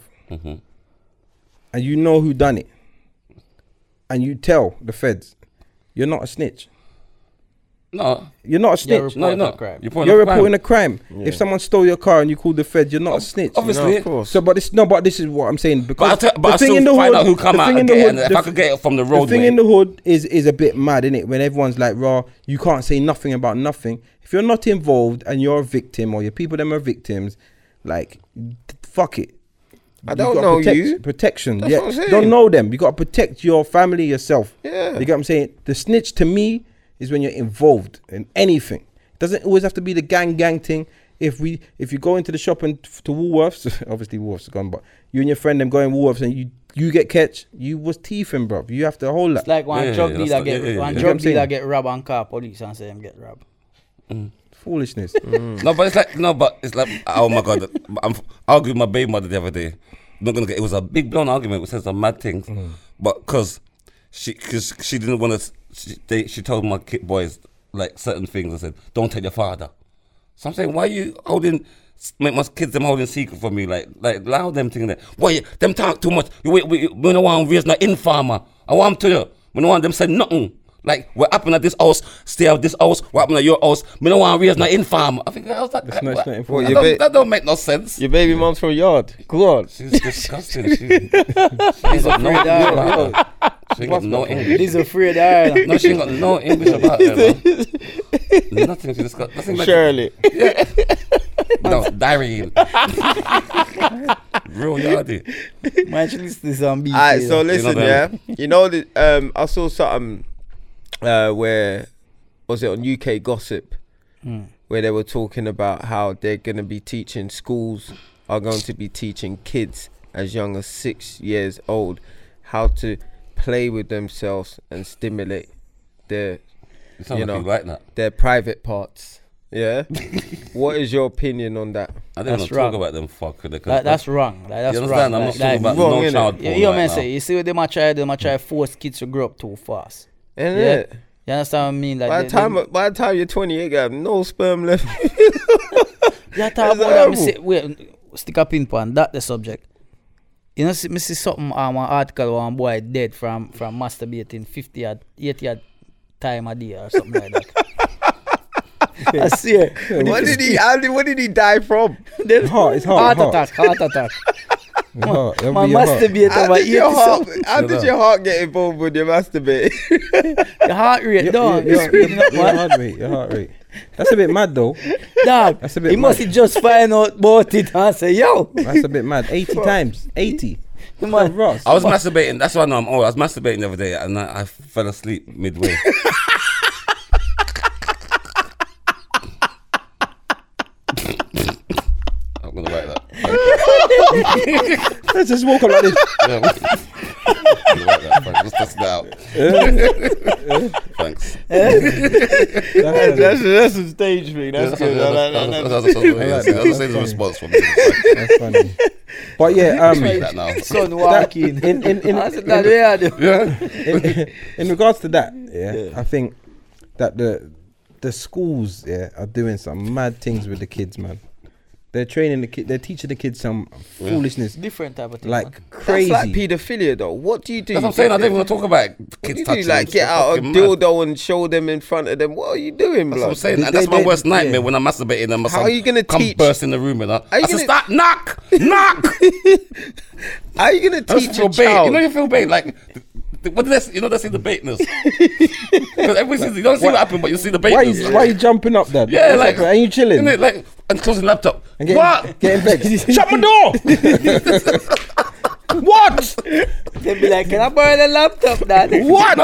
S4: and you know who done it, and you tell the feds, you're not a snitch.
S3: No,
S4: You're not a
S2: You're
S4: snitch.
S2: a
S4: You're,
S3: no, you're
S2: Reporting
S3: not.
S2: crime.
S3: You're, reporting a crime.
S4: reporting a crime. If someone stole your car and you called the feds, you're not a snitch.
S3: Obviously,
S1: No, of course.
S4: So, but this no, but this is what I'm saying because
S3: But I, tell, but I still find out who come out and get it, and if
S4: the
S3: I could get it from the
S4: the
S3: road,
S4: thing
S3: mate,
S4: in the hood is is a bit mad, innit? When everyone's like, "Raw, you can't say nothing about nothing." If you're not involved and you're a victim, or your people them are victims, like, d- fuck it.
S1: I
S4: You
S1: don't
S4: gotta
S1: know
S4: protect-
S1: you.
S4: Protection.
S1: That's
S4: yeah,
S1: what I'm saying.
S4: don't know them. You got to protect your family yourself.
S1: Yeah.
S4: you get what I'm saying. The snitch to me is when you're involved in anything. It doesn't always have to be the gang gang thing. If we if you go into the shop and f- to Woolworths, obviously Woolworths is gone, but you and your friend them going Woolworths and you you get catch, you was teething, bruv. You have to hold that.
S2: It's like one
S3: Yeah,
S2: drug
S3: yeah,
S2: dealer
S3: that's-
S2: get
S3: yeah, yeah,
S2: one
S3: yeah.
S4: You know what I'm
S2: drug dealer
S4: saying?
S2: get robbed and car police and say him get robbed.
S4: foolishness.
S3: No, but it's like no, but it's like oh my god, I'm arguing with my baby mother the other day. Not gonna get it was a big blown argument. We said some mad things, but because she cause she didn't want to. She, they, she told my kid boys like certain things. I said, don't tell your father. So I'm saying, why you holding? Make my kids them holding secret from you, like like allow them thing that. Why you- them talk too much? You wait, we, we don't want raise no informer. I want to you. We don't want them say nothing. Like what happened at this house, stay out this house. What happened at your house? We don't want raise no informer. I think how's that?
S4: It's not- it's not informer.
S1: Well,
S3: That,
S1: you
S3: don't,
S1: bet-
S3: that don't make no sense.
S1: Your baby mom's from yard. Go on.
S3: She's disgusting. She, she's got no
S2: Afraid of-
S3: English about her. She ain't got no English.
S2: This is afraid of her.
S3: No, she ain't got no English about her. Man. Nothing. She just got nothing. Like
S1: Shirley.
S3: No, diary. Real yardy.
S2: Man, she listen to some beat.
S1: All right, so
S2: you know.
S1: listen, yeah.
S3: them.
S1: You know, the, um, I saw something uh, where, was it on UK Gossip, where they were talking about how they're going to be teaching, schools are going to be teaching kids as young as six years old how to play with themselves and stimulate their,
S3: It sounds
S1: you
S3: you
S1: know,
S3: like you like that.
S1: their private parts. Yeah? what is your opinion on that?
S3: I didn't want
S2: That's
S3: to talk
S2: wrong.
S3: about them fucker. That,
S2: That, that's wrong. Like, that's
S3: you understand?
S2: wrong.
S3: I'm
S2: Like,
S3: not talking
S2: like,
S3: about
S1: wrong,
S3: no
S1: innit?
S3: child
S2: You
S3: porn.
S2: hear
S3: right
S2: man
S3: now.
S2: say? You see what they might try? They might try force kids to grow up too fast.
S1: Isn't
S2: Yeah.
S1: it?
S2: You understand what I mean? Like
S1: By
S2: they-
S1: the time
S2: they,
S1: by the time you're 28, you have no sperm left.
S2: you talk
S1: it's
S2: about that. me
S1: horrible.
S2: see- Wait, stick a pin on that. The subject. You know, see, me see something on one article where one boy dead from from masturbating 50 at 80 at time a day or something like that. I see it.
S1: what did he? How did, what did he die from?
S2: Then-
S4: Heart, it's
S2: heart
S4: heart, heart.
S2: attack, heart attack.
S4: Your heart, that'll
S2: My
S4: be your heart.
S2: masturbate
S1: How
S2: over
S1: did
S2: 80
S1: your heart?
S2: something.
S1: How did your heart get involved with your masturbate?
S2: The heart rate,
S4: Your-
S2: dog.
S4: your- your-
S2: You know
S4: your
S2: what?
S4: heart rate, your heart rate. That's a bit mad though.
S2: Dog,
S4: That's a bit
S2: he must
S4: mad.
S2: just find out about it and say, yo,
S4: That's a bit mad. 80 times. 80.
S2: the man.
S4: Ross.
S3: I was masturbating. That's why I know I'm old. I was masturbating the other day and I, I fell asleep midway. I'm gonna write that. Thank you.
S4: Let's just walk up like this.
S3: Yeah. I'm gonna write that. Thank you. Just just now. Thanks.
S4: That's-
S1: that's a stage thing.
S3: That's a response from me.
S4: That's funny. But yeah, um,
S3: Like, that now.
S2: Son
S4: that,
S2: walking.
S4: in, in, in,
S2: I
S4: in,
S2: said, "Dad, where are they?"
S4: in, in regards to that, yeah, I think that the the schools yeah are doing some mad things with the kids, man. They're training the kid. They're teaching the kids some foolishness,
S2: Different type of thing. man.
S4: like crazy.
S1: That's like paedophilia, though. What do you do?
S3: That's what I'm saying. I don't even want to talk about
S1: What
S3: kids
S1: do you
S3: touching.
S1: do? Like,
S3: them.
S1: get out a
S3: Fucking mad.
S1: dildo and show them in front of them. What are you doing,
S3: That's what I'm
S1: blood?
S3: saying.
S4: They-
S3: and that's
S4: they-
S3: my
S4: they-
S3: worst nightmare
S4: yeah.
S3: when I'm masturbating and my
S1: How
S3: son
S1: are you gonna
S3: come
S1: teach-
S3: burst in the room and I,
S1: Are
S3: I
S1: you
S3: said,
S1: gonna-
S3: stop, knock, knock.
S1: How are you gonna
S3: I
S1: teach
S3: just
S1: your
S3: feel bait. You know
S1: child?
S3: you feel bait. Like, th- th- what did they, you know they see the baitness. Because everyone sees, you don't see what happened, but you see the baitness.
S4: why, you, why you jumping up, Dad?
S3: Yeah,
S4: What's
S3: like,
S4: happening? are you chilling?
S3: Innit? Like, and closing laptop.
S4: And getting,
S3: what?
S4: Getting vexed. Shut my door.
S3: What?
S2: They be like, can I borrow the laptop, dad?
S3: What?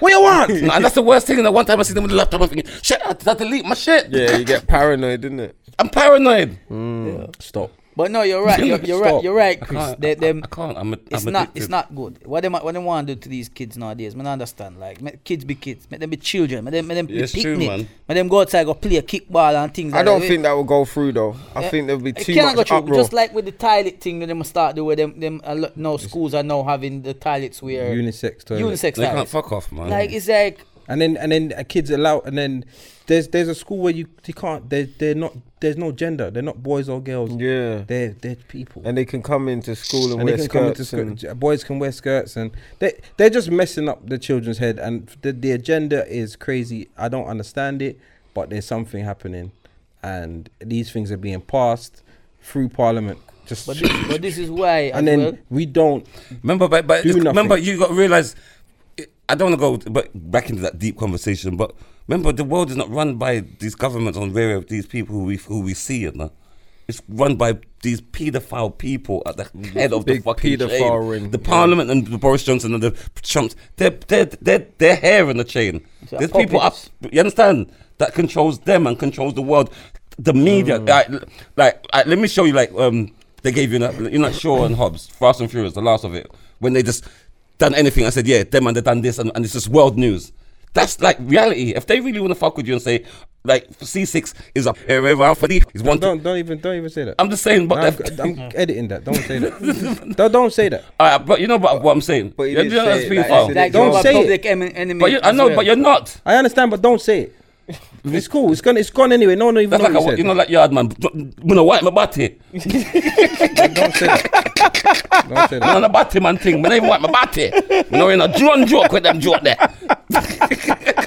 S4: What you want?
S3: No, and that's the worst thing. And the one time I see them with the laptop, I'm thinking, shit, I did I delete my shit.
S1: Yeah, you get paranoid, didn't it?
S3: I'm paranoid.
S4: Mm. Stop.
S2: But no, you're right. You're, you're right.
S4: Stop.
S2: You're right,
S3: I
S2: Chris.
S3: can't.
S2: They, them,
S3: I can't. I'm, a,
S2: it's
S3: I'm
S2: not.
S3: addicted.
S2: It's not good. What them what they want to do to these kids nowadays? Man, I understand. Like, make kids be kids. Make them be children. Make them, make them
S3: Yeah, it's
S2: be
S3: true,
S2: picnic.
S3: man.
S2: make them go outside, go play a kickball and things.
S1: I
S2: like
S1: don't
S2: that.
S1: think that will go through, though. I
S2: Yeah.
S1: think there'll be
S2: It
S1: too
S2: cannot
S1: much
S2: go through.
S1: uproar.
S2: Just like with the toilet thing, they must start doing them. Them a lot, no schools are now having the toilets where
S4: Unisex toilet.
S2: unisex
S3: They can't
S2: toilets.
S3: fuck off, man.
S2: Like it's like
S4: And then and then uh, kids allow and then there's there's a school where you, you can't they they're not there's no gender they're not boys or girls
S1: yeah,
S4: they're they're people
S1: and they can come into school and,
S4: and
S1: wear
S4: they can come into
S1: skirts
S4: skirt.
S1: and-
S4: boys can wear skirts and they they're just messing up the children's head and the, the agenda is crazy i don't understand it but there's something happening and these things are being passed through parliament just
S2: But this, but this is why.
S4: and
S2: as
S4: then
S2: well,
S4: we don't
S3: Remember, but, but
S4: Do
S3: it's-
S4: nothing.
S3: remember, you got to realize. I don't want to go but back into that deep conversation, but remember, the world is not run by these governments on various of these people who we who we see, you know. It's run by these paedophile people at the head of the
S1: Big
S3: fucking
S1: paedophile
S3: chain.
S1: ring,
S3: the
S1: yeah.
S3: Parliament and the Boris Johnson and the Trumps. They're they're they're, they're hair in the chain.
S2: So
S3: There's people up.
S2: puppets.
S3: You understand that controls them and controls the world. The media, like, like, like, let me show you. Like, um, they gave you, that- you know, like Shaw and Hobbs, Fast and Furious, the last of it, when they just done anything. I said, yeah, them and they done this, and, and it's just world news. That's like reality. If they really want to fuck with you and say, like, C6 is up here, for the is one.
S4: don't don't even don't even say that
S3: I'm just saying, but,
S4: No, I'm,
S3: if-
S4: I'm editing that don't say that don't, don't say that
S3: uh, but you know what, what I'm saying.
S1: but you
S3: Yeah,
S1: did
S3: know,
S1: say
S3: that's
S1: it,
S3: being
S1: like,
S3: foul.
S1: you
S2: like
S1: Don't
S2: you're a
S4: say it.
S2: public em- enemy.
S3: But you, I
S2: as
S3: know,
S2: well.
S3: but you're not.
S4: I understand, but don't say it. It's cool. It's gone. It's gone anyway. No one even
S3: That's
S4: know
S3: like
S4: what
S3: a,
S4: you
S3: you
S4: said.
S3: know, like yard man. You know, white my body.
S4: don't say that. Don't say
S3: I'm
S4: that.
S3: on a batty man thing, but I even want my batty. You know, in a drone joke with them joke there.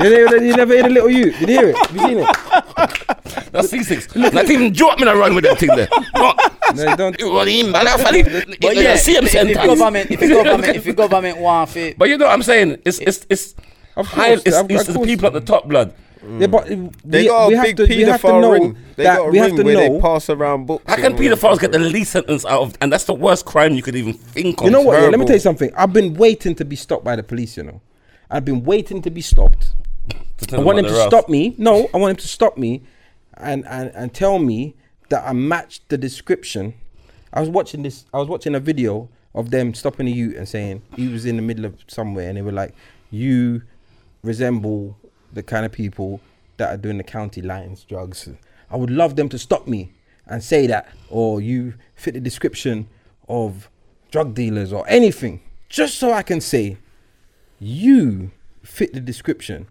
S4: You never, you never hear the little you. Did you hear it? Have you seen it?
S3: That's C6. Not even joke me to run with them thing there. No.
S4: No, don't.
S3: You run in, man. That's funny.
S2: But
S3: You
S2: yeah,
S3: see them
S2: if, if
S3: sentence.
S2: government, if the government, if the government want it,
S3: But you know what I'm saying? It's, it's, it's,
S4: Of
S3: high,
S4: course,
S3: it's,
S4: of-
S3: it's
S4: of
S3: the
S4: course.
S3: people at the top, blood.
S4: Yeah, but uh, we,
S1: Mm. They got a
S4: we
S1: big
S4: have to, we have to
S1: paedophile
S4: know
S1: ring. They
S4: that
S1: got a
S4: we have
S1: ring
S4: to
S1: where
S4: know.
S1: they pass around books.
S3: How can
S1: and all that.
S3: paedophiles get the least sentence out of, and that's the worst crime you could even think of.
S4: you know what? yeah, let me
S1: Terrible.
S4: tell you something. I've been waiting to be stopped by the police. You know, I've been waiting to be stopped. I want him to stop me. No, I want him to stop me and, and, and tell me that I matched the description. I was watching this I was watching a video of them stopping a youth and saying he was in the middle of somewhere and they were like, You resemble the kind of people that are doing the county lines drugs. I would love them to stop me and say that or you fit the description of drug dealers or anything. Just so I can say you fit the description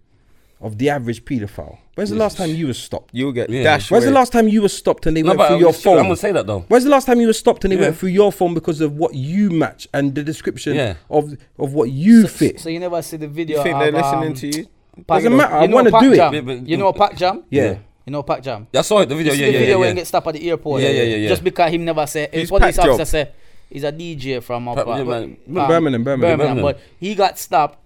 S4: of the average paedophile. When's the last time you were stopped?
S1: You'll get
S3: Yeah.
S1: dashed.
S4: When's the
S1: away.
S4: last time you were stopped and they
S3: No,
S4: went
S3: but
S4: through
S3: I'm
S4: your
S3: sure-
S4: phone?
S3: I'm gonna say that though.
S4: When's the last time you were stopped and they
S3: Yeah.
S4: went through your phone because of what you match and the description
S3: Yeah.
S4: of of what you fit?
S2: so you never see the video.
S1: You think
S2: of,
S1: they're listening
S2: um,
S1: to you?
S2: Pac-
S4: Doesn't matter, I
S2: you know
S4: wanna
S2: Pac
S4: do it.
S2: Jam?
S3: Yeah, but-
S2: You know Pac Jam?
S4: yeah.
S3: Yeah.
S2: You know Pac Jam?
S3: I saw it, the video.
S2: You see
S3: Yeah,
S2: the
S3: yeah,
S2: video
S3: yeah.
S2: when he
S3: yeah.
S2: gets stopped at the airport.
S3: Yeah, yeah, yeah, yeah.
S2: Just because him never said,
S1: He's
S2: his police
S1: Pac Jam.
S2: officer said he's a DJ from up
S3: Pac-
S2: uh,
S3: yeah,
S2: but-
S3: man.
S4: Birmingham, Birmingham.
S3: Birmingham.
S2: But he got stopped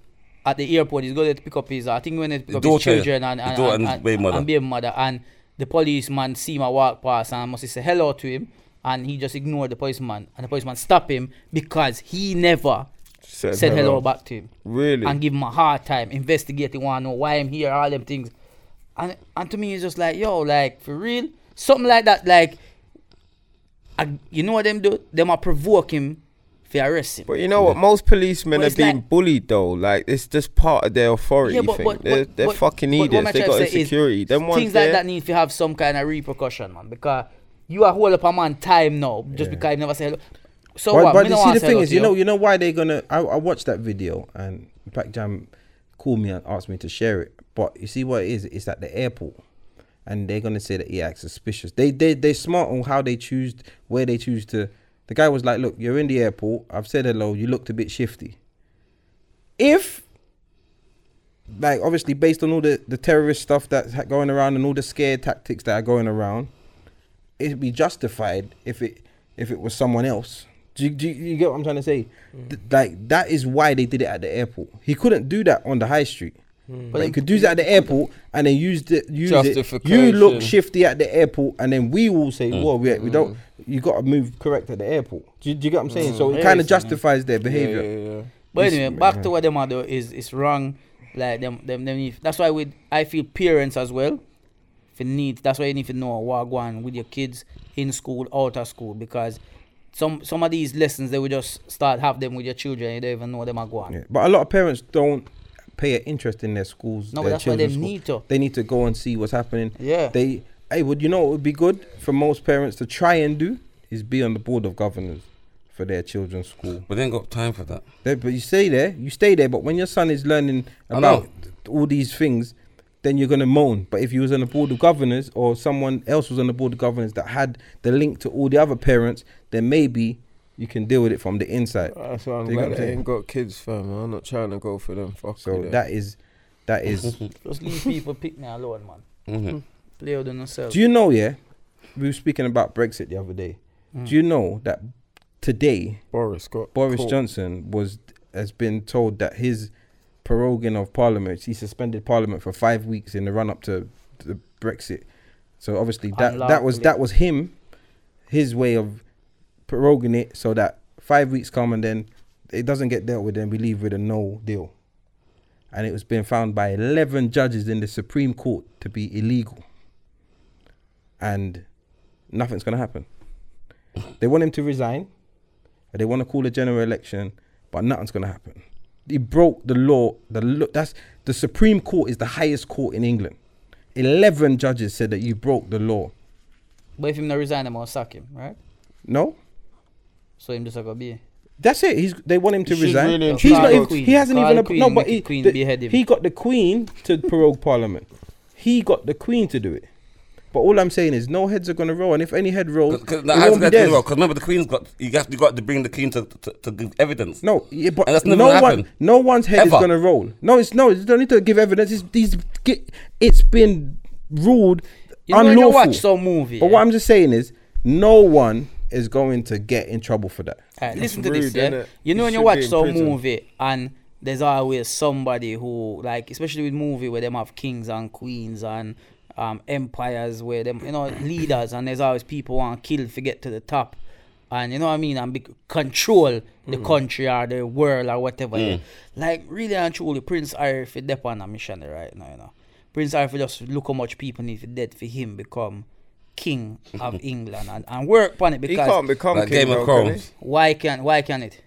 S2: at the airport. He's going to pick up his, uh, I think, when he pick
S3: The
S2: up
S3: daughter,
S2: his children and,
S3: the
S2: and,
S3: daughter
S2: and,
S3: and
S2: and,
S3: baby mother.
S2: and baby mother. And the policeman see my walk past and must say hello to him. And he just ignored the policeman. And the policeman stopped him because he never
S1: Said
S2: said hello,
S1: hello.
S2: back to him.
S1: Really?
S2: And give him a hard time, investigate, want to know why I'm here, all them things. And and to me, it's just like, yo, like, for real? Something like that, like, I, you know what them do? Them are provoke him for arrest him.
S1: But you know what? Most policemen
S2: But
S1: are
S2: it's
S1: being
S2: like-
S1: bullied though. Like it's just part of their authority
S2: Yeah, but-
S1: thing.
S2: but-
S1: they're
S2: but-
S1: they're
S2: but-
S1: fucking
S2: but what
S1: idiots.
S2: my
S1: They
S2: trying
S1: got
S2: to say is
S1: insecurity. Them ones
S2: things
S1: there,
S2: like that need to have some kind of repercussion, man. Because you are hold up a man time now just because he never say hello. So
S4: But,
S2: what? Me
S4: but you
S2: no
S4: see,
S2: wanna
S4: the
S2: say
S4: thing
S2: hello
S4: is,
S2: to
S4: you know, you know why they're gonna. I, I watched that video and Black Jam called me and asked me to share it. But you see what it is? It's at the airport, and they're gonna say that he acts suspicious. They they they smart on how they choose where they choose to. The guy was like, "Look, you're in the airport. I've said hello. You looked a bit shifty." If like obviously based on all the, the terrorist stuff that's ha- going around and all the scare tactics that are going around, it'd be justified if it if it was someone else. Do you, do you, you get what I'm trying to say?
S5: Mm.
S4: Th- like that is why they did it at the airport. He couldn't do that on the high street.
S5: Mm.
S4: But
S2: But
S4: he could do that at the airport and then use the use it. You
S5: Justification.
S4: look shifty at the airport and then we will say, "Well, we, we don't.
S5: Mm.
S4: You got to move correct at the airport." Do you, do you get what I'm saying? So it
S2: Yeah,
S4: kind
S2: yeah.
S4: of justifies their
S5: Yeah,
S4: behavior.
S5: yeah, yeah.
S2: But anyway, back to what them are do is it's wrong. Like them, them, them. Need, that's why we. I feel parents as well. If you need, that's why you need to know what go on with your kids in school, out of school, because some some of these lessons they will just start have them with your children. You don't even know them are going.
S4: Yeah, but a lot of parents don't pay an interest in their schools.
S2: No, but
S4: their
S2: that's why they
S4: children's school.
S2: need to.
S4: They need to go and see what's happening.
S2: Yeah.
S4: They, hey, would you know what would be good for most parents to try and do is be on the board of governors for their children's school.
S3: But they ain't got time for that.
S4: They- but you stay there, you stay there. But when your son is learning
S3: I know.
S4: about all these things, then you're gonna moan. But if you was on the board of governors or someone else was on the board of governors that had the link to all the other parents, then maybe you can deal with it from the inside.
S5: That's why I'm
S4: They got
S5: glad
S4: them.
S5: they ain't got kids, fam. I'm not trying to go for them. Fuck
S4: So
S5: with them.
S4: that is, that is.
S2: Just leave people pick me alone, man.
S3: Mm-hmm.
S2: Play with themselves.
S4: Do you know, yeah? We were speaking about Brexit the other day. Do you know that today
S5: Mm. Boris got
S4: Boris
S5: caught.
S4: Johnson was has been told that his proroguing of parliament, he suspended parliament for five weeks in the run up to the Brexit. So obviously that that was
S2: Unlawfully.
S4: that was him, his way of proroguing it so that five weeks come and then it doesn't get dealt with, then we leave with a no deal. And it was being found by eleven judges in the Supreme Court to be illegal. And nothing's gonna happen. They want him to resign. and They want to call a general election, but nothing's gonna happen. He broke the law. The lo- that's the Supreme Court is the highest court in England. Eleven judges said that you broke the law.
S2: but if him not resign, them will sack him, right?
S4: No,
S2: So him just a go be.
S4: that's it. He's they want him to
S5: She's
S4: resign.
S5: really in
S4: He's not.
S5: trouble.
S4: Even, he hasn't
S2: Call
S4: even.
S2: the
S4: ap-
S2: Queen,
S4: no, but
S2: make the
S4: he,
S2: Queen
S4: the-
S2: behead him.
S4: he got the Queen to prorogue Parliament. He got the Queen to do it. But all I'm saying is, no heads are gonna roll, and if any head rolls,
S3: Because
S4: it won't be theirs.
S3: remember, the Queen's got you got you got to bring the Queen to to, to give evidence.
S4: No, yeah, but
S3: And that's never
S4: no
S3: gonna
S4: one,
S3: happen.
S4: no one's head is
S3: Ever.
S4: gonna roll. No, it's no, you don't need to give evidence. It's these, ge- it's been ruled
S2: You know when you
S4: unlawful.
S2: watch some movie.
S4: but
S2: yeah?
S4: what I'm just saying is, no one is going to get in trouble for that.
S2: Alright, Eh, listen to
S5: rude,
S2: this, yeah.
S5: innit?
S2: You
S5: You
S2: know when you
S5: should be
S2: watch
S5: in
S2: some
S5: prison.
S2: movie and there's always somebody who like, especially with movie where them have kings and queens and um empires where them you know leaders and there's always people who want to kill to get to the top, and you know what I mean and be, control the
S5: Mm.
S2: country or the world or whatever. yeah. Like really and truly, Prince Harry fit dep on a mission right now. You know, Prince Harry fi just look how much people need to dead for him become king of England and, and work on it
S1: he
S2: because
S1: can't become
S3: Like
S1: king.
S3: Game
S1: though,
S3: of
S1: can
S3: Thrones.
S2: why can't why can't it?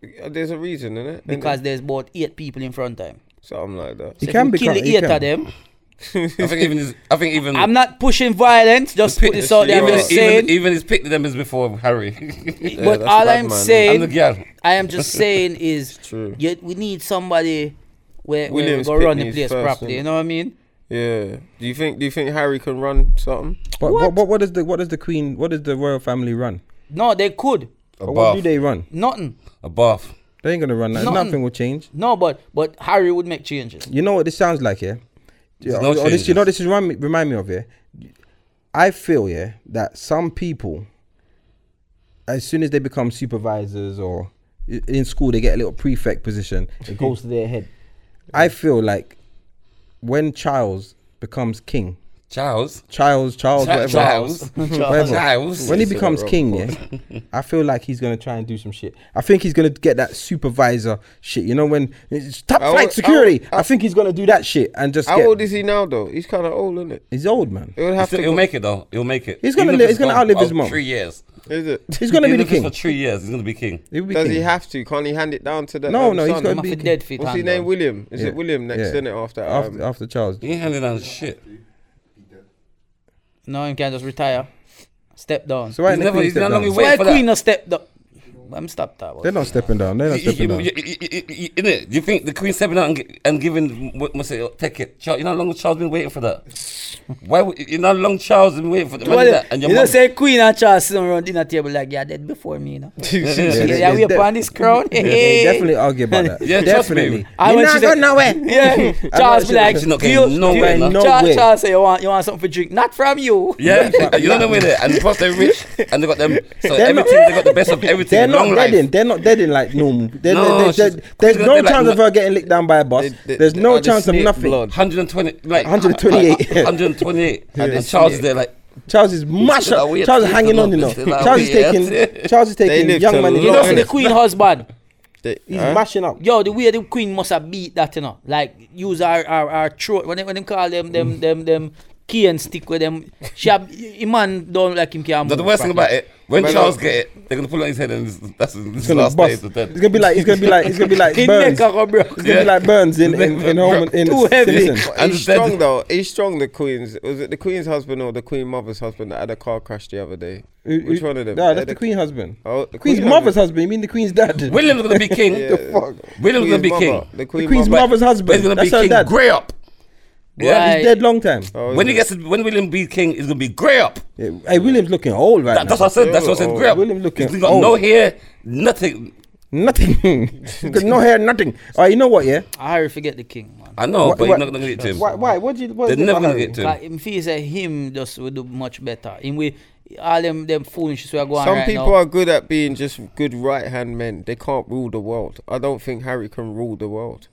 S1: he? Uh, There's a reason in it.
S2: because there's about eight people in front of him.
S1: something like that.
S4: He
S2: So if
S4: can
S2: you
S4: become-
S2: kill the
S4: he
S2: eight
S4: can.
S2: of them.
S3: I think even his, I think even
S2: I'm not pushing violence. Just put this out there. I'm
S3: even,
S2: just saying.
S3: even, even his pick to them is before Harry.
S2: but
S5: that's
S2: all
S5: bad,
S2: I'm
S5: man.
S3: I'm the
S2: saying,
S3: girl.
S2: I am just saying is,
S5: true.
S2: yeah, we need somebody where where we
S1: Williams
S2: go run the
S1: Pickney's
S2: place
S1: first,
S2: properly. You
S1: innit?
S2: know what I mean?
S5: Yeah. Do you think? Do you think Harry can run something?
S4: But what? What, what does the what does the Queen? What does the royal family run?
S2: No, they could
S3: A
S4: Or what do
S3: bath.
S4: they run?
S2: nothing.
S3: A bath.
S4: They ain't gonna run that.
S2: Nothing.
S4: Nothing. will change.
S2: No, but but Harry would make changes.
S4: You know what this sounds like, yeah? yeah
S3: There's no
S4: or- or this, you
S3: changes.
S4: know this is remind me, remind me of, yeah? I feel, yeah, that some people, as soon as they become supervisors or i- in school, they get a little prefect position, it goes to their head. I feel like when Charles becomes king,
S3: Charles.
S4: Charles, Charles,
S3: Cha-
S4: whatever.
S3: Charles.
S4: Whatever.
S3: Charles.
S4: When he
S1: Say that
S4: becomes
S1: wrong,
S4: king, yeah, I feel like he's gonna try and do some shit. I think he's gonna get that supervisor shit. You know, when it's top
S1: How
S4: flight
S1: old-
S4: security,
S1: how-
S4: I think he's gonna do that shit and just.
S1: How
S4: get,
S1: old is he now though? He's kind of old, isn't it?
S4: He's old, man.
S1: It would have
S3: Still,
S1: to.
S3: he'll
S1: go-
S3: make it though. He'll make it.
S4: He's gonna
S3: Even
S4: li-
S3: if
S4: he's
S3: it's
S4: gonna
S3: gone
S4: outlive his
S3: out
S4: mum.
S3: Three years.
S5: Is it?
S4: He's gonna be
S3: Even
S4: the
S3: if it's
S4: king.
S3: For three years, he's gonna be king.
S4: He'll be
S5: Does
S4: king.
S5: he have to? Can't he hand it down to the
S4: No,
S5: um,
S4: no, he's
S5: son?
S4: got
S2: I'm
S4: be
S2: for
S4: king.
S2: dead fit.
S5: What's his
S2: hand,
S5: name?
S2: though.
S5: William. Is
S4: Yeah.
S5: it William next?
S4: Yeah.
S5: Isn't it after?
S4: after,
S5: Um,
S4: after Charles?
S3: He ain't handing down shit.
S2: No, him can just retire, step down.
S4: So why
S3: He's
S4: the
S3: never-
S4: Queen
S3: he's
S4: step
S3: not
S4: down?
S3: long- wait
S2: Why
S3: for
S2: Queen not step down? I'm stopped that.
S4: They're not stepping down. They're not
S3: You,
S4: stepping
S3: you,
S4: down.
S3: you, you, you, you, innit? you think the Queen stepping out and, gi- and giving what must say, take it? Charles, you know how long Charles been waiting for that? Why would, you know how long Charles been waiting for that?
S2: Well,
S3: Imagine that, and your
S2: you know,
S3: mum-
S2: say Queen and Charles sitting around dinner table like, yeah, dead before me, you know.
S4: Yeah,
S2: yeah,
S4: they-
S2: yeah,
S4: they
S2: we
S4: def-
S2: upon this crown.
S4: They
S2: Hey.
S4: definitely argue about that.
S3: Yeah, trust me.
S4: definitely.
S2: I
S4: You're
S2: went
S4: not
S2: to the-
S4: going nowhere.
S2: Yeah, Charles be
S4: sure.
S2: like,
S4: She's
S3: not
S2: do
S3: getting
S2: you, do
S3: nowhere,
S2: you,
S4: no.
S2: Charles,
S4: Nowhere.
S2: Charles say you want you want something for drink, not from you.
S3: Yeah, you know them with it, and plus they're rich, and they got them. So
S4: They're not-
S3: everything, they got the best of everything.
S4: They're
S3: long
S4: not
S3: life.
S4: deading. They're not deading like normal. They're,
S3: No,
S4: they're- they're-
S3: she's-
S4: there's
S3: she's
S4: no
S3: not dead
S4: chance
S3: like-
S4: of her getting licked down by a bus.
S5: they- they-
S4: there's
S5: they
S4: no
S5: are the
S4: chance of
S5: snake
S4: nothing.
S5: blood.
S3: 120, like
S4: 128.
S3: 128. and Charles is there, like
S4: Charles is mashed
S3: like
S4: up.
S3: weird.
S4: Charles is
S3: It's
S4: hanging
S3: like
S4: on, you know.
S3: weird. It's like
S4: Charles is
S3: weird.
S4: taking. Charles is taking
S5: lived
S4: young
S5: a
S4: man.
S2: You
S5: lot
S2: know,
S5: Yeah.
S2: see the
S4: He's
S2: Queen husband.
S5: they- huh?
S4: mashing up.
S2: Yo, the way the Queen must have beat that, you know, like use our our, our throat when they, when them call them them them them key and stick with them. She have, a man don't like him can
S3: No, the worst thing about it, when
S5: Well,
S3: Charles
S5: no.
S3: get it, they're gonna pull it on his head, and this, that's his
S4: It's
S3: his
S4: gonna
S3: last day.
S4: bust.
S3: He's
S4: It's
S3: dead.
S4: gonna be like. It's gonna be like. It's gonna be like Burns. It's gonna
S3: Yeah.
S4: be like Burns in in, in home and in
S2: Too heavy.
S4: Simpson.
S3: And
S5: He's
S3: the dead-
S5: strong though. He's strong. The Queen's was it the Queen's husband or the Queen mother's husband that had a car crash the other day?
S4: Who-
S5: Which
S4: who-
S5: one of them?
S4: Nah,
S5: Yeah,
S4: that's the Queen's husband.
S5: Oh, the
S4: Queen's
S5: Queen
S4: mother's husband. You mean the Queen's dad?
S3: William's gonna be king.
S5: Yeah. The fuck?
S3: William's gonna
S5: Queen's
S3: be king.
S5: mother. The Queen
S4: The Queen's
S5: mother.
S4: mother's husband.
S3: He's gonna
S4: That's
S3: be
S4: her
S3: king.
S4: dad.
S3: Grey up. Yeah.
S4: He's dead long time.
S5: Oh,
S3: When he
S5: is
S3: gets to, when William be king, he's gonna be grey up.
S4: Yeah, Hey, William's looking old right
S3: That,
S4: now.
S3: that's what I said. That's what I said.
S5: Oh,
S3: Grey up.
S4: William looking
S3: He's got no
S4: old.
S3: hair, nothing.
S4: Nothing. He's got no hair, nothing. All right, you know what? Yeah.
S2: I already forget the king, man.
S3: I know,
S4: What-
S3: Oh, but
S4: what-
S3: you're not gonna get to him.
S4: Why? Why? What did? What
S3: They're
S4: did-
S3: never gonna
S4: uh,
S3: get to him.
S2: Like, him feel say him just would do much better. Him we all them them foolishness we are going
S5: Some
S2: right
S5: people
S2: now.
S5: are good at being just good right hand men. They can't rule the world. I don't think Harry can rule the world.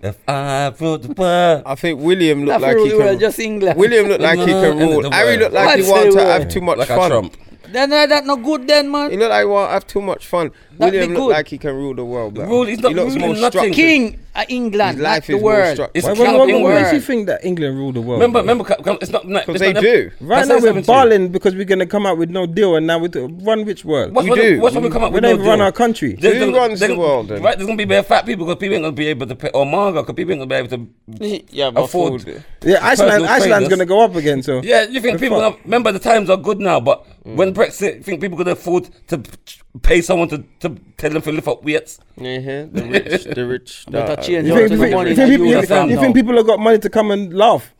S3: If I ruled the world,
S5: I think William
S2: That
S5: looked like
S2: feel
S5: he
S2: we were
S5: can.
S2: just England.
S5: William looked like he can
S3: No,
S5: rule.
S3: no,
S5: Harry looked like he
S2: What's
S5: wanted to
S2: the
S5: have
S2: word?
S5: too much
S3: like a
S5: fun.
S3: Trump.
S2: That, that, that not good then,
S5: He
S2: man.
S5: looked like he wanted to have too much fun.
S2: That'd be
S5: William
S2: good.
S5: looked like he can rule the world. But
S3: Rule- he's not
S5: he looks
S3: ruling
S5: more
S3: nothing.
S5: structured.
S2: King of England,
S5: His life
S2: not the
S5: is more
S2: world.
S5: structured.
S3: It's
S4: Why,
S3: a
S4: why, why,
S3: camping
S4: what makes you
S3: word.
S4: think that England ruled the world?
S3: Remember,
S4: bro?
S3: remember, come- come- it's not
S5: Because they
S3: not-
S5: do.
S4: Right
S3: that's
S4: now
S3: not
S4: we're
S3: 70.
S4: balling because we're gonna come out with no deal, and now we run which world?
S3: What's
S5: You
S3: when-
S5: do.
S3: What's when we come up
S4: We
S3: with
S4: don't
S3: no
S4: even run
S3: deal?
S4: our country.
S3: There's
S5: Who runs the world then?
S3: Right, there's gonna be bare fat people because people ain't gonna be able to pay or manga because people ain't gonna be able to
S5: Yeah, but
S3: afford.
S5: food.
S4: Yeah, Iceland,
S3: personal
S4: Iceland's
S3: traders.
S4: gonna go up again. So
S3: Yeah, you think
S4: The
S3: people
S4: fuck?
S3: gonna, remember the times are good now, but
S5: Mm.
S3: when Brexit, you think people gonna afford to p- pay someone to, to tell them to lift up weights?
S5: Yeah, the rich, the rich.
S2: Better
S5: that-
S2: change
S4: you
S2: out
S4: think,
S2: to
S4: you
S2: the
S4: think-
S2: money
S4: you
S2: that
S4: think people,
S2: you
S4: you,
S2: and them
S4: you
S2: now.
S4: think people have got money to come and laugh?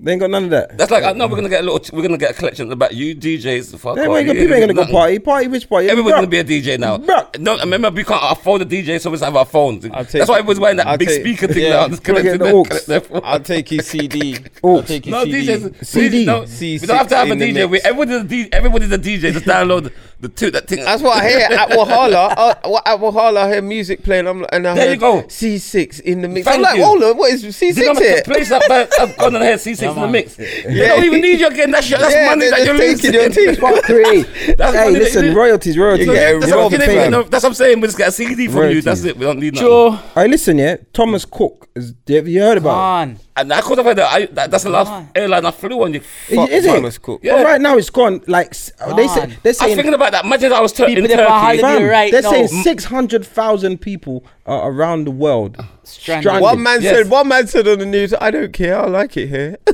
S4: they ain't got none of that.
S3: That's like I know we're gonna get a little, we're gonna get a collection about you DJs. Fuck
S4: They
S3: off,
S4: ain't gonna,
S3: you-
S4: people ain't gonna go
S3: nothing.
S4: party. Party which party?
S3: Everyone's
S4: Bruh.
S3: gonna be a DJ now.
S4: Bruh.
S3: No, remember we can't afford a DJ, so we just have our phones.
S5: I'll take-
S3: That's why everyone's wearing that
S5: I'll
S3: big
S5: take-
S3: speaker thing
S5: yeah.
S3: now. Just
S4: Plug in
S3: connecting
S4: the
S3: their-
S4: aux.
S3: connect their phone.
S5: I'll take his CD.
S4: Oh.
S5: I'll take his
S3: No
S5: CD.
S3: DJs.
S4: CD.
S3: CD. No,
S5: C-
S3: we don't have to have a
S5: in the
S3: DJ. We,
S5: mix.
S3: everybody's a DJ. Everybody's a DJ. Just download the two that thing.
S5: That's what I hear at Wahala. Uh, at Wahala, I hear music playing. I'm like, and I
S3: There you
S5: heard
S3: go.
S5: C6 in the mix.
S3: Thank
S5: I'm like,
S3: you.
S5: hold on, what is C6
S3: Did you know
S5: here?
S3: the place that man, I've gone and had C6 in the
S2: man.
S3: mix? They don't even need you again. That's, your- that's
S5: Yeah,
S3: money
S5: they're
S3: that
S5: just taking
S3: you're losing.
S5: your teeth.
S4: Fuck, hey,
S3: That's
S4: hey
S3: funny that
S4: listen,
S3: you-
S4: royalties, royalties.
S5: You get
S4: You
S5: royalty
S3: that's,
S4: know
S3: what
S4: the
S3: I'm saying,
S4: fame.
S3: you know, that's what I'm saying. We just get a CD from you.
S4: Royalties.
S3: That's it. We don't need nothing.
S2: Joe,
S4: Hey, listen, yeah. Thomas Cook, is, have you heard about?
S2: man.
S3: And I could have had that. I, that that's the
S2: Come on.
S3: last airline I flew on. You.
S4: It?
S5: Fuck
S4: Is, is
S5: Thomas
S4: it?
S5: Cook.
S4: Yeah. But
S3: Yeah.
S4: right now it's gone. Like s- uh, they say,
S2: Man.
S4: they're
S3: I was
S4: saying
S3: thinking about that. Imagine I was tur- in
S2: People that are holiday-
S3: Turkey.
S4: Fam,
S2: right
S4: they're
S2: now.
S4: saying
S2: Mm.
S4: 600,000 people are around the world.
S2: Stranded.
S4: Stranded.
S5: One man
S3: Yes.
S5: said. One man said on the news, "I don't care. I like it here.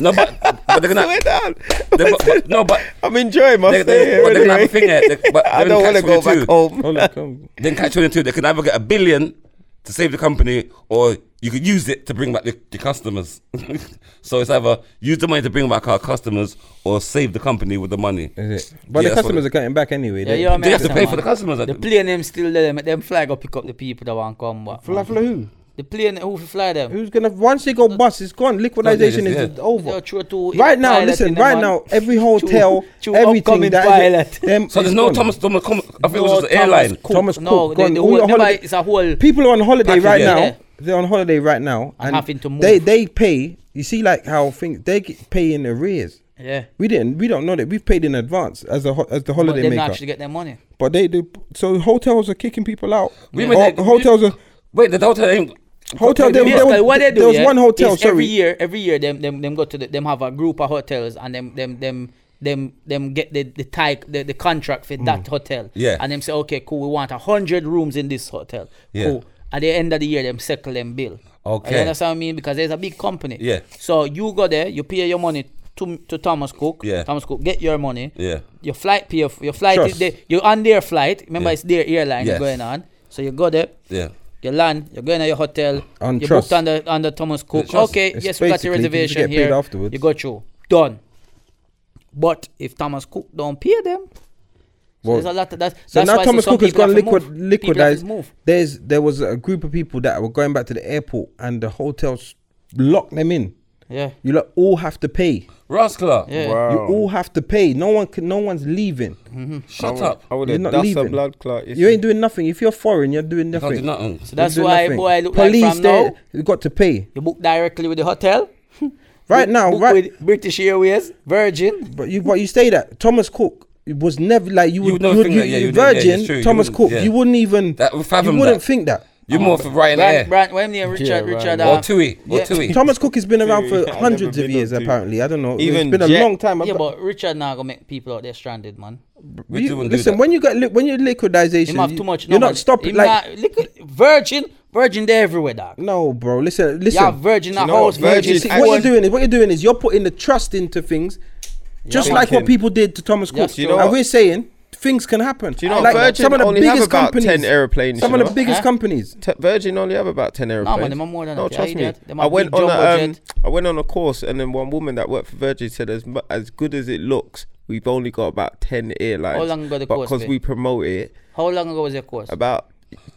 S3: No, but, but they're gonna.
S5: We're down.
S3: They, but, but, no, but
S5: I'm enjoying my
S3: they,
S5: stay
S3: they,
S5: here
S3: but they're gonna
S5: anyway.
S3: have a thing there. They, but
S5: I
S3: they're
S5: don't
S3: gonna
S5: want to go
S3: catch 22.
S5: back home.
S4: Hold on, come.
S3: Then catch one and two. They can either get a billion to save the company, or you could use it to bring back the, the customers. so it's either use the money to bring back our customers, or save the company with the money.
S4: Is it? But
S3: Yeah,
S4: the
S3: that's
S4: customers
S3: what-
S4: are cutting back anyway.
S2: Yeah,
S4: they-
S2: you know what I
S3: They
S2: mean?
S3: have to pay for the customers.
S2: The plane them still there. Make them fly go pick up the people that want come back.
S4: Fly-
S2: man.
S4: fly who?
S2: The plane who fi fly them?
S4: Who's gonna once they go bust, it's gone. Liquidization
S3: No, they
S4: is
S3: just-
S4: over.
S2: They throw two
S4: Right now,
S2: pilot
S4: listen.
S2: in the
S4: Right
S2: man.
S4: now, every hotel,
S2: two
S4: everything
S2: upcoming
S4: that
S2: pilot.
S4: is, them
S3: so there's
S4: is
S3: no
S4: gone.
S3: Thomas Thomas. Com- I think it
S2: No
S3: was just the
S2: Thomas
S3: airline.
S2: Cook.
S4: Thomas
S2: No,
S4: Cook
S2: they-
S4: gone.
S2: they
S4: All your
S2: were- they
S4: holiday-
S2: buy- it's a whole.
S4: people are on holiday
S3: Package,
S4: right
S3: yeah.
S4: now.
S2: Yeah.
S4: They're on holiday right now,
S2: And having to
S4: they
S2: move.
S4: they pay. You see, like how things they get pay in arrears.
S2: Yeah.
S4: We didn't. We don't know that. We've paid in advance as a ho- as the
S2: But
S4: holiday
S2: they
S4: maker.
S2: not actually get their money.
S4: But they do. So hotels are kicking people out.
S3: We
S4: Ho-
S3: made it-
S4: hotels are
S3: Wait, the hotel ain't.
S4: hotel. There,
S2: Yeah,
S4: there was,
S2: like what they do,
S4: there was
S2: yeah,
S4: one hotel.
S2: is every
S4: Sorry,
S2: year, every year, them them them go to the, them have a group of hotels and them them them them them get the the type the, the contract for that hotel.
S3: Mm. Yeah.
S2: And them say, okay, cool, we want a hundred rooms in this hotel.
S3: Yeah.
S2: Cool. At the end of the year, them settle them bill. You
S3: Okay.
S2: understand what I mean? Because there's a big company.
S3: Yeah.
S2: So you go there, you pay your money to to Thomas Cook.
S3: Yeah.
S2: Thomas Cook, get your money.
S3: Yeah.
S2: Your flight pay your, your flight
S4: Trust.
S2: is there. You're on their flight. Remember
S3: Yeah.
S2: it's their airline
S3: Yes.
S2: you're going on. So you go there.
S3: Yeah.
S2: You land, you're going to your hotel,
S4: On
S2: you
S4: trust.
S2: booked under under Thomas Cook.
S3: trust.
S2: Okay,
S4: It's
S2: yes, we got your
S4: basically, you just
S2: reservation
S4: get paid
S2: here.
S4: afterwards.
S2: You got you. Done. But if Thomas Cook don't pay them, so
S4: Well,
S2: there's a lot of that.
S4: So
S2: that's
S4: now
S2: why I say
S4: Thomas
S2: some
S4: Cook has
S2: people
S4: gone
S2: have to
S4: liquid,
S2: move. People have
S4: liquidized.
S2: to Move.
S4: There's there was a group of people that were going back to the airport, and the hotels locked them in.
S2: Yeah.
S4: You lot all have to pay.
S3: Ross Clark,
S2: Yeah.
S1: Wow.
S4: You all have to pay. No one can. No one's leaving.
S2: Mm-hmm.
S1: I
S3: shut
S1: would-
S3: up.
S1: I would
S4: You're
S1: have
S4: not
S1: that's a
S4: leaving.
S1: blood clot.
S4: You ain't doing nothing. If you're foreign, you're doing
S3: Can't do
S4: nothing.
S3: nothing.
S2: So that's
S4: You're doing
S2: why
S4: nothing.
S2: boy look
S4: Police
S2: like from
S4: there,
S2: now
S4: you got to pay
S2: you book directly with the hotel.
S4: right
S2: Book-
S4: now.
S2: book
S4: Right,
S2: with British Airways, Virgin.
S4: but you but you say that Thomas Cook was never like
S3: You
S4: you would.
S3: would never
S4: You would,
S3: think
S4: you,
S3: that, yeah,
S4: you
S3: you wouldn't- yeah,
S4: Virgin
S3: it's true, you
S4: Thomas
S3: wouldn't-
S4: Cook.
S3: yeah.
S4: You wouldn't even.
S3: That- we fathom
S4: you wouldn't
S3: that.
S4: think that.
S3: You're more for Ryanair.
S2: Brand, brand, when me and Richard,
S1: right.
S2: Richard,
S3: or
S2: uh,
S3: Tui. Or
S2: yeah.
S3: Tui.
S4: Thomas Cook has been around for
S1: I've never
S4: hundreds of
S1: been
S4: years,
S1: on two.
S4: apparently. I don't know.
S6: Even
S4: it's been
S6: Jet-
S4: a long time. I've
S2: yeah,
S4: got-
S2: but Richard now gonna make people out there stranded, man.
S3: We
S4: you-
S3: do and do
S4: listen,
S3: that.
S4: when you got li- when you're liquidization,
S2: Him have
S4: you-
S2: too much.
S4: You're
S2: no,
S4: not
S2: man.
S4: stopping.
S2: Him
S4: Like
S2: not- liquid- Virgin, Virgin, they everywhere, dog.
S4: no, bro. Listen, listen.
S2: Yeah, Virgin, a
S1: know what?
S2: house, Virgin.
S1: Virgin
S4: See,
S2: phone.
S4: what you're doing is what you're doing is you're putting the trust into things, just like what
S1: Thinking.
S4: people did to Thomas Cook.
S2: Yes, you
S1: know
S4: and
S1: what?
S4: we're saying things can happen.
S1: you know
S4: like
S1: Virgin
S4: some of the
S1: only have
S4: biggest
S1: about
S4: companies,
S1: 10 airplanes,
S4: Some
S1: you
S4: of the
S1: know?
S4: biggest
S2: Huh?
S4: companies.
S1: Te- Virgin only have about ten airplanes.
S2: them are more than
S1: no,
S2: that, yeah,
S1: trust me.
S2: idiot. Them
S1: I
S2: are
S1: went
S2: big
S1: on a,
S2: jumbo
S1: um,
S2: jet.
S1: I went on a course, and then one woman that worked for Virgin said, as mu- as good as it looks, we've only got about ten airlines.
S2: How long ago the
S1: but
S2: course
S1: because
S2: be?
S1: we promote it,
S2: How long ago was your course?
S1: about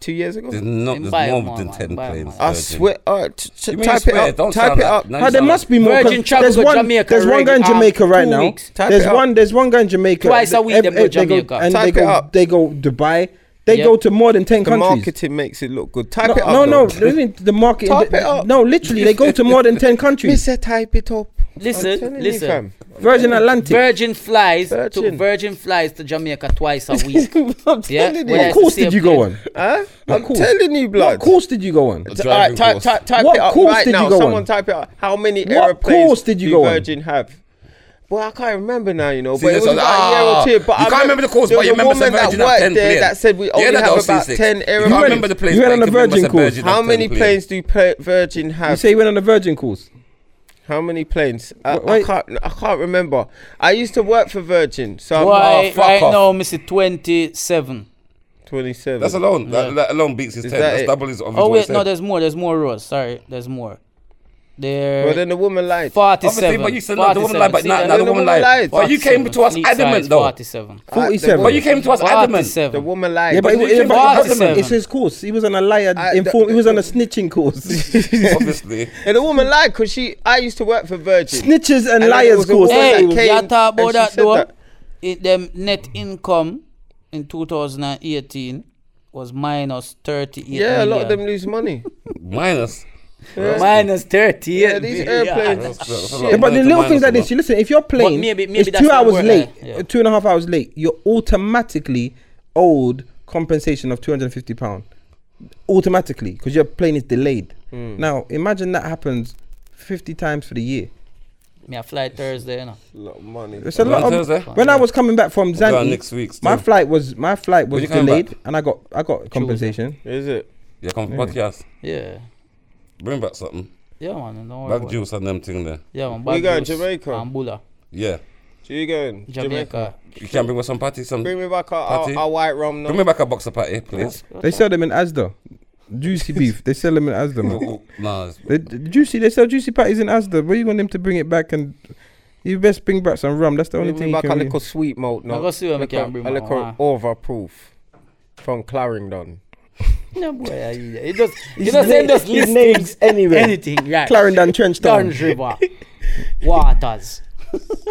S1: two years ago.
S3: There's, not,
S2: In
S3: there's
S2: bio, man,
S3: more than
S2: man,
S3: 10
S2: bio,
S3: planes.
S2: man.
S1: I
S3: Virgin.
S1: swear, uh, t- t-
S3: You mean
S1: type it
S3: swear?
S1: up.
S3: Don't
S1: type
S3: sound
S1: it
S3: like-
S1: up.
S3: no, you
S4: How there
S3: sound
S4: must
S3: like-
S4: be more. 'cause
S2: Virgin travel
S4: there's
S2: to
S4: one,
S2: Jamaica
S4: there's one
S2: reg-
S4: guy in
S2: um,
S4: Jamaica right
S2: two
S4: now.
S2: weeks.
S1: Ah, Type
S4: There's
S1: it up.
S4: one. There's one guy in Jamaica.
S2: Twice a week
S4: Ev-
S2: they go
S4: ev-
S2: Jamaica.
S4: and
S1: Type
S4: they
S1: it
S4: go,
S1: up.
S4: They go Dubai. They
S2: Yeah.
S4: go to more than ten
S1: The
S4: countries.
S1: marketing makes it look good. Type
S4: no,
S1: it up.
S4: no, no,
S1: though.
S4: listen, the market.
S1: Type
S4: the-
S1: it up.
S4: No, literally, they go to more than ten countries.
S1: Mister, type it up. I'm
S2: Listen,
S1: telling you,
S2: listen.
S1: fam.
S4: Virgin Atlantic.
S2: Virgin flies to
S1: Virgin.
S2: Virgin flies to Jamaica twice a week.
S1: I'm
S2: yeah,
S1: telling
S2: Well,
S1: you.
S4: What
S2: it's the
S4: course did
S2: same
S4: you go
S2: plane.
S4: on?
S1: Huh? I'm
S4: course.
S1: telling you, blood.
S4: What course did you go on?
S1: T-
S3: Driving
S1: alright, type,
S3: course.
S1: type, type
S4: What
S1: it up
S4: course
S1: right
S4: did you
S1: now.
S4: go
S1: Someone
S4: on?
S1: type it up. How many
S4: What
S1: airplanes
S4: course did you
S1: do
S4: go on?
S1: Virgin have? Well, I can't remember now, you know.
S3: See,
S1: but it
S3: this
S1: was
S3: was-
S1: about
S3: ah,
S1: a year or two. But
S3: you
S1: I
S3: can't remember the course,
S1: there
S3: but
S1: was
S3: you
S1: a
S3: remember some
S1: woman
S3: Virgin
S1: that
S3: have
S1: worked
S3: 10
S1: there
S3: planes.
S1: that said we
S3: Yeah,
S1: only
S3: that
S1: have
S3: was
S1: about
S3: 06.
S1: ten
S3: You can't
S1: airplanes.
S3: remember the planes.
S4: You went
S3: but
S4: on
S3: can
S4: a
S3: remember
S4: Virgin
S3: some
S4: course.
S3: Virgin have
S1: How
S3: 10
S1: many planes do pla- Virgin
S4: You
S1: have?
S4: say you went on a Virgin course.
S1: Ah, How many planes? I,
S4: Wh- wait.
S1: I can't. I can't remember. I used to work for Virgin, so I'm
S2: Why
S3: fuck
S2: right
S3: off.
S2: now, Mr. Twenty Seven.
S1: 27.
S3: That's alone. That, that alone beats his 10.
S1: that
S3: That's
S1: it?
S3: double his obvious
S2: Oh wait, no,
S3: 27.
S2: there's more. There's more rows. Sorry, there's more.
S1: well,
S2: There.
S1: then the woman lied.
S3: Obviously,
S2: Forty-seven.
S3: but you said no, the woman
S2: 47.
S3: lied, but
S2: See
S3: now
S2: that?
S3: now the
S1: No, the
S3: woman
S1: woman
S3: lied.
S1: lied.
S3: But you came to us
S2: Fleet
S3: adamant,
S2: size,
S3: though.
S2: Forty-seven.
S1: the
S4: Forty-seven.
S3: But you came to us adamant.
S1: The
S2: 47.
S1: woman lied.
S4: Yeah,
S3: But
S4: but, it,
S3: you
S4: it,
S3: came
S4: but
S2: to
S4: it wasn't-
S2: Barcelona.
S4: it's his course. He was on a liar.
S1: I-
S4: inform,
S1: Ah, the-
S4: he was on a snitching course.
S3: Obviously.
S1: and the woman lied because she. I used to work for Virgin.
S4: Snitches and,
S1: And then it
S4: liars
S1: was a
S4: course.
S1: woman-
S2: Hey,
S1: that came
S2: you talk
S1: and
S2: about
S1: she
S2: that
S1: said
S2: though.
S1: that.
S2: It, them net income in 2018 was minus 38
S1: yeah, a lot of
S2: million.
S1: them lose money.
S3: Minus.
S2: minus 30
S1: Yeah, these airplanes.
S3: That's- that's a lot
S1: Shit.
S3: of
S4: Yeah, but the
S3: minus to
S4: little things
S3: minus
S4: like
S3: a
S4: this,
S3: lot.
S4: you listen, if you're playing,
S2: maybe- maybe
S4: it's
S2: that's
S4: two
S2: not
S4: hours
S2: worth
S4: late,
S2: it, yeah.
S4: uh, two and a half hours late, you're automatically owed compensation of £250. Automatically, because your plane is delayed.
S3: Hmm.
S4: Now, imagine that happens 50 times for the year.
S2: Me a fly Thursday, you know.
S1: A lot of money.
S4: It's a
S3: Well,
S4: lot
S3: that's
S4: of.
S3: it.
S4: When I was coming back from
S3: We'll go
S4: Zanzibar,
S3: next week
S4: my
S3: still.
S4: flight was my flight
S3: When
S4: was
S3: you coming
S4: delayed,
S3: back?
S4: and I got I got compensation.
S1: Is it?
S3: Yeah, come for podcast.
S2: Yeah.
S3: Bring back something.
S2: Yeah, man. Don't worry
S3: Bag
S2: about it.
S3: juice and them thing there.
S2: Yeah, man.
S1: We
S2: bag
S1: going
S2: juice,
S1: Jamaica.
S2: Ambula.
S3: Yeah.
S1: So you going?
S2: Jamaica.
S3: You can bring me some patty, some.
S1: Bring
S3: Bring
S1: me back our, our,
S3: Patty.
S1: our white rum now.
S3: me back a box of patty, please.
S4: They sell them in Asda, juicy beef. They sell them in Asda. Man.
S3: Nah, it's-
S4: They, d- juicy, they sell juicy patties in Asda. Where you want them to bring it back and you best bring back some rum. That's the only
S1: Bring
S4: thing
S1: me
S4: you
S1: back a
S4: can really.
S1: little sweet malt now.
S2: I go see what I
S1: Little-
S2: can bring
S1: A
S2: back,
S1: little
S2: man.
S1: overproof from Clarendon.
S2: No, boy. yeah, yeah. It just, you just send us
S4: His
S2: list
S4: names anywhere.
S2: anything, right?
S4: Clarendon Trench
S2: Don
S4: Town.
S2: River. Waters.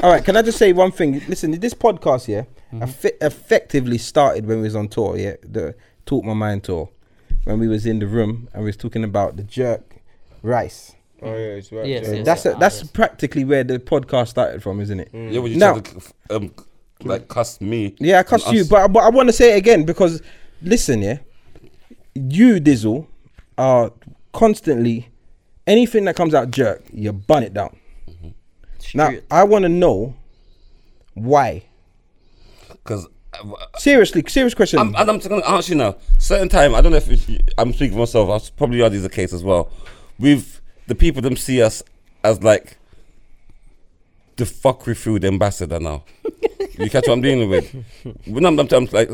S4: All right, can I just say one thing? Listen, this podcast here
S1: Mm-hmm.
S4: effe- effectively started when we was on tour. Yeah, the Talk My Mind tour, when we was in the room and we was talking about the jerk rice.
S1: Oh yeah, it's right.
S2: Yes,
S1: yeah.
S2: yes.
S4: that's a,
S2: ah,
S4: that's
S2: yes.
S4: practically where the podcast started from, isn't
S1: Mm.
S4: it?
S3: Yeah, when you
S4: Now-
S3: tried to c- f- um, like cuss me.
S4: Yeah, I
S3: and
S4: cussed you,
S3: us-
S4: but but I want to say it again because listen, yeah, you Dizzle are constantly anything that comes out jerk, you bun it down. Now
S2: Straight.
S4: I want to know Why?
S3: Because
S4: Seriously, serious question.
S3: I'm, and I'm just going to answer you now. Certain time, I don't know if it's, I'm speaking for myself. I was probably are these the case as well. With the people them see us as like the fuckery food ambassador now. you catch what I'm dealing with? When I'm, I'm, I'm like,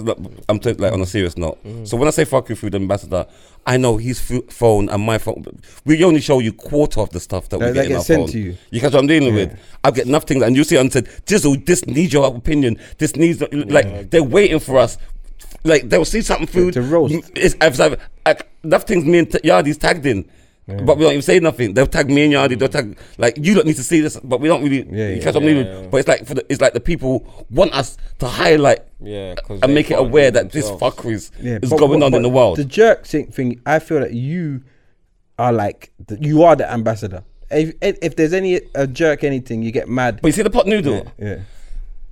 S3: I'm t- like on a serious note.
S4: Mm.
S3: So when I say fuckery food ambassador, I know his ph phone and my phone. We only show you quarter of the stuff that, we
S4: That- that
S3: get in
S4: gets
S3: our
S4: sent
S3: phone.
S4: to you.
S3: You catch what I'm dealing with? I get enough things, and you see, it and said, "Jizzle, this needs your opinion. This needs like they're waiting for us. Like they'll see something food
S4: to roast.
S3: M- It's, I've, I've, I, enough things me and T- Yardi's tagged in, but we don't even say nothing. They'll tag me and Yardie. They'll tag like you don't need to see this, but we don't really.
S4: Yeah,
S3: you
S4: yeah,
S3: catch what I'm dealing with? But it's like for the, it's like the people want us to highlight
S5: Yeah, 'cause
S3: and
S5: they
S3: make it
S5: can't
S3: aware
S5: do
S3: that this
S5: themselves.
S3: fuckery is,
S4: Yeah,
S3: is
S4: but-
S3: going
S4: but-
S3: on in the
S4: but
S3: world.
S4: The jerk thing, thing, I feel that you are like the, you are the ambassador. If, if, if there's any a jerk anything, you get mad.
S3: but you see the pot noodle.
S4: yeah,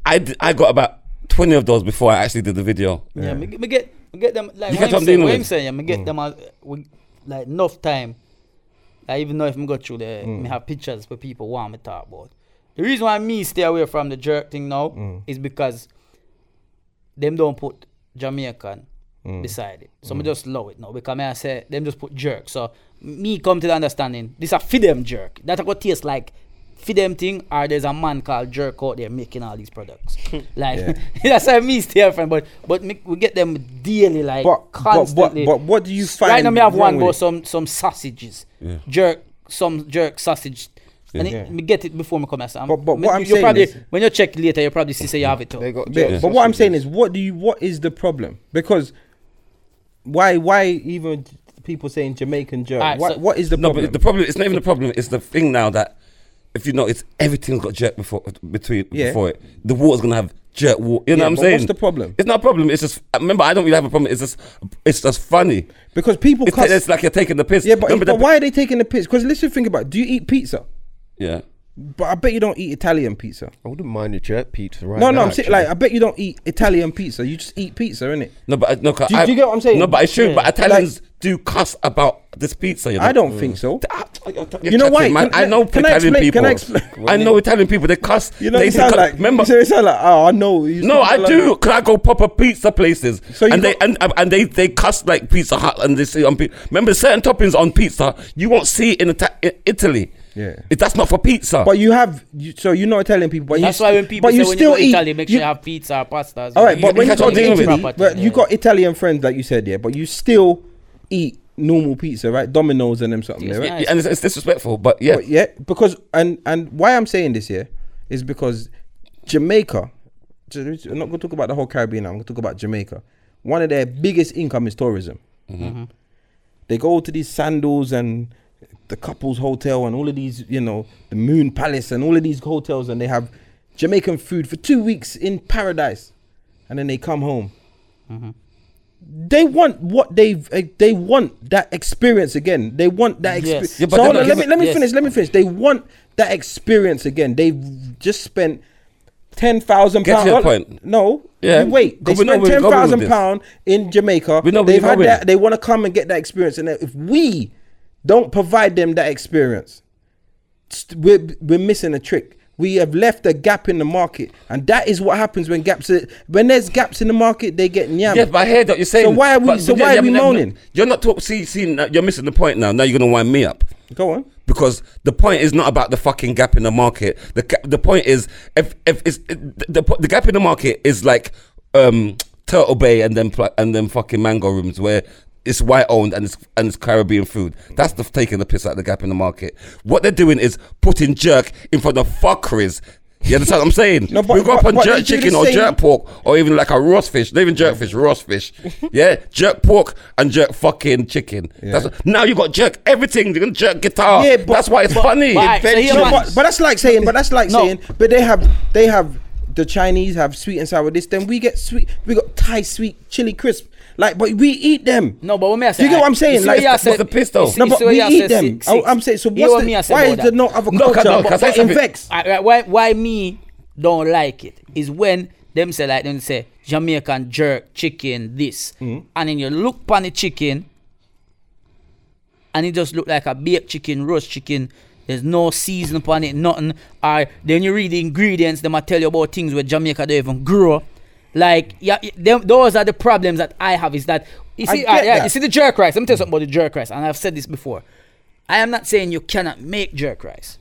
S3: I, d- I got about twenty of those before I actually did the video.
S2: Yeah, me, me get me get them like
S3: You
S2: you
S3: catch
S2: what
S3: what
S2: I'm Mm. saying,
S3: I'm dealing
S2: what I'm
S3: with?
S2: saying, yeah, me get them as, we, like enough time. I even know if me go through there, me have pictures for people want me talk about. The reason why me stay away from the jerk thing now is because them don't put Jamaican
S4: Mm.
S2: beside it. So me just love it now because me I say them just put jerk. So me come to the understanding this a fi them jerk. That I go taste like fi them thing or there's a man called jerk out there making all these products. like that's how me stay from but but me, we get them daily like
S4: But- but- but-
S2: constantly.
S4: but what do you
S2: Right now
S4: find
S2: me have
S4: wrong
S2: one
S4: with
S2: go
S4: it?
S2: some some sausages. Jerk some jerk sausage. And it,
S4: Yeah.
S2: me get it before me come as
S4: But- but what I'm
S2: you
S4: saying
S2: probably
S4: is-
S2: when you check later you probably see say you have it. Too.
S5: They got
S4: But,
S5: jerk
S4: but what I'm
S5: sausages.
S4: saying is, what do you? What is the problem? Because why? Why even people saying Jamaican jerk?
S2: Alright,
S4: what,
S2: so-
S4: what is the
S3: No,
S4: problem?
S3: but the problem it's not even the problem. It's the thing now that if you notice, everything's got jerk before between
S4: Yeah.
S3: before it. The water's gonna have jerk water. You know
S4: Yeah,
S3: what I'm
S4: but
S3: saying?
S4: what's the problem?
S3: It's not a problem. It's just remember, I don't really have a problem. It's just it's just funny.
S4: because people
S3: It's,
S4: cuss.
S3: it's like you're taking the piss.
S4: yeah, but,
S3: Remember
S4: but
S3: the-
S4: why are they taking the piss? Because let's just think about: it. Do you eat pizza?
S3: Yeah.
S4: But I bet you don't eat Italian pizza.
S3: Oh
S5: I wouldn't mind a jerk pizza right
S4: no,
S5: now,
S4: no, I'm saying
S5: actually.
S4: like I bet you don't eat Italian pizza. You just eat pizza, innit?
S3: No, but I- no. 'cause
S4: Do you-
S3: I-
S4: do you get what I'm saying?
S3: No, but I should.
S4: Yeah.
S3: But Italians do cuss about this pizza. You know?
S4: I don't think so.
S3: Ah, you're- you're
S4: You know
S3: chatting,
S4: why?
S3: Man.
S4: Can-
S3: I know
S4: can I
S3: Italian
S4: explain-
S3: people.
S4: can I explain?
S3: I know Italian people. They cuss.
S4: You know,
S3: they
S4: you
S3: they
S4: sound
S3: cu-
S4: like
S3: Remember,
S4: You say- you sound like oh, I know. You
S3: No, I
S4: sound like-
S3: do. Cause I go proper pizza places,
S4: So you
S3: and they
S4: got-
S3: and, uh, and they they cuss like Pizza Hut, and they say on pi- remember certain toppings on pizza you won't see in, Ita- in Italy.
S4: Yeah.
S3: It- that's not for pizza.
S4: But you have, you, so you know Italian people. But
S2: That's
S4: you,
S2: why when people
S4: but
S2: say
S4: you
S2: when
S4: still
S2: you go to
S4: eat,
S2: Italy, make
S4: you-
S2: sure you have pizza or pasta. as
S4: all
S2: well.
S4: right, but
S3: you
S4: when you
S3: catch
S4: go
S3: what
S4: to
S3: I'm
S4: Italy,
S3: dealing
S2: with.
S4: but you
S2: Yeah.
S4: got Italian friends like you said, yeah. But you still eat normal pizza, right? Domino's and them something,
S2: Yes,
S4: there, right?
S2: man.
S3: Yeah, and it's, it's disrespectful. But yeah,
S4: But yeah, because and and why I'm saying this here is because Jamaica. J- I'm not going to talk about the whole Caribbean. I'm going to talk about Jamaica. One of their biggest income is tourism.
S3: Mm-hmm.
S4: They go to these sandals and the couples hotel and all of these, you know, the Moon Palace and all of these hotels, and they have Jamaican food for two weeks in paradise, and then they come home. They want what they they want that experience again. They want that experience.
S2: Yes.
S3: Yeah, but
S4: so
S3: they're
S4: hold
S3: not
S4: on, let me
S3: giving-
S4: let me
S2: Yes.
S4: finish. Let me finish. They want that experience again. They've just spent ten thousand
S3: Get
S4: pounds.
S3: to your point.
S4: No,
S3: Yeah.
S4: you wait. They
S3: But we know
S4: spent
S3: where we're
S4: ten
S3: going with
S4: thousand
S3: this.
S4: pound in Jamaica.
S3: We know where
S4: They've
S3: you're
S4: had
S3: going.
S4: that. They want to come and get that experience. And if we don't provide them that experience, st- we're we're missing a trick. We have left a gap in the market, and that is what happens when gaps. Are, when there's gaps in the market, they get nyam.
S3: yeah, but I hear that you're saying.
S4: So why are we-
S3: but-
S4: so
S3: but yeah,
S4: why are
S3: yeah,
S4: we
S3: but no-
S4: moaning?
S3: You're not talk, see, see, now you're missing the point now. Now you're gonna wind me up.
S4: Go on.
S3: because the point is not about the fucking gap in the market. The ca- the point is if if it's the, the po- the gap in the market is like um Turtle Bay and then pl- and then fucking Mango Rooms where it's white owned and it's and it's Caribbean food. That's the taking the piss out of the gap in the market. What they're doing is putting jerk in front of fuckeries. You understand what I'm saying?
S4: No, but-
S3: we go up
S4: but-
S3: on
S4: but
S3: jerk
S4: did you
S3: chicken
S4: just
S3: or
S4: say-
S3: jerk pork or even like a roast fish. Not even jerk fish, roast fish. Yeah, jerk pork and jerk fucking chicken. That's, now you got jerk everything. You can jerk guitar.
S4: Yeah, but-
S3: that's why it's funny.
S2: but I- so here's
S4: No,
S2: my-
S4: but, but that's like saying, but that's like
S2: No.
S4: saying, but they have, they have, the Chinese have sweet and sour this, then we get sweet, we got Thai sweet chili crisp. Like, but we eat them.
S2: No, but what me I say,
S4: Do you get what
S2: I-
S4: I'm saying?
S2: you see
S4: Like,
S2: what you
S4: what's
S2: said-
S3: the piss though?
S2: you see-
S4: No,
S2: you
S4: but
S2: see what
S4: we
S2: you
S4: eat
S2: said,
S4: them.
S2: six-
S4: I,
S2: six.
S4: I'm saying, so
S2: You hear what
S4: what's
S2: me
S4: the,
S2: I said
S4: why
S2: about
S4: is there
S2: that?
S4: no other
S3: No, 'cause-
S4: culture?
S3: no, 'cause I
S4: But
S3: said-
S4: in vex.
S2: I- I- why why me don't like it is when them say like them say Jamaican jerk chicken this,
S4: Hmm.
S2: and then you look upon the chicken, and it just look like a baked chicken, roast chicken, There's no season upon it, nothing. Or then you read the ingredients, they might tell you about things where Jamaica don't even grow. Like yeah, y- them, those are the problems that I have. Is that you
S4: I
S2: see? uh,
S4: get
S2: yeah,
S4: that.
S2: you see the jerk rice. Let me tell you something about the jerk rice, and I've said this before. I am not saying you cannot make jerk rice,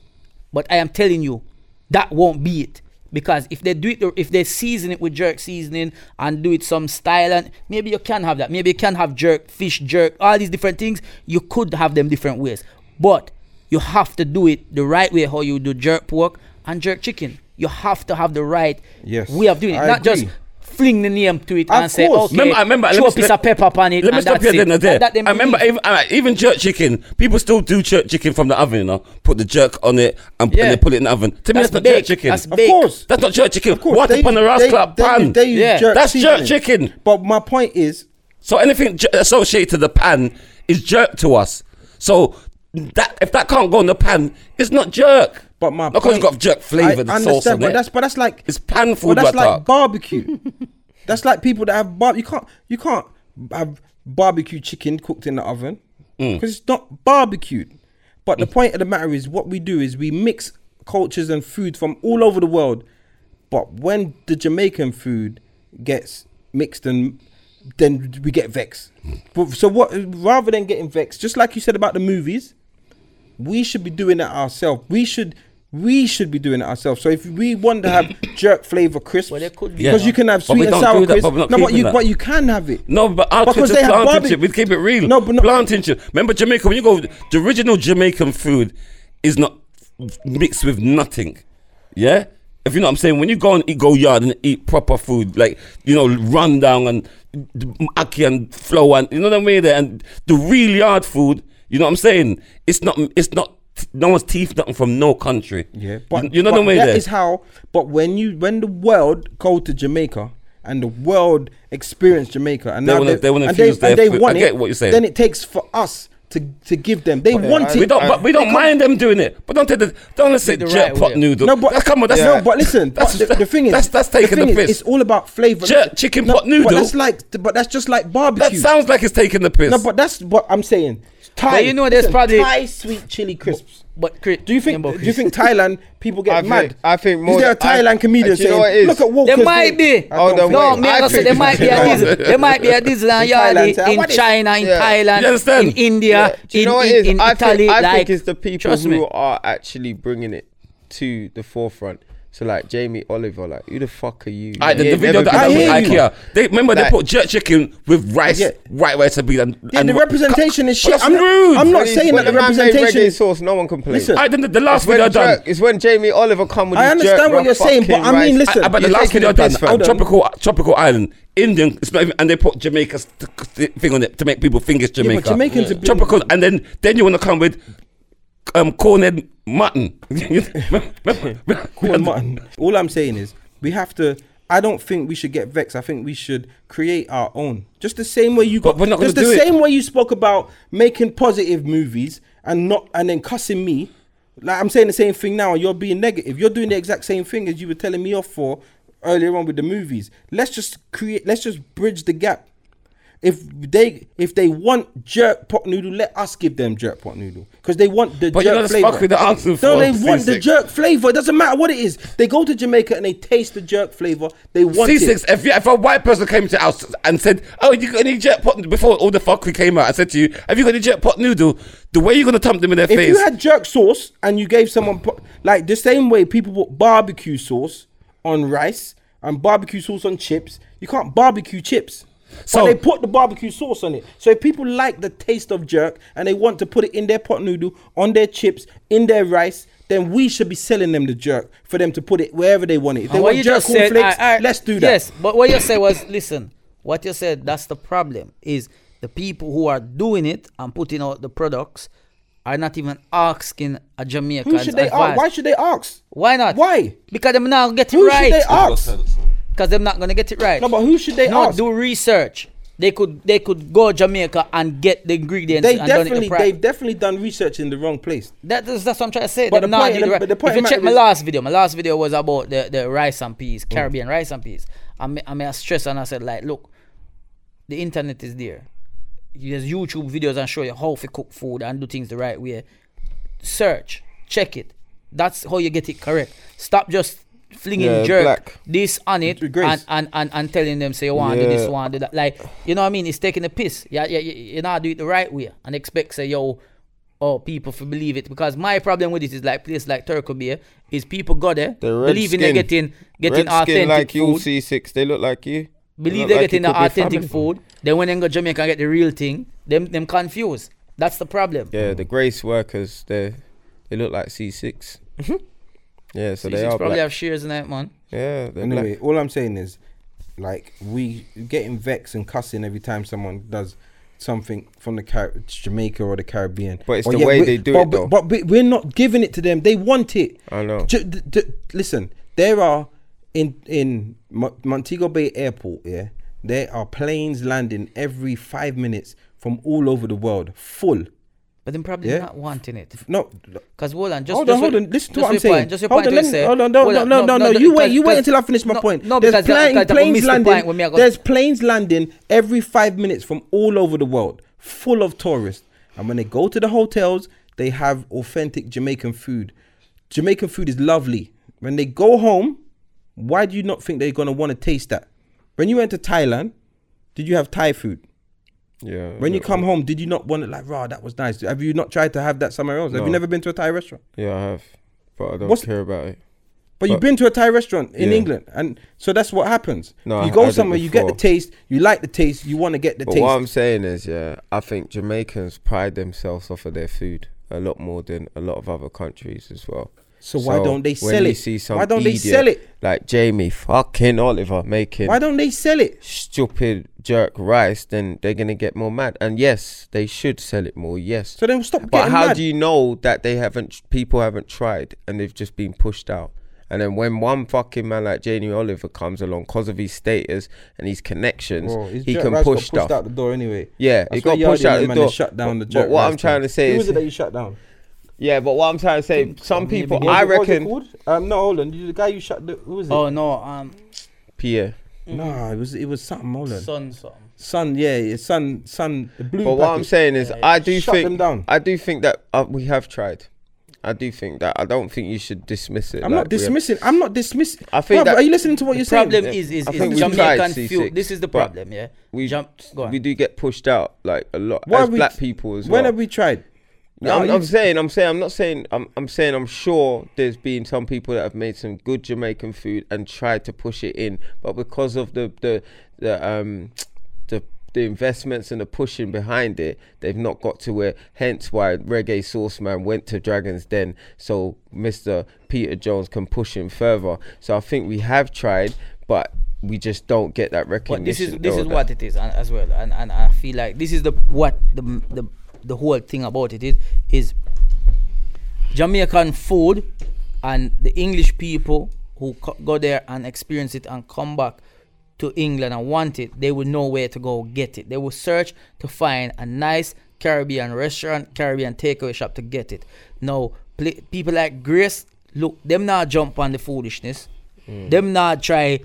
S2: but I am telling you that won't be it. Because if they do it, if they season it with jerk seasoning and do it some style, and maybe you can have that. Maybe you can have jerk, fish jerk, all these different things. You could have them different ways, but you have to do it the right way. How you do jerk pork and jerk chicken, you have to have the right
S4: Yes,
S2: way of doing it,
S4: I
S2: not just
S4: agree.
S2: fling the name to it
S4: Of
S2: and say,
S4: course.
S2: okay,
S3: Remember- I remember- let
S2: throw
S3: me
S2: a piece
S3: stop-
S2: of pepper upon it.
S3: Let me
S2: and
S3: stop
S2: that's
S3: you
S2: it.
S3: then and there.
S2: That- that them
S3: I remember
S2: believe.
S3: even, alright, even jerk chicken. People still do jerk chicken from the oven, you know. Put the jerk on it and, and
S2: Yeah.
S3: they put it in the oven. To me, that's, not jerk
S2: baked.
S3: chicken.
S2: That's
S3: That's,
S4: Of
S2: baked.
S4: course.
S3: not jerk chicken. Of
S4: course,
S3: What
S4: they-
S3: upon the
S4: they-
S3: rascal
S4: they-
S3: pan?
S4: they use
S2: Yeah.
S4: jerk
S3: That's jerk
S4: seasoning.
S3: chicken.
S4: But my point is,
S3: So anything j- associated to the pan is jerk to us. So that if that can't go in the pan, it's not jerk.
S4: but my
S3: because
S4: point,
S3: it's got jerk
S4: I
S3: flavour, the sauce
S4: understand,
S3: on
S4: but
S3: it.
S4: that's but that's like
S3: It's pan
S4: Well,
S3: food.
S4: that's
S3: that's
S4: like barbecue. that's like people that have bar. You can't you can't have barbecue chicken cooked in the oven
S3: Mm.
S4: because it's not barbecued. But the point of the matter is, what we do is we mix cultures and food from all over the world. But when the Jamaican food gets mixed and then we get vexed.
S3: Mm.
S4: But so what? Rather than getting vexed, just like you said about the movies, we should be doing it ourselves. We should we should be doing it ourselves. So if we want to have jerk flavor crisps,
S2: Well, they could be.
S4: because
S3: Yeah.
S4: you can have
S3: But we
S4: sweet and
S3: don't do
S4: sour
S3: that,
S4: crisps.
S3: but we're not
S4: no, but
S3: keeping
S4: you
S3: that.
S4: but you can have it.
S3: No, but our
S4: Because
S3: kids are
S4: they have
S3: planting
S4: barbe-
S3: shit. We keep it real.
S4: No, but not-
S3: planting shit. Remember Jamaica? When you go, the original Jamaican food is not mixed with nothing. Yeah, if you know what I'm saying. When you go and eat, go yard and eat proper food, like you know, rundown and aki and flow and you know what I mean. There and the real yard food. You know what I'm saying? It's not. It's not. No one's teeth nothing from no country.
S4: Yeah,
S3: but you know what I mean.
S4: that
S3: There.
S4: is how. But when you when the world go to Jamaica and the world experience Jamaica and
S3: They
S4: now
S3: wanna-
S4: they,
S3: they wanna
S4: and they,
S3: infuse their
S4: and they
S3: food.
S4: want
S3: I
S4: it,
S3: get what you're saying.
S4: Then it takes for us to to give them. They want it.
S3: we don't, but we don't mind them doing it. But don't take the, don't let's say
S7: the
S3: jerk
S7: right
S3: pot
S7: way.
S3: noodle.
S4: No, but
S3: That's- come on, that's
S4: no, but listen. but
S3: that's-
S4: the, the thing is,
S3: that's that's taking the,
S4: thing
S3: piss.
S4: Is, it's all about flavor.
S3: Jerk chicken pot
S4: But
S3: noodle.
S4: that's like, but that's just like barbecue.
S3: that sounds like it's taking the piss.
S4: No, but that's what I'm saying. Thai,
S7: But you know there's
S4: listen,
S7: probably-
S4: Thai sweet chili crisps.
S7: But Chris,
S4: Do you think?
S7: remember,
S4: Do you think Thailand people get
S1: I think-
S4: mad?
S1: I think more
S4: Is there a
S1: than- I-
S4: Thailand comedian
S1: do you know what it
S4: saying,
S1: is?
S4: "Look at Walker's
S2: There might
S4: food"?
S2: be.
S4: I don't
S1: Oh, no,
S4: think-
S2: No,
S1: wait.
S2: me I
S1: I
S2: say
S1: think-
S2: there might be a diesel. There might be a diesel and
S4: In
S2: yardie
S4: Thailand, say,
S2: in
S4: "What is-"
S2: China, in
S1: Yeah.
S2: Thailand,
S3: You understand?
S2: in India,
S1: Do you
S2: in,
S1: know what
S2: in,
S1: it is?
S2: in
S1: I,
S2: Italy.
S1: think, I
S2: like,
S1: think it's the people
S2: trust
S1: who
S2: me.
S1: are actually bringing it to the forefront. So like Jamie Oliver, like who the fuck are you?
S3: I, the,
S1: You
S3: the
S1: ain't
S3: video
S1: never
S3: that
S1: been
S3: I
S1: to
S3: done with
S4: I hear you.
S3: IKEA, they remember they
S1: Like-
S3: put jerk chicken with rice,
S4: Yeah.
S3: white rice and bean, and,
S4: Yeah,
S3: and
S4: the
S3: what-
S4: representation is
S3: But
S4: shit.
S3: that's
S4: I'm
S3: rude.
S4: not, I'm not
S1: When he-
S4: saying that
S1: when
S4: the
S1: the man made
S4: representation
S1: reggae
S4: is.
S1: sauce, no one complained.
S4: Listen,
S3: I, then the, the last
S1: It's when,
S3: video I done.
S1: jerk, it's when Jamie Oliver come with
S4: I
S1: his
S4: understand
S1: jerk,
S4: what
S1: bruh,
S4: you're saying, but
S1: fucking
S4: I mean,
S1: rice.
S4: listen,
S3: I, I, but the
S1: You're
S3: last
S1: taking
S3: video I
S1: the
S3: done,
S1: piss,
S3: uh,
S1: fam.
S3: tropical tropical island, Indian, it's not even- and they put Jamaica st- st- thing on it to make people think it's
S4: but
S3: Jamaica.
S4: Jamaicans have been-
S3: tropical, and then then you want to come with um corned mutton.
S4: Paul Martin. All I'm saying is we have to. I don't think we should get vexed. I think we should create our own. Just the same way you
S3: But
S4: got.
S3: we're not
S4: just
S3: gonna
S4: the
S3: do it.
S4: same way you spoke about making positive movies and not and then cussing me. Like I'm saying the same thing now, and you're being negative. You're doing the exact same thing as you were telling me off for earlier on with the movies. Let's just create. Let's just bridge the gap. If they if they want jerk pot noodle, let us give them jerk pot noodle because they want the
S3: But
S4: jerk
S3: you're not
S4: flavor.
S3: fuck with the answer for
S4: No, they want the
S3: C6.
S4: jerk flavor. It doesn't matter what it is. They go to Jamaica and they taste the jerk flavor. They want it.
S3: C6, if, you, if a white person came to us and said, Oh, you got any jet pot? Before all the fuck we came out, I said to you, Have you got any jet pot noodle? The way you're going to thump them in their
S4: If
S3: face.
S4: you had jerk sauce and you gave someone po- like the same way people put barbecue sauce on rice and barbecue sauce on chips, you can't barbecue chips. So
S3: So-
S4: they put the barbecue sauce on it. So if people like the taste of jerk and they want to put it in their pot noodle, on their chips, in their rice, then we should be selling them the jerk for them to put it wherever they want it. If they
S7: And what
S4: want
S7: you
S4: jerk
S7: just said,
S4: cornflakes,
S7: I- I-
S4: let's do that.
S7: yes.
S2: Yes, but what you said was, listen, what you said, that's the problem, is the people who are doing it and putting out the products are not even asking a Jamaican
S4: Who should they ask? Why should they ask?
S2: Why not?
S4: Why?
S2: Because they're not get it
S4: Who should
S2: right.
S4: they ask?
S2: Because they're not gonna get it right.
S4: No, but who should they
S2: No,
S4: ask?
S2: do research. They could they could go Jamaica and get the ingredients.
S4: They
S2: and
S4: definitely,
S2: done it the
S4: they've definitely done research in the wrong place.
S2: that is, that's what I'm trying to say.
S4: But
S2: Them
S4: the
S2: nah
S4: point-
S2: do the
S4: the-
S2: right-
S4: but the point
S2: if you
S4: of
S2: check
S4: matter
S2: my
S4: is- Mm.
S2: last video, my last video was about the, the rice and peas, Caribbean rice and peas. I ma- I made a stress and I said like, look, the internet is there. There's YouTube videos and show you how to cook food and do things the right way. Search, check it. That's how you get it correct. Stop just flinging
S1: Yeah,
S2: jerk
S1: black.
S2: this on it
S4: With grace.
S2: and, and, and, and telling them say you want to do this,
S1: Yeah.
S2: want to do that. Like you know what I mean? It's taking a piss. Yeah, yeah, you know do it the right way and expect say yo, oh people for believe it because my problem with it is like place like Turkey Bay is people go there
S1: The red
S2: believing they're
S1: skin.
S2: getting getting
S1: Redskin
S2: authentic
S1: like you,
S2: food
S1: C6. They look like you.
S2: believe
S1: look
S2: they're
S1: like
S2: getting
S1: it
S2: the
S1: could be
S2: authentic
S1: family.
S2: food. Then when they go Jamaica and get the real thing, them them confused. That's the problem.
S1: Yeah, the grace workers. They they look like C6.
S4: Mm-hmm.
S1: yeah, so
S2: These
S1: they
S2: things
S1: are
S2: probably
S1: black.
S2: have shares in that man.
S1: Yeah, they're black.
S4: Anyway, all I'm saying is, like, we getting vexed and cussing every time someone does something from the Car- Jamaica or the Caribbean.
S1: But it's
S4: Or
S1: the way
S4: we-
S1: they do
S4: but,
S1: it, though.
S4: But, but we- we're not giving it to them. They want it.
S1: I know.
S4: Ju- d- d- listen, there are in in Mo- Montego Bay Airport. Yeah, there are planes landing every five minutes from all over the world, full.
S2: But then probably
S4: Yeah.
S2: not wanting it.
S4: No,
S2: Cause hold on, just
S4: hold
S2: just
S4: on,
S2: what-
S4: hold on. Listen to
S2: just
S4: what
S2: your
S4: I'm
S2: point,
S4: saying.
S2: Just your
S4: hold
S2: point
S4: on,
S2: to
S4: let me-
S2: say.
S4: hold on, no,
S2: Hold
S4: no,
S2: on,
S4: no, no, no. You wait,
S2: because-
S4: you wait
S2: because-
S4: until I finish my
S2: no,
S4: point.
S2: No,
S4: There's
S2: because I-
S4: plane-
S2: because I
S4: planes
S2: missed the
S4: landing.
S2: point when me I go-
S4: there's planes landing every five minutes from all over the world, full of tourists. And when they go to the hotels, they have authentic Jamaican food. Jamaican food is lovely. When they go home, why do you not think they're gonna want to taste that? When you went to Thailand, did you have Thai food?
S1: Yeah.
S4: When you
S1: no,
S4: come home, did you not want it like, rah, that was nice? Have you not tried to have that somewhere else? Have you
S1: No.
S4: never been to a Thai restaurant?
S1: Yeah, I have. But I don't
S4: What's-
S1: care about it.
S4: But you've
S1: But-
S4: been to a Thai restaurant in
S1: Yeah.
S4: England, and so that's what happens.
S1: No,
S4: you
S1: I- I
S4: go
S1: did
S4: somewhere, you get the
S1: before.
S4: taste, you like the taste, you want to get the
S1: But
S4: taste.
S1: what I'm saying is, yeah, I think Jamaicans pride themselves off of their food a lot more than a lot of other countries as well.
S4: So why don't they
S1: when
S4: sell
S1: you
S4: it?
S1: see some
S4: Why don't they
S1: idiot
S4: sell it?
S1: Like Jamie fucking Oliver making
S4: Why don't they sell it?
S1: stupid jerk rice, then they're gonna get more mad. And yes, they should sell it more. Yes,
S4: So then stop
S1: but
S4: getting
S1: how
S4: mad.
S1: do you know that they haven't? People haven't tried, and they've just been pushed out. And then when one fucking man like Jamie Oliver comes along, cause of his status and his connections,
S4: Bro, his
S1: he
S4: jerk
S1: can
S4: rice got
S1: push
S4: pushed
S1: stuff.
S4: out the door anyway.
S1: Yeah,
S4: I
S1: it
S4: swear
S1: got pushed
S4: Yardi and
S1: out
S4: them
S1: the
S4: man, they
S1: door.
S4: Shut down the
S1: But- but
S4: jerk
S1: what
S4: rice
S1: I'm trying
S4: thing.
S1: to say
S4: Who
S1: is-
S4: was it that you shut down?
S1: Yeah, but what I'm trying to say, some people,
S4: What
S1: I
S4: was it- what was it
S1: reckon,
S4: called? Um, no, hold on. You- The guy you shut. The, who was it? Mm.
S2: Oh no, um,
S1: Pierre.
S4: no, it was it was something. Hold on.
S2: son, something.
S4: Sun, yeah, yeah, sun, sun. The blue.
S1: But what I'm
S4: packet.
S1: saying is, I do
S4: Shut
S1: think
S4: them down.
S1: I do think that uh, we have tried. I do think that I don't think you should dismiss it.
S4: I'm
S1: like
S4: not
S1: we have-
S4: dismissing. I'm not dismissing.
S1: I think
S4: Bruv,
S1: that-
S4: are you listening to what you're
S2: The
S4: saying?
S2: problem is is,
S1: I think
S2: is
S1: we've
S2: Jamaican
S1: tried
S2: fuel.
S1: C6,
S2: This is the
S1: but
S2: problem, yeah.
S1: We
S2: jump. Go on.
S1: we do get pushed out like a lot
S4: Why
S1: as
S4: we-
S1: black people as well.
S4: When have we tried?
S1: No, I'm,
S4: you-
S1: I'm saying, I'm saying, I'm not saying, I'm, I'm saying, I'm sure there's been some people that have made some good Jamaican food and tried to push it in, but because of the the the um the the investments and the pushing behind it, they've not got to where. Hence why Reggae Sauce Man went to Dragons Den, so Mr. Peter Jones can push him further. So I think we have tried, but we just don't get that recognition.
S2: But this is this
S1: or
S2: is
S1: that-
S2: what it is and, as well, and and I feel like this is the what the the the whole thing about it is is Jamaican food and the English people who co- go there and experience it and come back to England and want it, they will know where to go get it. They will search to find a nice Caribbean restaurant, Caribbean takeaway shop to get it. Now, pl- people like Grace, look, them not jump on the foolishness. Them not try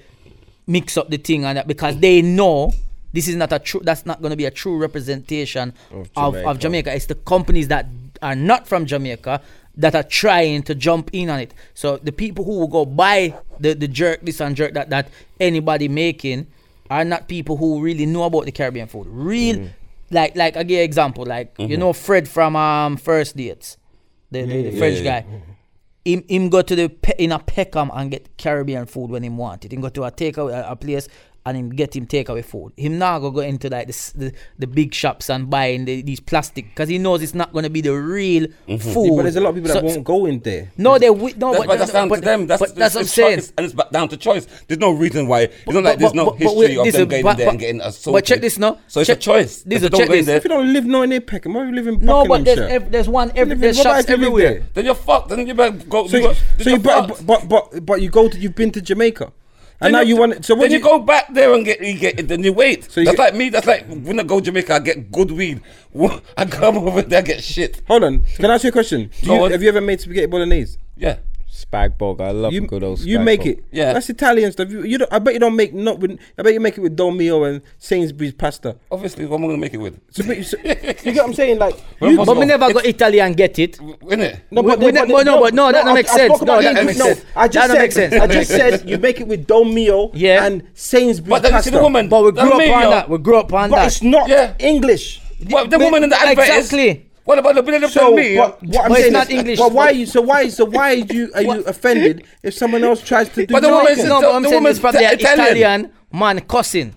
S2: mix up the thing and that because they know this is not a true. That's not going to be a true representation of Of,
S1: Jamaica.
S2: Jamaica. Jamaica. It's the companies that are not from Jamaica that are trying to jump in on it. So the people who will go buy the, the jerk this and jerk that that anybody making are not people who really know about the Caribbean food. Real like like I give example, like you know Fred from um First Dates. The, the, the French
S3: yeah.
S2: guy. Him, him go to the pe- in a Peckham and get Caribbean food when him want it. Him go to a takeaway a, a place and him get him takeaway food. Him now go go into like the s- the, the big shops and buying the, these plastic because he knows it's not gonna be the real food.
S4: But there's a lot of people that
S2: So-
S4: won't go in there.
S2: No, they wi- no,
S3: That's,
S2: but,
S3: but that's down
S2: but-
S3: to them. That's,
S2: but that's what I'm
S3: it's
S2: saying.
S3: choice, and it's back down to choice. There's no reason why. It's not
S2: But-
S3: like there's
S2: but-
S3: no
S2: but- but
S3: history
S2: wait,
S3: of
S2: this
S3: them
S2: is-
S3: going
S2: but-
S3: there and
S2: but-
S3: getting
S2: but
S3: assaulted.
S2: check this now.
S3: So it's
S2: Check-
S3: a choice.
S2: this
S3: If
S2: is a
S3: they don't go in
S2: checklist.
S3: there,
S4: If you don't live nowhere near Peckham, why you live in
S2: No, but there's
S4: Buckinghamshire?
S2: ev- there's one
S4: You
S2: every
S4: live in-
S2: there's
S4: what about
S2: shops
S4: if you live
S2: everywhere.
S4: there?
S3: Then you're fucked. Then you better go.
S4: So,
S3: you,
S4: you,
S3: got- then
S4: so you
S3: you're
S4: but,
S3: fucked.
S4: but but but you go to you've been to Jamaica,
S3: Then
S4: and now
S3: you-
S4: you want so what
S3: then
S4: do
S3: you, go back there and get you get then you wait.
S4: So you
S3: that's
S4: get-
S3: like me. That's like when I go to Jamaica, I get good weed. I come over there, I get shit.
S4: Hold on, can I ask you a question? Do
S3: Go
S4: you,
S3: on.
S4: have you ever made spaghetti bolognese?
S3: Yeah.
S1: Spag bog. I love a
S4: You,
S1: good old. Spag
S4: you make
S1: bog.
S4: it.
S3: Yeah.
S4: That's Italian stuff. You, you don't, I bet you don't make not with. I bet you make it with Don Mio and Sainsbury's pasta.
S3: Obviously, what am I going to make it with?
S4: So, but you, so, you get what I'm saying? Like,
S3: Well,
S4: you-
S3: what's
S2: But we
S3: wrong?
S2: never go Italian get it.
S3: Isn't it?
S4: No,
S2: We-
S4: but,
S2: we
S4: they-
S2: ne-
S4: they-
S2: no, no, but no, that don't make
S4: I- I spoke
S2: sense. No,
S4: about
S2: that don't
S4: English.
S2: make sense.
S4: I just
S2: That
S4: said,
S2: don't make sense.
S4: I just said you make it with Don Mio
S2: Yeah.
S4: and Sainsbury's
S3: But then you
S4: pasta.
S3: see the woman.
S2: But we
S3: That
S2: grew up
S3: meal.
S2: on that. We grew up on
S4: But
S2: that.
S4: it's not
S3: Yeah.
S4: English.
S3: What, the
S2: But-
S3: woman in the advert is-
S2: exactly.
S3: What about the bit of
S4: So
S3: me?
S4: what, what I'm
S2: But it's
S4: saying is,
S2: not English.
S4: But why are you? So why? So why are you? Are you offended if someone else tries to do?
S3: But the
S4: your
S3: woman
S4: thing?
S3: said-
S2: No,
S3: the-
S2: but I'm
S3: the
S2: saying
S3: woman's
S2: it's probably an
S3: Italian.
S2: Italian man cussing.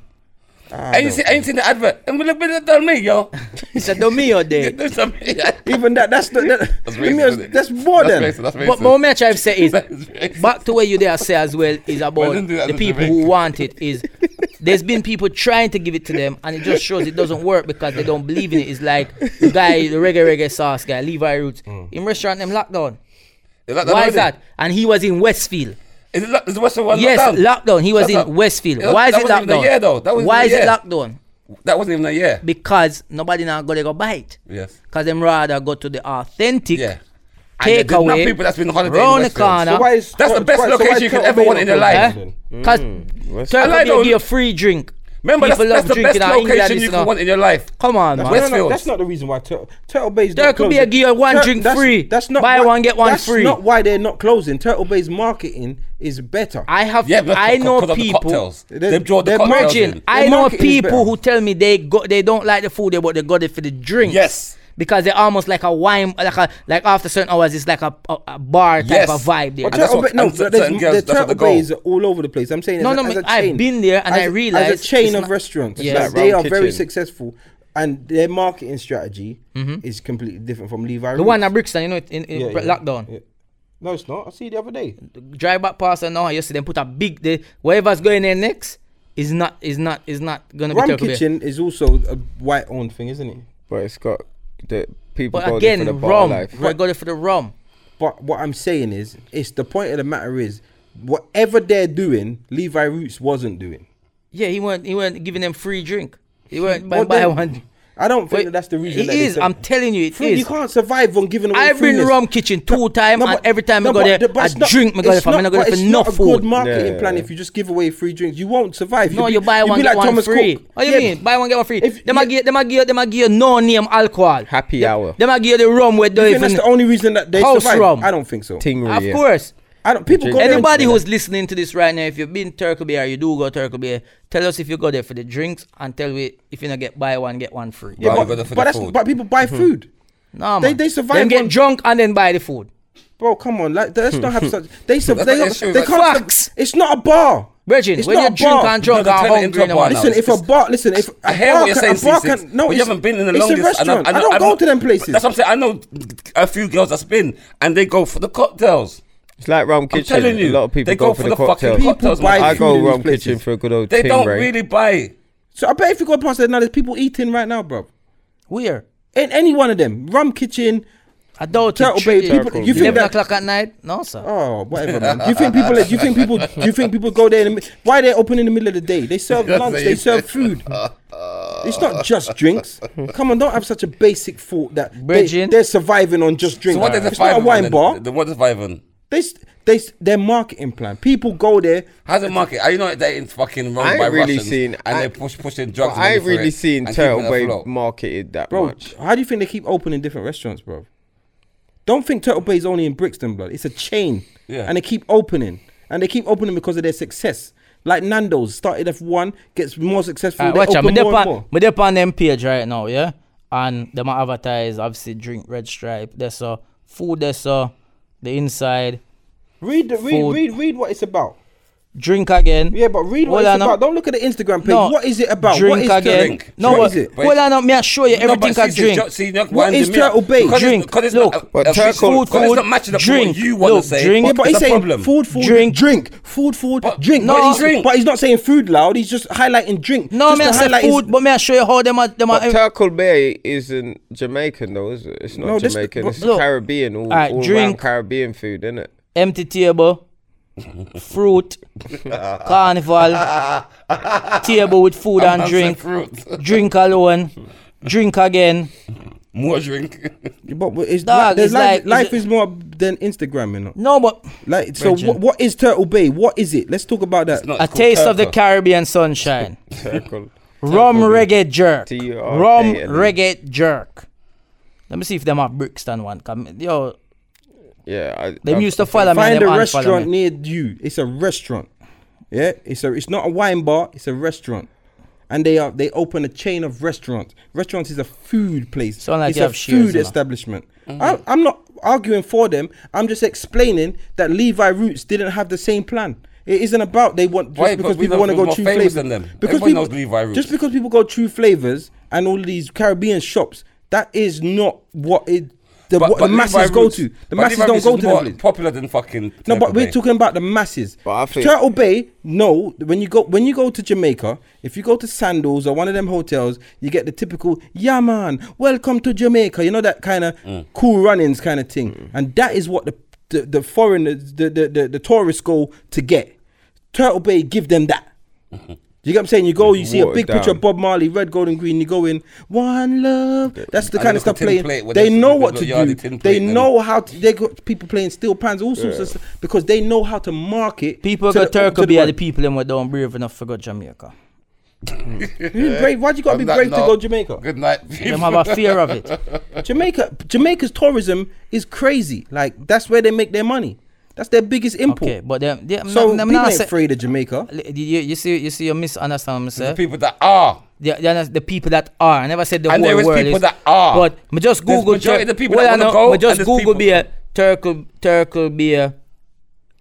S3: Ain't you see- ain't seen the advert? And with a bit of that me, yo.
S2: It's a domio there.
S3: There's some-
S4: even that. That's the. That,
S3: That's
S4: that's,
S3: racist, isn't it?
S4: that's more
S3: That's
S4: than.
S3: racist, that's
S2: But
S3: racist.
S2: what me try to say is,
S3: That is racist.
S2: back to where you there say as well is about
S3: didn't do that
S2: the
S3: to
S2: people
S3: Jamaica.
S2: who want it is there's been people trying to give it to them and it just shows it doesn't work because they don't believe in it. It's like the guy, the reggae reggae sauce guy, Levi Roots, in restaurant them lockdown.
S3: Is Mm. that the
S2: Why
S3: one,
S2: is that? And he was in Westfield.
S3: Is it lo- is the Western one
S2: yes,
S3: lockdown?
S2: lockdown. He was
S3: Lockdown.
S2: in Westfield.
S3: That-
S2: Why is
S3: that
S2: it
S3: wasn't even a
S2: lockdown?
S3: year though. That wasn't
S2: Why
S3: even
S2: is
S3: a
S2: it
S3: year.
S2: lockdown?
S3: that wasn't even a year.
S2: Because nobody now go they go buy it.
S3: Yes.
S2: Cause them rather go to the authentic eh?
S3: Yeah.
S2: Take
S3: there's enough
S2: away,
S3: people that's been on holiday in
S2: round the
S3: Westfield.
S2: corner.
S4: So why is,
S3: That's the best
S4: why- so why
S3: location
S4: is
S3: you could
S4: Turtle
S3: ever want in your
S4: Bay
S3: life.
S4: not
S2: Because
S4: open?
S3: I
S2: Mm.
S3: Mm.
S2: Turkey
S3: know.
S2: will give you a free drink.
S3: Remember, that's,
S2: People
S3: that's
S2: love
S3: the best
S2: drinking out in England,
S3: location
S2: it's
S3: you could
S2: not-
S3: want in your life.
S2: Come on,
S3: That's
S2: man.
S4: No, no, no,
S3: Westfield.
S4: that's not the reason why Turtle, Turtle Bay's
S2: There
S4: not
S2: could be
S4: closing.
S2: a give you one drink free. Buy
S4: why-
S2: one, get one
S4: that's
S2: free.
S4: not why they're not closing. Turtle Bay's marketing is better.
S2: I have
S3: Yeah, but
S2: I
S3: that's
S2: know
S3: because of the
S2: people.
S3: cocktails.
S4: They-
S3: They've drawn the
S4: they're
S3: cocktails
S4: merging.
S3: in.
S2: I
S4: The
S2: know
S4: market is
S2: people
S4: better.
S2: who tell me they go they don't like the food, they but they got it for the drinks.
S3: Yes.
S2: Because they're almost like a wine, like a like after certain hours, it's like a, a, a bar type
S3: Yes.
S2: of vibe there.
S4: But
S3: And that's
S4: Turtle
S3: what-
S4: Bay, no,
S3: and
S4: but
S3: certain
S4: there's-
S3: girls,
S4: the
S3: that's what
S4: Turtle
S3: they go.
S4: Bays are all over the place. I'm saying, as
S2: No,
S4: a-
S2: no,
S4: as a
S2: I've
S4: chain.
S2: been there and
S4: As
S2: I
S4: a-
S2: realised
S4: as a chain
S2: it's
S4: of
S2: not-
S4: restaurants,
S2: Yes.
S4: that
S2: It's
S1: like
S4: they are
S1: round
S4: very
S1: kitchen.
S4: successful, and their marketing strategy is completely different from Levi.
S2: Mm-hmm. the one at Brixton, you know, in, in lockdown.
S4: No, it's not. I see it the other day.
S2: drive back past and now you see them put a big the whatever's going there next is not is not is not gonna be
S4: Rum
S2: Turkey Bay.
S4: Kitchen is also a white-owned thing, isn't it?
S1: But it's got the people
S2: But
S1: go there for the
S2: again,
S1: bar
S2: rum.
S1: life.
S2: I got it for the rum.
S4: But what I'm saying is, it's the point of the matter is, whatever they're doing, Levi Roots wasn't doing.
S2: Yeah, he weren't he weren't giving them free drink. He weren't buy,
S4: Well,
S2: buy
S4: then,
S2: one.
S4: I don't think
S2: Wait,
S4: that that's the reason.
S2: It
S4: that they
S2: is.
S4: said-
S2: I'm telling you, it
S4: Free- You
S2: is.
S4: can't survive on giving away.
S2: I've been
S4: free
S2: rum kitchen two time, and every time I go
S4: but-
S2: there,
S4: but
S2: I
S4: it's not-
S2: drink, I go there
S4: it's
S2: for- I'm not going
S4: but
S2: for
S4: it's
S2: no
S4: not a
S2: food.
S4: good marketing
S1: Yeah.
S4: plan if you just give away free drinks. You won't survive.
S2: No,
S4: You'd
S2: you
S4: be-
S2: buy
S4: you'd
S2: one
S4: be
S2: get
S4: like
S2: one
S4: Thomas
S2: free.
S4: Cook.
S2: What do you
S4: Yeah,
S2: mean? Buy one get one free.
S4: If-
S2: Them a
S4: yeah.
S2: give them a give them a give you no name alcohol.
S1: Happy
S2: Them-
S1: hour.
S2: Them a give you the rum with
S4: You
S2: the
S4: think that's the only reason that they
S2: House
S4: survive?
S2: rum.
S4: I don't think so.
S1: Tingry,
S2: Of
S1: yeah.
S2: course.
S4: I don't. People go there and-
S2: Anybody who's listening to this right now, if you've been Turkey Bay or you do go Turkey Bay, tell us if you go there for the drinks and tell we if you not get buy one get one free.
S4: Yeah,
S3: Why
S4: but,
S3: we go there for
S4: but
S3: the
S4: that's-
S3: food?
S4: but people
S2: Mm-hmm.
S4: buy food.
S2: No man,
S4: They- they survive
S2: Them get
S4: on-
S2: drunk and then buy the food.
S4: Bro, come on, like, let's not have such. They sub-
S3: That's
S4: they,
S3: not
S4: they,
S3: issue,
S4: they
S3: like-
S4: can't.
S2: Facts.
S4: It's not a bar.
S2: Virgin,
S4: it's
S2: when you
S4: not a
S2: drink
S4: bar.
S2: and drunk
S3: No,
S2: and
S3: they turn it into
S2: hungry,
S3: a
S2: no
S3: bar
S2: man.
S3: now.
S4: Listen, if a
S3: It's-
S4: bar, listen, if a
S3: I hear
S4: bar
S3: what you're
S4: can-
S3: saying,
S4: a bar
S3: CC,
S4: can, no,
S3: but you
S4: it's-
S3: haven't been in the
S4: it's
S3: longest.
S4: a
S3: and I've-
S4: restaurant.
S3: and
S4: I don't
S3: I've-
S4: go to them places.
S3: That's what I'm saying. I know a few girls that's been, and they go for the cocktails.
S1: It's like rum
S3: I'm
S1: kitchen.
S3: telling you,
S1: a lot of people
S3: they
S1: go, for, the,
S3: fucking
S1: cocktails.
S3: cocktails.
S4: People buy
S3: man.
S1: I
S4: Like food
S1: go
S4: in these
S1: rum kitchen
S4: places.
S1: for a good old
S3: They
S1: ting
S3: don't
S1: ring.
S3: really buy.
S4: So I bet if you go past there now, there's people eating right now, bro.
S2: Where?
S4: In any one of them, rum kitchen,
S2: I doubt
S4: turtle
S2: it. Three-
S4: bay, people. You think
S2: Eleven
S4: that?
S2: o'clock at night? No sir.
S4: Oh, whatever, man. Do you think people? Do you think people? Do you think people go there? In the, mi- why they open in the middle of the day? They serve lunch. They serve food. It's not just drinks. Come on, don't have such a basic thought that they,
S2: Bridging.
S4: they're surviving on just drinks.
S3: So what is the
S4: it's not a
S3: five?
S4: wine bar.
S3: The what is five?
S4: They, s- they, s- their marketing plan. People go there.
S3: How's the market? Are you not they in fucking wrong
S1: I ain't
S3: by
S1: really
S3: Russians
S1: seen-
S3: and
S1: I-
S3: they push pushing
S1: But
S3: drugs.
S1: I ain't really seen
S3: seen
S1: Turtle Bay marketed that
S4: Bro,
S1: much.
S4: Oh, how do you think they keep opening different restaurants, bro? Don't think Turtle Bay is only in Brixton, blood. It's a chain.
S3: Yeah.
S4: And they keep opening. And they keep opening because of their success. Like Nando's started off one, gets more successful.
S3: Ah,
S2: Alright,
S4: they
S2: watch out.
S4: open
S2: Me dip
S4: more and
S2: on,
S4: more.
S2: me dip on them page right now, yeah? And them a advertise, obviously, drink Red Stripe. There's a food, there's a the inside.
S4: Read, the- read,
S2: Food.
S4: read, read what it's about.
S2: Drink again.
S4: Yeah, but read what
S2: Hold
S4: it's
S2: on now.
S4: about. Don't look at the Instagram page. what is it about?
S2: Drink
S4: what is
S2: again.
S4: Drink?
S2: No,
S4: what
S2: but,
S4: is it?
S3: But
S2: Well, I know, me I show you everything I drink.
S4: What is Turtle Bay?
S2: Drink. Look,
S1: but Turtle-
S3: food, food, it's
S2: food,
S3: not matching up to
S2: drink.
S3: what you want
S2: Look,
S3: to say.
S2: drink.
S4: Yeah, but he's
S3: it's a
S4: saying
S3: problem.
S4: food, food,
S2: Drink.
S4: drink, drink, food, food,
S3: But-
S4: drink.
S3: No,
S4: but, he's,
S3: drink.
S4: but he's not saying food loud. He's just highlighting drink.
S2: No,
S4: just
S2: me I
S4: to
S2: say
S4: highlight his-
S2: food, but me I show you how them are. Them
S1: But
S2: are
S1: Turtle Bay isn't Jamaican though, is it? It's not
S4: No, this-
S1: Jamaican.
S4: but
S1: It's
S2: look.
S1: Caribbean, all,
S2: Alright,
S1: all
S2: drink.
S1: round Caribbean food, isn't it?
S2: empty table, fruit, carnival, table with food and
S3: I'm
S2: drink,
S3: fruit.
S2: drink alone, drink again,
S3: more drink.
S4: But w- it's,
S8: Dog,
S4: there's
S8: it's
S4: life,
S8: like-
S4: life
S8: is it-
S4: is more than Instagram, you know.
S2: No, but
S4: Like, so
S2: Bridget.
S4: what, what is Turtle Bay? What is it? Let's talk about that.
S3: It's not-
S2: a
S3: it's called
S2: taste of the
S3: Turker.
S2: Caribbean sunshine.
S1: Circle.
S2: Rum reggae jerk.
S4: E
S1: T-U-R-K-L-E.
S2: Rum reggae jerk. Let me see if them have Brixton one. Come, yo,
S1: Yeah. I,
S2: them
S1: I'm-
S2: used to follow me. and
S4: Find
S2: them
S4: a
S2: unfollow me.
S4: restaurant near you. It's a restaurant. Yeah, it's a. It's not a wine bar. It's a restaurant, and they are they open a chain of restaurants. Restaurants is a food place.
S2: Sound like
S4: it's
S2: you
S4: a
S2: have shares,
S4: food
S2: you know. Mm-hmm.
S4: establishment. I, I'm not arguing for them. I'm just explaining that Levi Roots didn't have the same plan. It isn't about they want just
S3: Why?
S4: because
S3: But we
S4: people
S3: know
S4: want to
S3: who's
S4: go
S3: more
S4: true
S3: famous
S4: flavors.
S3: than them.
S4: Because
S3: Everyone
S4: people,
S3: knows Levi Roots.
S4: Just because people go true flavors and all these Caribbean shops, that is not what it. The, what the masses
S3: Levi
S4: go
S3: Roots-
S4: to. The
S3: but
S4: masses
S3: Levi
S4: don't
S3: Roots
S4: go
S3: is
S4: to
S3: more
S4: them.
S3: Popular than fucking.
S4: No, but
S3: Turker
S4: we're
S3: Bay.
S4: talking about the masses.
S1: But I think-
S4: Turtle Bay, no. When you go when you go to Jamaica, if you go to Sandals or one of them hotels, you get the typical "Yeah, man, welcome to Jamaica." You know that kind of
S1: Mm.
S4: cool runnings kind of thing, and that is what the the, the foreigners, the, the the the tourists go to get. Turtle Bay give them that. You get what I'm saying? You go, you see a
S1: Watered
S4: big picture
S1: down.
S4: of Bob Marley, red, gold, and green. You go in, one love. That's the
S3: And look
S4: kind of stuff
S3: at tin
S4: playing.
S3: plate with
S4: They
S3: the-
S4: know
S3: with
S4: what
S3: the
S4: to
S3: Yardi
S4: do.
S3: tin
S4: They
S3: plate and-
S4: know know how to, they got people playing steel pans, all sorts of stuff, because they know how to market.
S2: People
S4: to
S2: got
S4: the-
S2: Turkey
S4: to
S2: be are the
S4: world.
S2: people them where don't brave enough for go Jamaica.
S4: You brave? Why do you gotta be
S3: On that
S4: brave to
S3: note,
S4: go Jamaica?
S3: Good night.
S2: Them have a fear of it.
S4: Jamaica, Jamaica's tourism is crazy. Like that's where they make their money. That's their biggest import.
S2: Okay, but them, them
S4: So
S2: them
S4: people
S2: not
S4: ain't
S2: say-
S4: afraid of Jamaica.
S2: Li- You, you see, you see, you misunderstand what
S3: The
S2: I'm saying.
S3: people that are.
S2: The, the, other- the people that are, I never said the
S3: And
S2: whole
S3: there is
S2: world
S3: people
S2: is-
S3: that are.
S2: But me just
S3: There's
S2: Google
S3: majority
S2: Tur-
S3: of the people
S2: well,
S3: that
S2: I
S3: wanna
S2: know,
S3: go,
S2: me just
S3: and there's
S2: Google
S3: people-
S2: beer, Turkle, Turkle beer,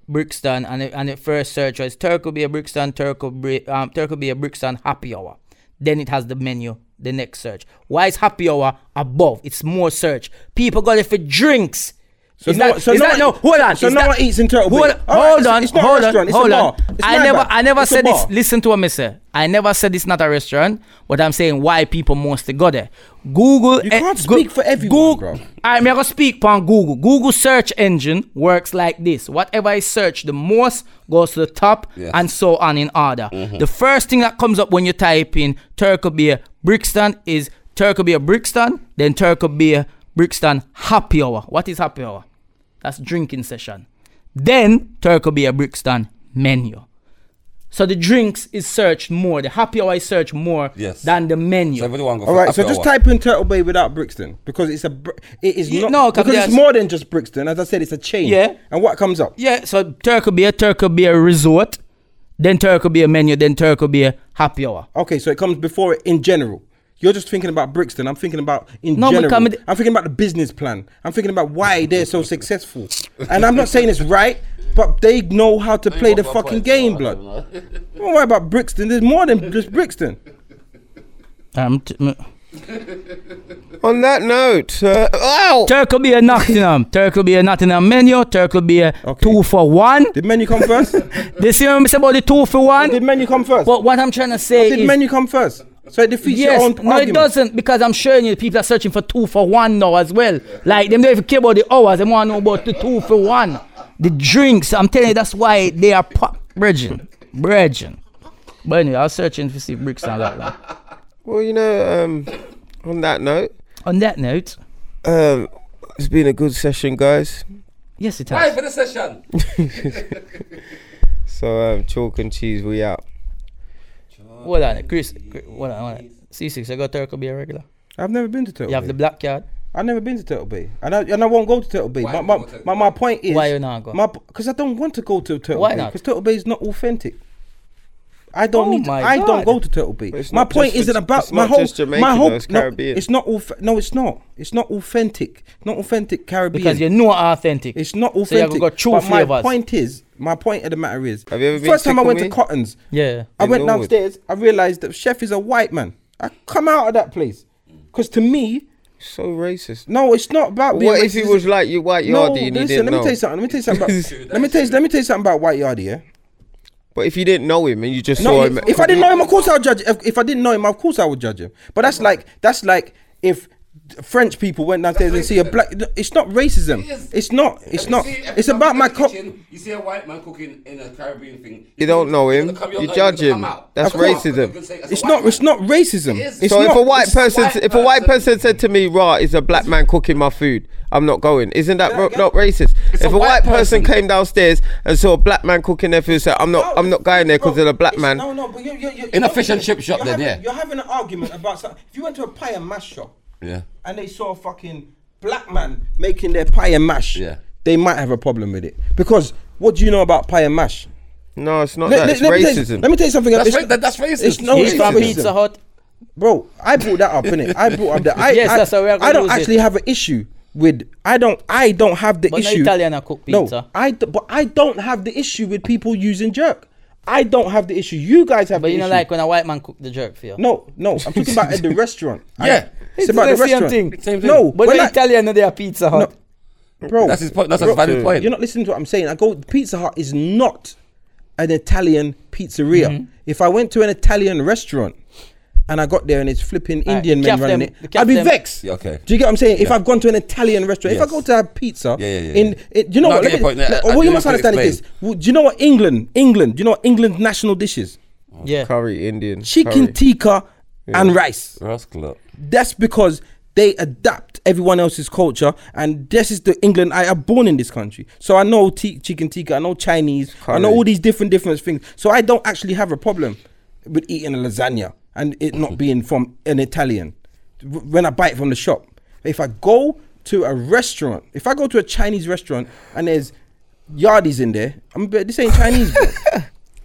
S2: Brixton, and it, and it first search was Turkle beer Brixton, Turkle beer, um, Turkle beer Brixton happy hour. Then it has the menu. The next search. Why is happy hour above? It's more search. People got it for drinks.
S4: So
S2: is
S4: no-
S2: that,
S4: so
S2: is
S4: no
S2: that
S4: one-
S2: no? Hold on.
S4: so
S2: is
S4: no
S2: that-
S4: one eats in Turtle Bay.
S2: Hold,
S4: All right,
S2: hold
S4: it's-
S2: on.
S4: it's not a
S2: hold
S4: restaurant,
S2: on.
S4: it's a
S2: hold
S4: bar.
S2: on.
S4: It's
S2: I
S4: my
S2: never.
S4: bad.
S2: I never
S4: It's a
S2: said
S4: bar.
S2: it's. Listen to what me say. I never said it's not a restaurant, but I'm saying why people mostly go there. Google.
S4: You
S2: eh,
S4: can't speak for everyone, bro.
S2: Google. I'm gonna speak on Google. Google search engine works like this. Whatever I search, the most goes to the top,
S3: Yes.
S2: and so on in order.
S4: Mm-hmm.
S2: The first thing that comes up when you type in Turkey beer Brixton is Turkey beer Brixton, then Turkey beer Brixton happy hour. What is happy hour? That's drinking session. Then Turkey beer Brixton menu. So the drinks is searched more. The happy hour is searched more
S3: Yes.
S2: than the menu.
S3: So everyone go
S4: All
S3: for
S4: right, so
S3: happy
S4: just
S3: hour.
S4: type in Turtle Bay without Brixton because it's a br- it is
S2: You-
S4: not
S2: no, 'cause
S4: because it's
S2: there's-
S4: more than just Brixton. As I said, it's a chain.
S2: Yeah.
S4: And what comes up?
S2: Yeah, so Turkey beer, Turkey beer resort, then Turkey beer menu, then Turkey beer happy hour.
S4: Okay, so it comes before it in general. You're just thinking about Brixton. I'm thinking about in
S2: No, but
S4: general.
S2: come with-
S4: I'm thinking about the business plan. I'm thinking about why they're so successful. And I'm not saying it's right, but they know how to play the fucking game, blood. Don't worry about Brixton. There's more than just Brixton.
S2: Um, t- m-
S1: On that note, uh, ow!
S2: Turkey beer Nottingham, Turkey beer Nottingham menu, Turkey beer
S4: Okay.
S2: two for one.
S4: Did menu come first?
S2: They see what I say about the two for
S4: Did
S2: one.
S4: menu come first?
S2: But what I'm trying to say
S4: Did
S2: is,
S4: menu come first? So it defeats
S2: yes,
S4: your own
S2: no, it
S4: argument.
S2: doesn't because I'm showing you people are searching for two for one now as well. Like them don't even care about the hours; they want to know about the two for one, the drinks. I'm telling you, that's why they are pop bridging, bridging. But anyway, I was searching to see bricks and that. Like.
S1: Well, you know, um, on that note,
S2: On that note,
S1: um, it's been a good session, guys.
S2: yes, it
S3: Why
S2: has.
S3: for the session?
S1: So, um, chalk and cheese, we out.
S2: Hold on, Chris. Chris, Hold on, hold on. C6, I got Turkey be a regular.
S4: I've never been to Turtle
S2: You have
S4: Bay.
S2: the black card.
S4: I've never been to Turtle Bay, and I, and I won't go to Turtle Bay.
S3: Why
S4: My,
S3: you
S4: my,
S3: won't go to
S4: my, my point is
S2: Why you not go?
S4: Because I don't want to go to Turtle
S2: Why
S4: Bay
S2: not?
S4: because Turtle Bay is not authentic. I don't
S2: Oh
S4: need. To,
S2: my
S4: I don't
S2: God.
S4: go to Turtle Bay.
S1: it's
S4: My
S1: not
S4: point
S1: just for
S4: isn't
S1: J-
S4: about
S1: it's
S4: my
S1: not
S4: whole.
S1: just Jamaican,
S4: my
S1: though,
S4: whole.
S1: it's
S4: no,
S1: Caribbean.
S4: it's not. Auth- no, it's not. It's not authentic. It's not authentic Caribbean.
S2: Because you know authentic.
S4: It's not
S2: So you
S4: authentic.
S2: have to go true
S4: but my
S2: flavors.
S4: point is, my point of the matter is,
S1: Have you ever been
S4: first time I
S1: Tickle
S4: went
S1: Me?
S4: to Cottons,
S2: Yeah.
S4: I
S1: In
S4: went
S1: Norwood.
S4: downstairs. I realized that chef is a white man. I come out of that place because to me,
S1: So racist.
S4: no, it's not about being.
S1: What if he
S4: racist.
S1: was like your white
S4: No,
S1: yardie and you
S4: listen,
S1: didn't
S4: let me
S1: know?
S4: tell you something. Let me tell you something about. let me tell you. Let me tell you something about White Yardie. Yeah.
S1: But if you didn't know him and you just
S4: No,
S1: saw
S4: if,
S1: him,
S4: if I didn't know him, of course I would judge. If, if I didn't know him, of course I would judge him. But that's like that's like if French people went downstairs and see a black. It's not racism.
S3: It is.
S4: It's not. It's
S3: You
S4: not.
S3: see, every
S4: It's
S3: time
S4: about
S3: you
S4: my
S3: go to the
S4: cop.
S3: kitchen, You see a white man cooking in a Caribbean thing.
S1: You don't know him. You judge him. That's racism.
S4: It's not. It's not racism.
S3: It is.
S4: It's
S1: so
S4: not.
S1: if a white
S3: it's
S1: person,
S3: white
S1: if a white
S3: person-
S1: person said to me, "Raw is a black man cooking my food," I'm not going. Isn't that ro- not racist?
S3: It's
S1: if
S3: a
S1: a
S3: white
S1: white person,
S3: person.
S1: came downstairs and saw a black man cooking their food, said, "I'm not, I'm not going there because
S4: Bro,
S1: they're a black
S4: it's-
S1: man."
S4: No, no, but you, you, you,
S3: In a
S4: you're-
S3: fish and chip shop
S4: you're
S3: then, yeah.
S4: having- You're having an argument about something. If you went to a pie and mash shop
S3: Yeah.
S4: and they saw a fucking black man making their pie and mash,
S3: Yeah.
S4: they might have a problem with it. Because what do you know about pie and mash?
S1: No, it's not
S4: Let-
S1: that.
S4: let-
S1: It's
S4: let me tell you-
S1: racism.
S4: let me tell you something.
S3: That's
S4: else.
S3: ra- that- that's racist.
S4: It's no
S3: He's
S4: it's
S3: from
S4: racism.
S8: Pizza Hut.
S4: Bro, I brought that up, innit? I brought up that. I,
S8: Yes,
S4: I,
S8: that's how we are gonna
S4: I don't
S8: use
S4: actually
S8: it.
S4: have an issue with. I don't. I don't have the
S8: But no
S4: issue.
S8: Italian are cook pizza.
S4: No, I. d- But I don't have the issue with people using jerk. I don't have the issue. You guys have.
S8: But
S4: the
S8: you know,
S4: issue.
S8: like when a white man cook the jerk for you.
S4: No, no. I'm talking about at the restaurant. I-
S3: Yeah.
S8: It's
S4: it's, about the
S8: the same
S4: restaurant.
S8: thing.
S3: Same thing.
S4: No,
S8: But
S4: when
S8: the
S4: I,
S8: Italian they are Pizza Hut.
S4: bro,
S3: That's his point. That's
S4: bro,
S3: his valid point.
S4: You're not listening to what I'm saying. I go. Pizza Hut is not an Italian pizzeria. If I went to an Italian restaurant and I got there and it's flipping Indian men
S8: calf
S4: running
S8: them-
S4: it,
S8: calf
S4: I'd be
S8: them.
S4: vexed.
S3: Yeah, okay.
S4: Do you get what I'm saying? If I've gone to an Italian restaurant, if I
S3: Yes.
S4: go to have pizza,
S3: Yeah, yeah, yeah,
S4: in
S3: yeah.
S4: it, you know
S3: No, I get
S4: what? Let
S3: your
S4: me,
S3: point.
S4: let-
S3: I- I
S4: what you
S3: do
S4: must
S3: need to
S4: understand is this.
S3: explain.
S4: Well, do you know what England, England? Do you know what England's national dish is?
S8: Yeah.
S1: Curry, Indian,
S4: Chicken
S1: curry.
S4: tikka and rice.
S3: Rascal.
S4: That's because they adapt everyone else's culture, and this is the England I am born in this country. So I know t- chicken tikka, I know Chinese, I know
S1: Curry.
S4: all these different different things. So I don't actually have a problem with eating a lasagna and it not being from an Italian w- when I buy it from the shop. If I go to a restaurant, if I go to a Chinese restaurant and there's yardies in there, I'm be- this ain't Chinese. bro.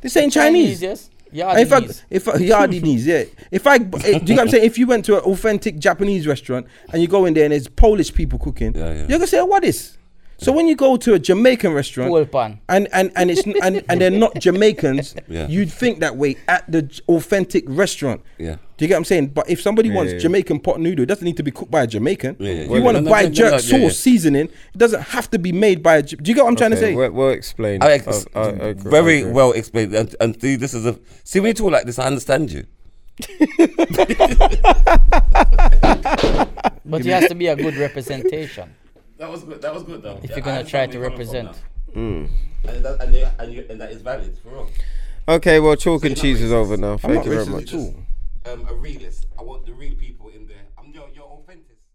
S4: this ain't Chinese.
S8: yes.
S4: And if I,
S8: Yardies.
S4: if I, yardy knees, yeah. If I, eh, do you know what I'm saying? If you went to an authentic Japanese restaurant and you go in there and there's Polish people cooking,
S3: Yeah, yeah.
S4: you're gonna say, oh, "What is?" So when you go to a Jamaican restaurant,
S8: Pole pan.
S4: and and and it's n- and, and they're not Jamaicans,
S3: Yeah.
S4: you'd think that way at the j- authentic restaurant.
S3: Yeah.
S4: Do you get what I'm saying? But if somebody wants
S1: yeah.
S4: Jamaican pot noodle, it doesn't need to be cooked by a Jamaican.
S3: Yeah, yeah,
S4: you
S3: yeah.
S4: want to
S3: No, no,
S4: buy
S3: no, no,
S4: jerk
S3: no,
S4: sauce
S3: yeah, yeah.
S4: seasoning, it doesn't have to be made by a. J- Do you get what I'm trying to
S1: Okay,
S4: say?
S1: we'll, well explain.
S3: I,
S1: I-
S3: ex-
S1: I- I agree- I
S3: very
S1: agree.
S3: well explained. And, and see, this is a see when you talk like this, I understand you.
S8: But it has to be a good representation.
S3: That was good. That was good though.
S8: If you're gonna try to represent.
S1: Hmm.
S3: And, that, and, you, and, you, and that is valid for real.
S1: Okay, well, chalk and cheese is
S3: racist.
S1: over now.
S4: I'm
S1: Thank
S4: not
S1: you very
S4: racist
S1: much.
S4: at all.
S3: Um, a realist. I want the real people in there. I'm your, your authentic.